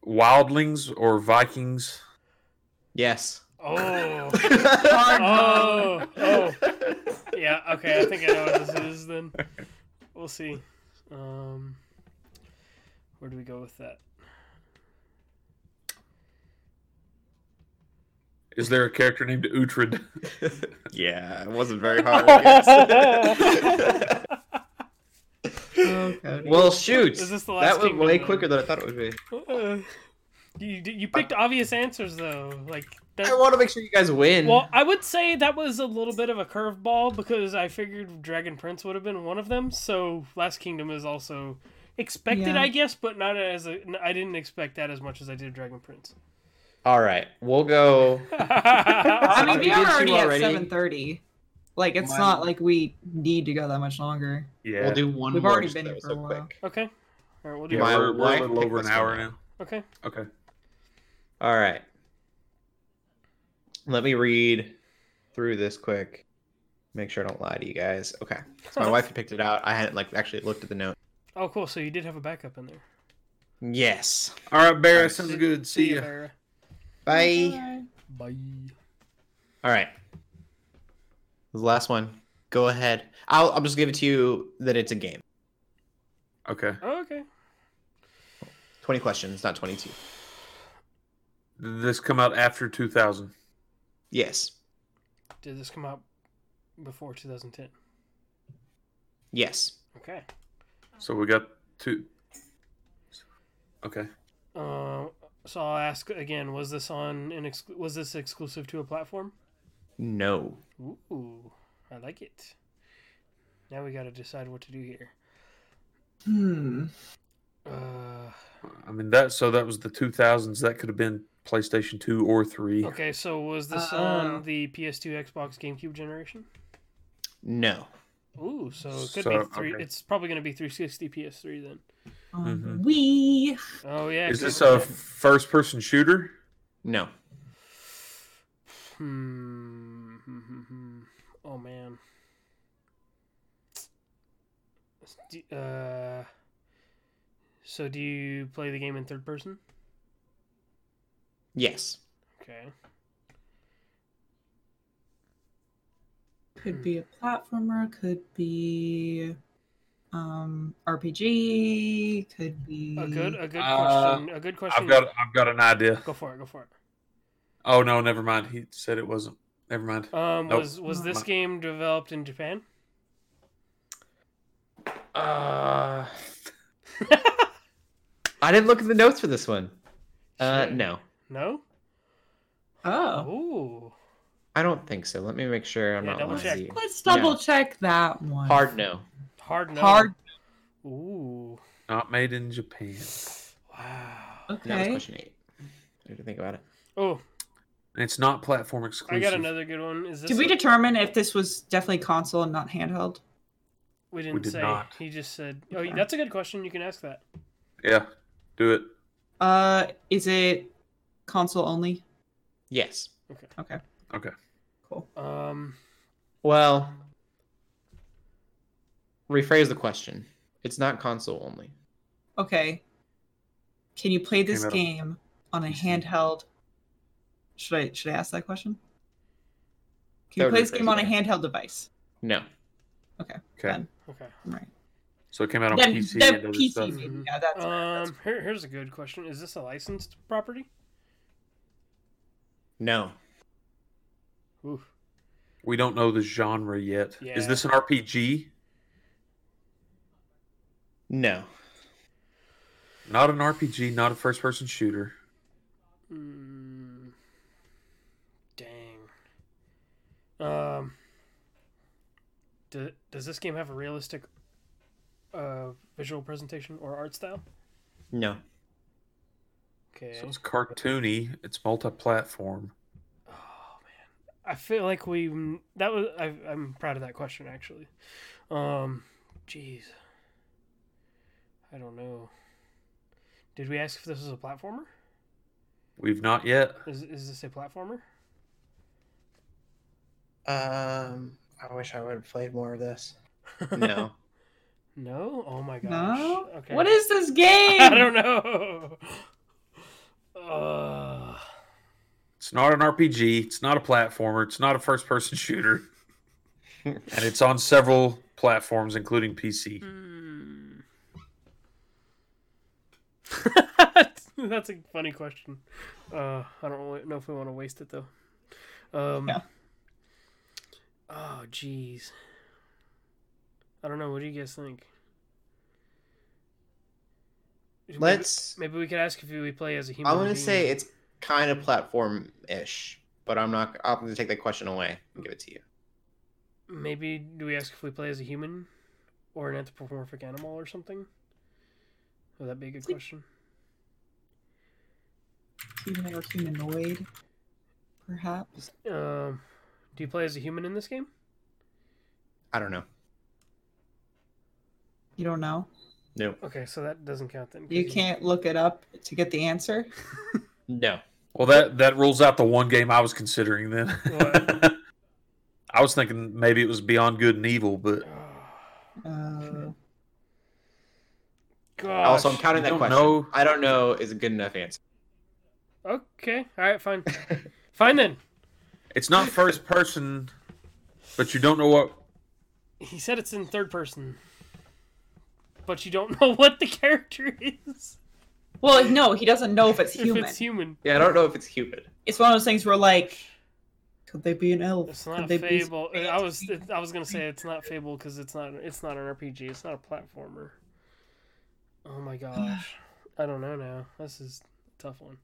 S4: wildlings or Vikings?
S3: [laughs] Yes.
S6: [laughs]
S5: oh,
S6: Hard
S5: [laughs] oh, oh. Yeah. Okay, I think I know what this is. Then we'll see. Um, where do we go with that?
S4: Is there a character named Uhtred?
S3: yeah, it wasn't very hard.
S6: [laughs]
S3: I guess.
S6: Oh,
S3: [laughs]
S6: Cody.
S3: well, shoot.
S5: Is this the
S3: that
S5: last
S3: was
S5: Kingdom
S3: way
S5: then?
S3: quicker than I thought it would be.
S5: Uh, you you picked obvious answers though. Like that,
S3: I want to make sure you guys win.
S5: Well, I would say that was a little bit of a curveball because I figured Dragon Prince would have been one of them. So Last Kingdom is also expected,
S6: Yeah.
S5: I guess, but not as a, I didn't expect that as much as I did
S3: [laughs]
S5: Dragon Prince. [laughs]
S3: All right, we'll go.
S6: I
S5: I
S6: mean,
S3: we
S6: we
S3: did
S6: are
S3: two
S6: already at
S3: already.
S6: seven thirty. Like it's
S3: One.
S6: not like we need to go that much longer.
S4: Yeah,
S3: We'll do one
S6: We've
S3: more.
S6: already
S3: just
S6: been
S3: that
S6: here
S3: was
S6: for a
S3: so
S6: while.
S3: quick.
S5: okay. All right, we'll do.
S4: yeah,
S3: My
S4: we're, we're
S3: wife
S4: a little
S3: picked
S4: over an
S3: this
S4: hour
S3: one.
S4: now.
S5: Okay.
S4: Okay.
S3: All right. Let me read through this quick. Make sure I don't lie to you guys. Okay. So my wife had picked it out. I hadn't like actually looked at the note.
S5: Oh, cool. So you did have a backup in there.
S3: Yes.
S4: All right, Barry,
S5: Alright.
S4: sounds good. See ya.
S5: Vera.
S3: Bye.
S5: Bye.
S3: All right. The last one. Go ahead. I'll I'll just give it to you that it's a game.
S4: Okay.
S5: Oh, okay.
S3: Twenty questions, not twenty-two.
S4: Did this come out after 2000?
S3: Yes.
S5: Did this come out before 2010?
S3: Yes.
S5: Okay.
S4: So we got two. Okay.
S5: Uh, so I'll ask again: Was this on an ex- was this exclusive to a platform?
S3: No.
S5: Ooh, I like it. Now we got to decide what to do here.
S6: Hmm.
S5: Uh,
S4: I mean that. So that was the 2000s. That could have been PlayStation 2 or 3.
S5: okay, so was this
S6: Uh,
S5: on the PS2, Xbox, GameCube generation?
S3: No.
S5: Ooh, so it could
S4: So,
S5: be three.
S4: okay.
S5: It's probably going to be 360 PS3 then.
S6: Um,
S4: Mhm.
S6: We
S5: Oh yeah.
S4: Is
S5: good
S4: this a
S5: point.
S4: first-person shooter?
S3: No.
S5: Hmm. [laughs] hmm, hmm, hmm. Oh man. S- d- Uh. So do you play the game in third person?
S3: Yes.
S5: Okay. Hmm.
S6: could be a platformer. Could be um RPG. Could be
S5: A good, a good
S4: Uh,
S5: question. A good question.
S4: I've got. I've got an idea.
S5: Go for it. Go for it.
S4: Oh no, never mind. He said it wasn't. Never mind.
S5: Um,
S4: Nope.
S5: was was this
S4: My-
S5: game developed in Japan?
S4: Uh,
S3: I didn't look at the notes for this one. Uh,
S5: Sure.
S3: no.
S5: No.
S6: Oh,
S5: Oh.
S3: I don't think so. Let me make sure I'm
S5: Yeah,
S3: not
S5: double
S3: lying
S5: check.
S3: to you.
S6: let's double check that one.
S3: Hard no.
S5: Hard no.
S6: Hard.
S5: Ooh.
S4: not made in Japan.
S5: Wow.
S3: That was
S6: Okay.
S3: question eight. I didn't think about it.
S5: Oh,
S4: And it's not platform exclusive.
S5: I got another good one. Is this?
S6: Did we
S5: a-
S6: determine if this was definitely console and not handheld?
S5: we didn't
S4: did
S5: say.
S4: not.
S5: He just said. Oh,
S6: Okay.
S5: that's a good question. You can ask that.
S4: Yeah, do it.
S6: Uh, is it console only?
S3: Yes.
S6: Okay.
S4: Okay.
S6: Cool.
S5: Um.
S3: Well, rephrase the question. It's not console only.
S6: Okay. Can you play this
S4: Came out on
S6: game on a
S4: PC.
S6: handheld? Should I should I ask that question? Can
S3: That
S6: you
S3: would
S6: play
S3: be
S6: this game on a
S3: crazy.
S6: handheld device?
S3: No.
S4: Okay.
S6: Then.
S5: Okay.
S6: All right.
S4: So it came out on
S6: Then,
S4: PC
S6: then
S4: and other
S6: PC.
S4: stuff.
S6: maybe. Yeah, that's
S5: Um. Here, here's a good question. Is this a licensed property?
S3: No.
S5: Ooh.
S4: We don't know the genre yet.
S5: Yeah.
S4: Is this an RPG?
S3: No.
S4: Not an RPG. Not a first-person shooter.
S5: Mm, dang. Um. Do, does this game have a realistic uh, visual presentation or art style?
S3: No.
S5: Okay.
S4: So it's cartoony. It's multi-platform.
S5: Oh, I feel like we that was I, I'm proud of that question actually. Um, jeez, I don't know. Did we ask if this was a platformer?
S4: We've not yet.
S5: Is is this a platformer?
S3: Um, I wish I would have played more of this. No. [laughs]
S5: no. Oh my gosh.
S6: No.
S5: Okay. [laughs]
S6: What is this game?
S5: I don't know. Uh,
S4: It's not an RPG. It's not a platformer. It's not a first person [laughs] shooter. and it's on several platforms, including PC.
S5: hmm. [laughs] That's a funny question. Uh, I don't really know if we want to waste it though. Um,
S6: Yeah.
S5: Oh jeez. I don't know. What do you guys think? Maybe-
S3: Let's.
S5: Maybe we could ask if we play as a human.
S3: I'm gonna
S5: being.
S3: say it's kind of platform ish, but I'm not. I'm gonna take that question away and give it to you.
S5: Maybe do we ask if we play as a human or an anthropomorphic animal or something? Would that be a good question?
S6: Human or humanoid, perhaps.
S5: Um, do you play as a human in this game?
S3: I don't know.
S6: You don't know.
S3: No.
S5: Okay, so that doesn't count then. 'cause
S6: You can't look it up to get the answer.
S3: No.
S4: Well, that, that rules out the one game I was considering then.
S5: What?
S4: [laughs] I was thinking maybe it was Beyond Good and Evil, but
S5: Oh,
S6: Uh,
S5: Gosh.
S3: Also, I'm counting
S4: you
S3: that
S4: don't
S3: question.
S4: know.
S3: I don't know is a good enough answer.
S5: Okay. All right.
S6: [laughs]
S5: Fine. fine then.
S4: it's not first person, but you don't know what.
S5: He said it's in third person, but you don't [laughs] know what the character is.
S6: well, no, he doesn't know if
S5: [laughs]
S6: it's
S5: If
S6: human.
S5: it's
S6: It's,
S5: human,
S3: Yeah, I don't know if it's Cupid.
S6: one of those things where like, could they be an elf?
S5: it's
S6: could
S5: not
S6: they
S5: a
S6: be
S5: fable. Uh, I was I was gonna say it's not fable because it's not it's not an RPG. It's not a platformer. Oh
S6: [sighs]
S5: my gosh, I don't know now. This is a tough one.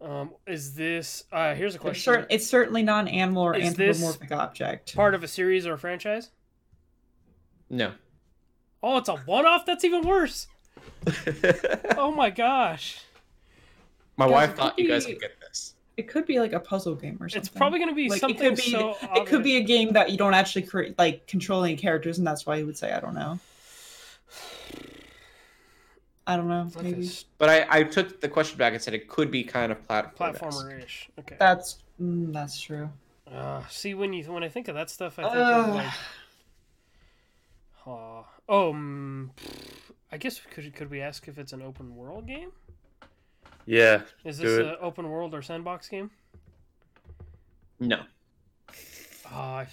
S5: Um, is this uh? Here's a
S6: They're
S5: question.
S6: cer- it's certainly not an animal or
S5: Is this-
S6: anthropomorphic object.
S5: Part of a series or a franchise?
S3: No.
S5: Oh, it's a one-off. That's even worse. Oh my gosh.
S3: [laughs] My
S6: Guys,
S3: wife
S6: it
S3: thought
S6: could
S3: you guys
S6: be-
S3: could get this.
S6: It could be like a puzzle game or something.
S5: It's probably going to be
S6: Like,
S5: something
S6: it could be
S5: so
S6: it could be
S5: obvious.
S6: a game that you don't actually create like control any characters, and that's why you would say I don't know. I don't know.
S5: It's like a
S6: Maybe
S5: s-
S3: But I, I took the question back and said it could be kind of platform.
S5: platformer-ish. Okay.
S6: that's mm, that's true.
S5: Uh, see, when you when I think of that stuff, I think
S6: Ugh.
S5: of like, Aw. oh, um, I guess we could could we ask if it's an open world game?
S4: Yeah.
S5: Is
S4: Do
S5: this
S4: it.
S5: an open world or sandbox game?
S3: No.
S5: Uh,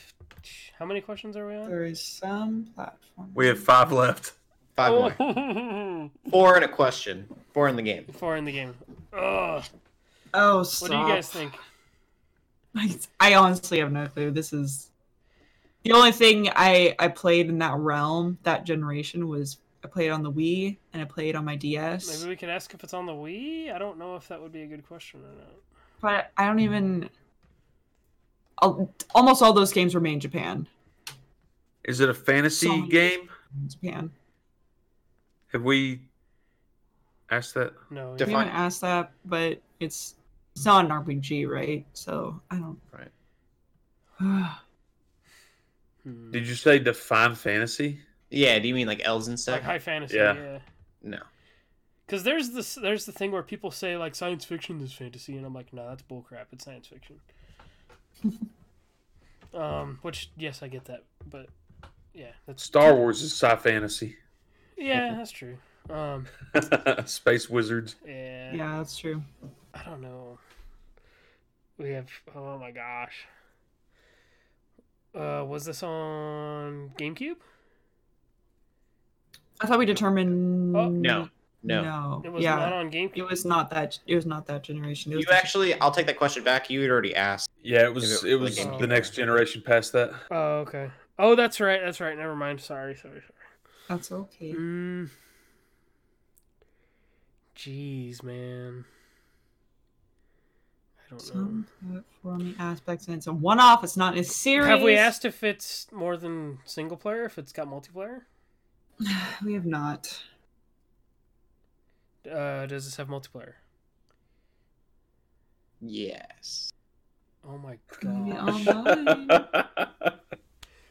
S5: how many questions are we on?
S6: There is some platform.
S4: We have five left.
S3: Five more.
S5: Oh,
S3: Four and a question. Four in the game.
S5: [laughs] four in the game. Ugh.
S6: Oh, stop.
S5: What do you guys think?
S6: [laughs] I honestly have no clue. This is the only thing I I played in that realm, that generation was I played on the Wii and I played on my DS.
S5: Maybe we could ask if it's on the Wii. I don't know if that would be a good question or not.
S6: But I don't even. al- Almost all those games were made in Japan.
S4: Is it a fantasy
S6: Some-
S4: game?
S6: In Japan.
S4: Have we asked that?
S5: No.
S6: We
S3: Defi-
S6: haven't
S3: Fine.
S6: asked that, but it's it's not an RPG, right? So I don't.
S3: Right.
S5: Hmm.
S4: Did you say define fantasy?
S3: Yeah, do you mean like elves and
S5: like
S3: stuff?
S5: high fantasy?
S4: Yeah.
S5: yeah.
S3: No.
S5: Because there's this there's the thing where people say like science fiction is fantasy, and I'm like, no, that's bullcrap. It's science
S6: [laughs]
S5: fiction. um, which yes, I get that, but yeah, that's
S4: Star Wars is sci fantasy.
S5: yeah, that's true. Um,
S4: [laughs] Space wizards.
S5: yeah,
S6: [sighs] Yeah, that's true.
S5: I don't know. We have oh my gosh. Uh, was this on GameCube?
S6: I thought we determined.
S5: Oh,
S3: No. No.
S6: No.
S5: It was
S6: yeah.
S5: not on GameCube.
S6: It was not that. It was not that generation. It
S3: You
S6: was the-
S3: actually, I'll take that question back. You had already asked.
S4: Yeah, it
S3: was-
S4: was.
S3: It
S4: It
S3: was
S4: was
S5: like GameCube.
S4: the next generation past that.
S5: Oh okay. Oh, that's right. That's right. Never mind. Sorry. Sorry. Sorry.
S6: That's okay.
S5: Mm. Jeez, man. I don't
S6: Some platforming aspects, and it's a one-off. It's not a
S5: know.
S6: series.
S5: Have we asked if it's more than single player? If it's got multiplayer?
S6: [sighs] We have not.
S5: Uh, does this have multiplayer?
S3: Yes.
S5: Oh my
S6: Maybe
S5: god.
S6: online.
S5: [laughs]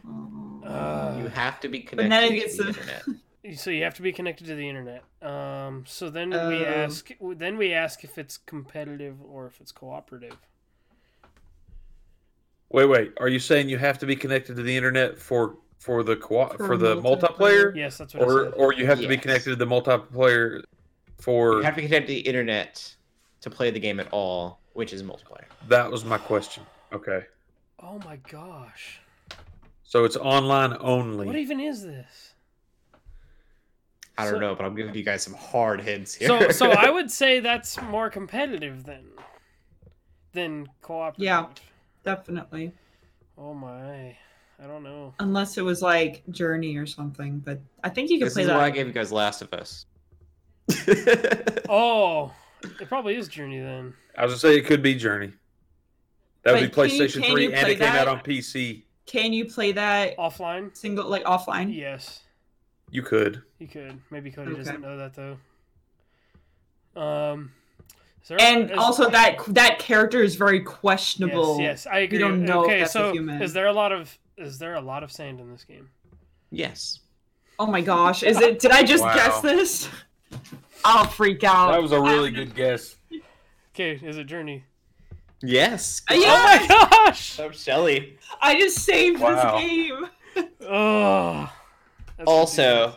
S6: Oh,
S5: Uh,
S3: You have to be
S6: But
S3: connected
S6: now it
S3: to the
S6: gets-
S3: internet.
S5: so you have to be connected to the internet. Um, so then
S6: Oh.
S5: we ask, then we ask if it's competitive or if it's cooperative.
S4: [laughs] Wait, wait. Are you saying you have to be connected to the internet for for the co- for,
S6: For
S4: the multiplayer,
S6: multiplayer?
S5: Yes, that's what I
S4: or
S5: said.
S4: or you have to be
S3: Yes.
S4: connected to the multiplayer
S3: [laughs]
S4: for?
S3: You have to be connected to the internet to play the game at all, which is multiplayer.
S4: That was my question. Okay,
S5: oh my gosh,
S4: so it's online only.
S5: what even is this?
S3: I don't
S5: So-
S3: know, but I'm giving you guys some hard hints here. [laughs]
S5: So, so I would say that's more competitive than than cooperative.
S6: Yeah. Definitely.
S5: Oh my, I don't know.
S6: Unless it was like Journey or something, but I think you could
S3: this
S6: play
S3: is why I
S6: that.
S3: gave you guys Last of [laughs] Us.
S5: Oh, it probably is Journey then.
S4: I was gonna say it could be Journey. That would be
S6: Wait, can you-
S4: PlayStation
S6: can
S4: Three,
S6: you
S4: and
S6: play
S4: it came out
S6: that?
S4: on PC.
S6: Can you play that
S5: Offline?
S6: single like offline?
S5: Yes,
S4: You could.
S5: you could. Maybe Cody
S6: Okay.
S5: doesn't know that though. Um, is there-
S6: And
S5: is-
S6: also that that character is very
S5: yes,
S6: questionable.
S5: yes, I agree.
S6: don't know if
S5: okay,
S6: that's a
S5: so
S6: human.
S5: is there a lot of is there a lot of sand in this game?
S3: yes.
S6: Oh my gosh, is it did I just
S4: Wow.
S6: guess this? I'll freak out.
S4: That was a really good guess.
S5: Okay, is it Journey?
S3: Yes.
S6: Uh, yeah,
S5: Oh my gosh!
S3: I'm Shelly.
S6: I just saved
S4: Wow.
S6: this game.
S5: Oh. that's
S3: Also,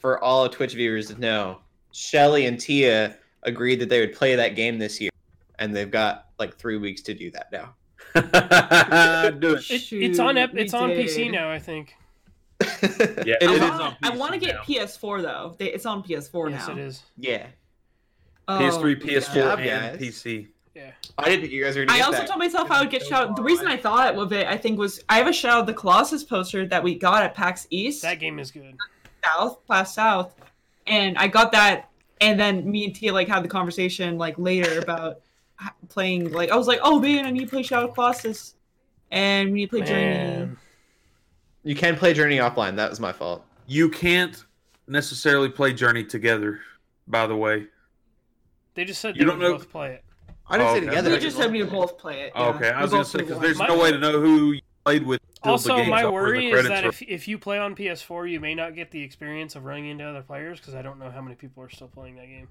S3: for all Twitch viewers to know, Shelly and Tia agreed that they would play that game this year, and they've got like three weeks to do that now.
S4: [laughs]
S3: [laughs]
S4: Do it.
S5: It, it's on
S6: Shoot,
S5: ep-
S6: we
S5: it's on PC
S6: did.
S5: now, I think.
S3: [laughs]
S4: Yeah,
S3: It is-
S6: I
S4: is
S6: wanna-
S4: on
S6: I
S4: PC
S6: want to get
S4: now.
S6: PS4 though. They, it's on PS4
S5: yes,
S6: now.
S5: it is.
S3: yeah.
S6: Oh,
S4: PS3,
S6: yeah.
S4: PS4,
S3: yeah.
S4: and
S3: Guys.
S4: PC.
S5: Yeah.
S3: I didn't think you guys were gonna
S6: I
S3: get
S6: also
S3: that.
S6: told myself I would get
S4: So
S6: Shadow. The
S4: far
S6: reason
S4: away.
S6: I thought of it, I think, was I have a Shadow of the Colossus poster that we got at PAX East
S5: That game is good.
S6: South, PAX South, and I got that. And then me and Tia like had the conversation like later about h- playing. Like I was like, oh man, I need to play Shadow of the Colossus, and we need to play Journey.
S5: Man.
S3: you can play Journey offline. That was my fault.
S4: You can't necessarily play Journey together. By the way,
S5: They just said
S4: You
S5: they
S4: don't
S5: would
S4: know-
S5: both play it.
S3: I didn't
S4: Oh,
S3: say
S4: okay.
S3: together.
S6: We
S3: I
S6: just
S3: said
S6: said we would
S3: offline.
S6: both play it. yeah.
S4: okay, I
S6: We
S4: was gonna
S6: both
S4: say
S6: did
S4: because
S6: one.
S4: there's
S5: My-
S4: no way to know who you played with. till the
S5: Also,
S4: game's
S5: my
S4: over, the
S5: worry is
S4: credits
S5: that
S4: are-
S5: if, if you play on PS4, you may not get the experience of running into other players because I don't know how many people are still playing that game.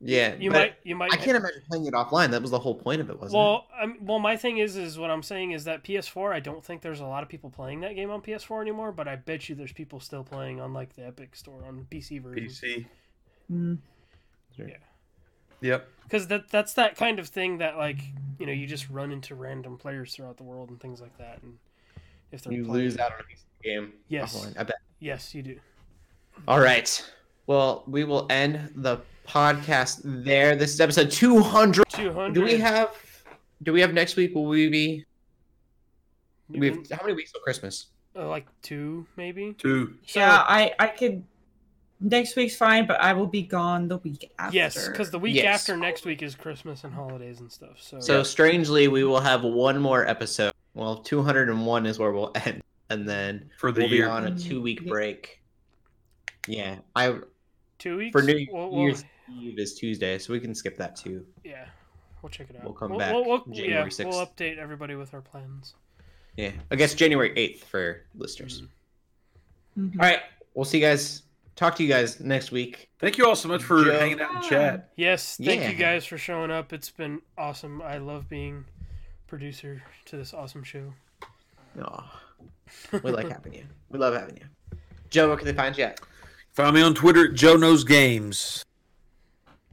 S3: Yeah.
S5: You
S3: but
S5: might you might
S3: I can't imagine playing it offline. That was the whole point of it, wasn't
S5: Well, I'm, well, my thing is, is what I'm saying is that PS4. I don't think there's a lot of people playing that game on PS4 anymore, but I bet you there's people still playing on like the Epic Store on PC version.
S4: PC.
S6: Mm.
S4: Yep.
S5: Because that that's that kind of thing that like you know you just run into random players throughout the world and things like that, and if
S3: it?
S5: they're
S3: You
S5: playing-
S3: lose out on a piece of the game.
S5: Yes.
S3: offline, I bet.
S5: yes, you do.
S3: All right. Well, we will end the podcast there. This is episode 200.
S5: Two hundred.
S3: Do we have? Do we have next week? Will we be? We have
S5: Mm-hmm.
S3: how many weeks till Christmas?
S5: uh, like two maybe?
S4: Two.
S6: yeah, I I could. Next week's fine, but I will be gone the week after.
S5: Yes, because the week
S3: Yes.
S5: after next week is Christmas and holidays and stuff. So,
S3: So strangely, we will have one more episode. Well, 201 is where we'll end, and then
S4: for the
S3: we'll be
S4: year.
S3: on a two-week
S5: Mm-hmm.
S6: Yeah.
S3: break. Yeah, I
S5: two weeks
S3: for New
S5: We'll- we'll-
S3: Year's Eve is Tuesday, so we can skip that too.
S5: Yeah, we'll check it out.
S3: We'll come
S5: we'll,
S3: back
S5: We'll, we'll,
S3: January
S5: yeah,
S3: 6th.
S5: we'll update everybody with our plans.
S3: Yeah, I guess January 8th for listeners.
S5: Mhm.
S6: Mhm.
S3: All right, we'll see you guys. Talk to you guys next week.
S4: Thank you all so much for
S3: Joe.
S4: hanging out in chat.
S5: Yes, thank
S3: Yeah.
S5: you guys for showing up. It's been awesome. I love being producer to this awesome show.
S3: Aw, we like having you. [laughs] We love having you. Joe, where can they find you at?
S4: Find me on Twitter at Joe Knows Games.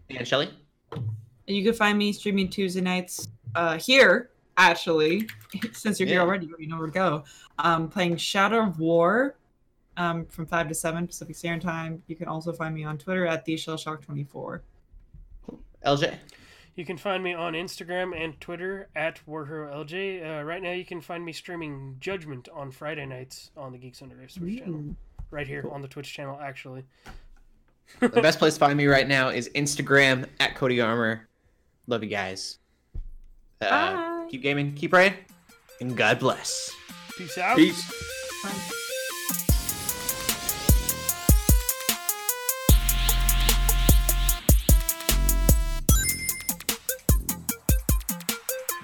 S3: And Shelly?
S6: And you can find me streaming Tuesday nights uh, here, actually, [laughs] since you're
S3: Yeah.
S6: here already, you know where to go. Um, playing Shadow of War um, from 5 to 7 Pacific Standard Time. You can also find me on Twitter at the ShellShock24.
S3: [laughs] LJ?
S5: You can find me on Instagram and Twitter at WarHeroLJ. Uh, right now, you can find me streaming Judgment on Friday nights on the Geeks Under Graves Twitch channel.
S6: Ooh.
S5: Right here on the Twitch channel, actually.
S3: The best place to find me right now is Instagram at Cody Armor. Love you guys. Uh,
S6: Bye.
S3: keep gaming, keep praying, and God bless.
S5: Peace out.
S4: Peace.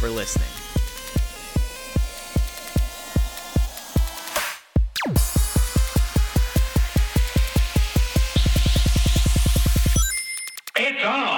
S3: for listening.
S1: It's on.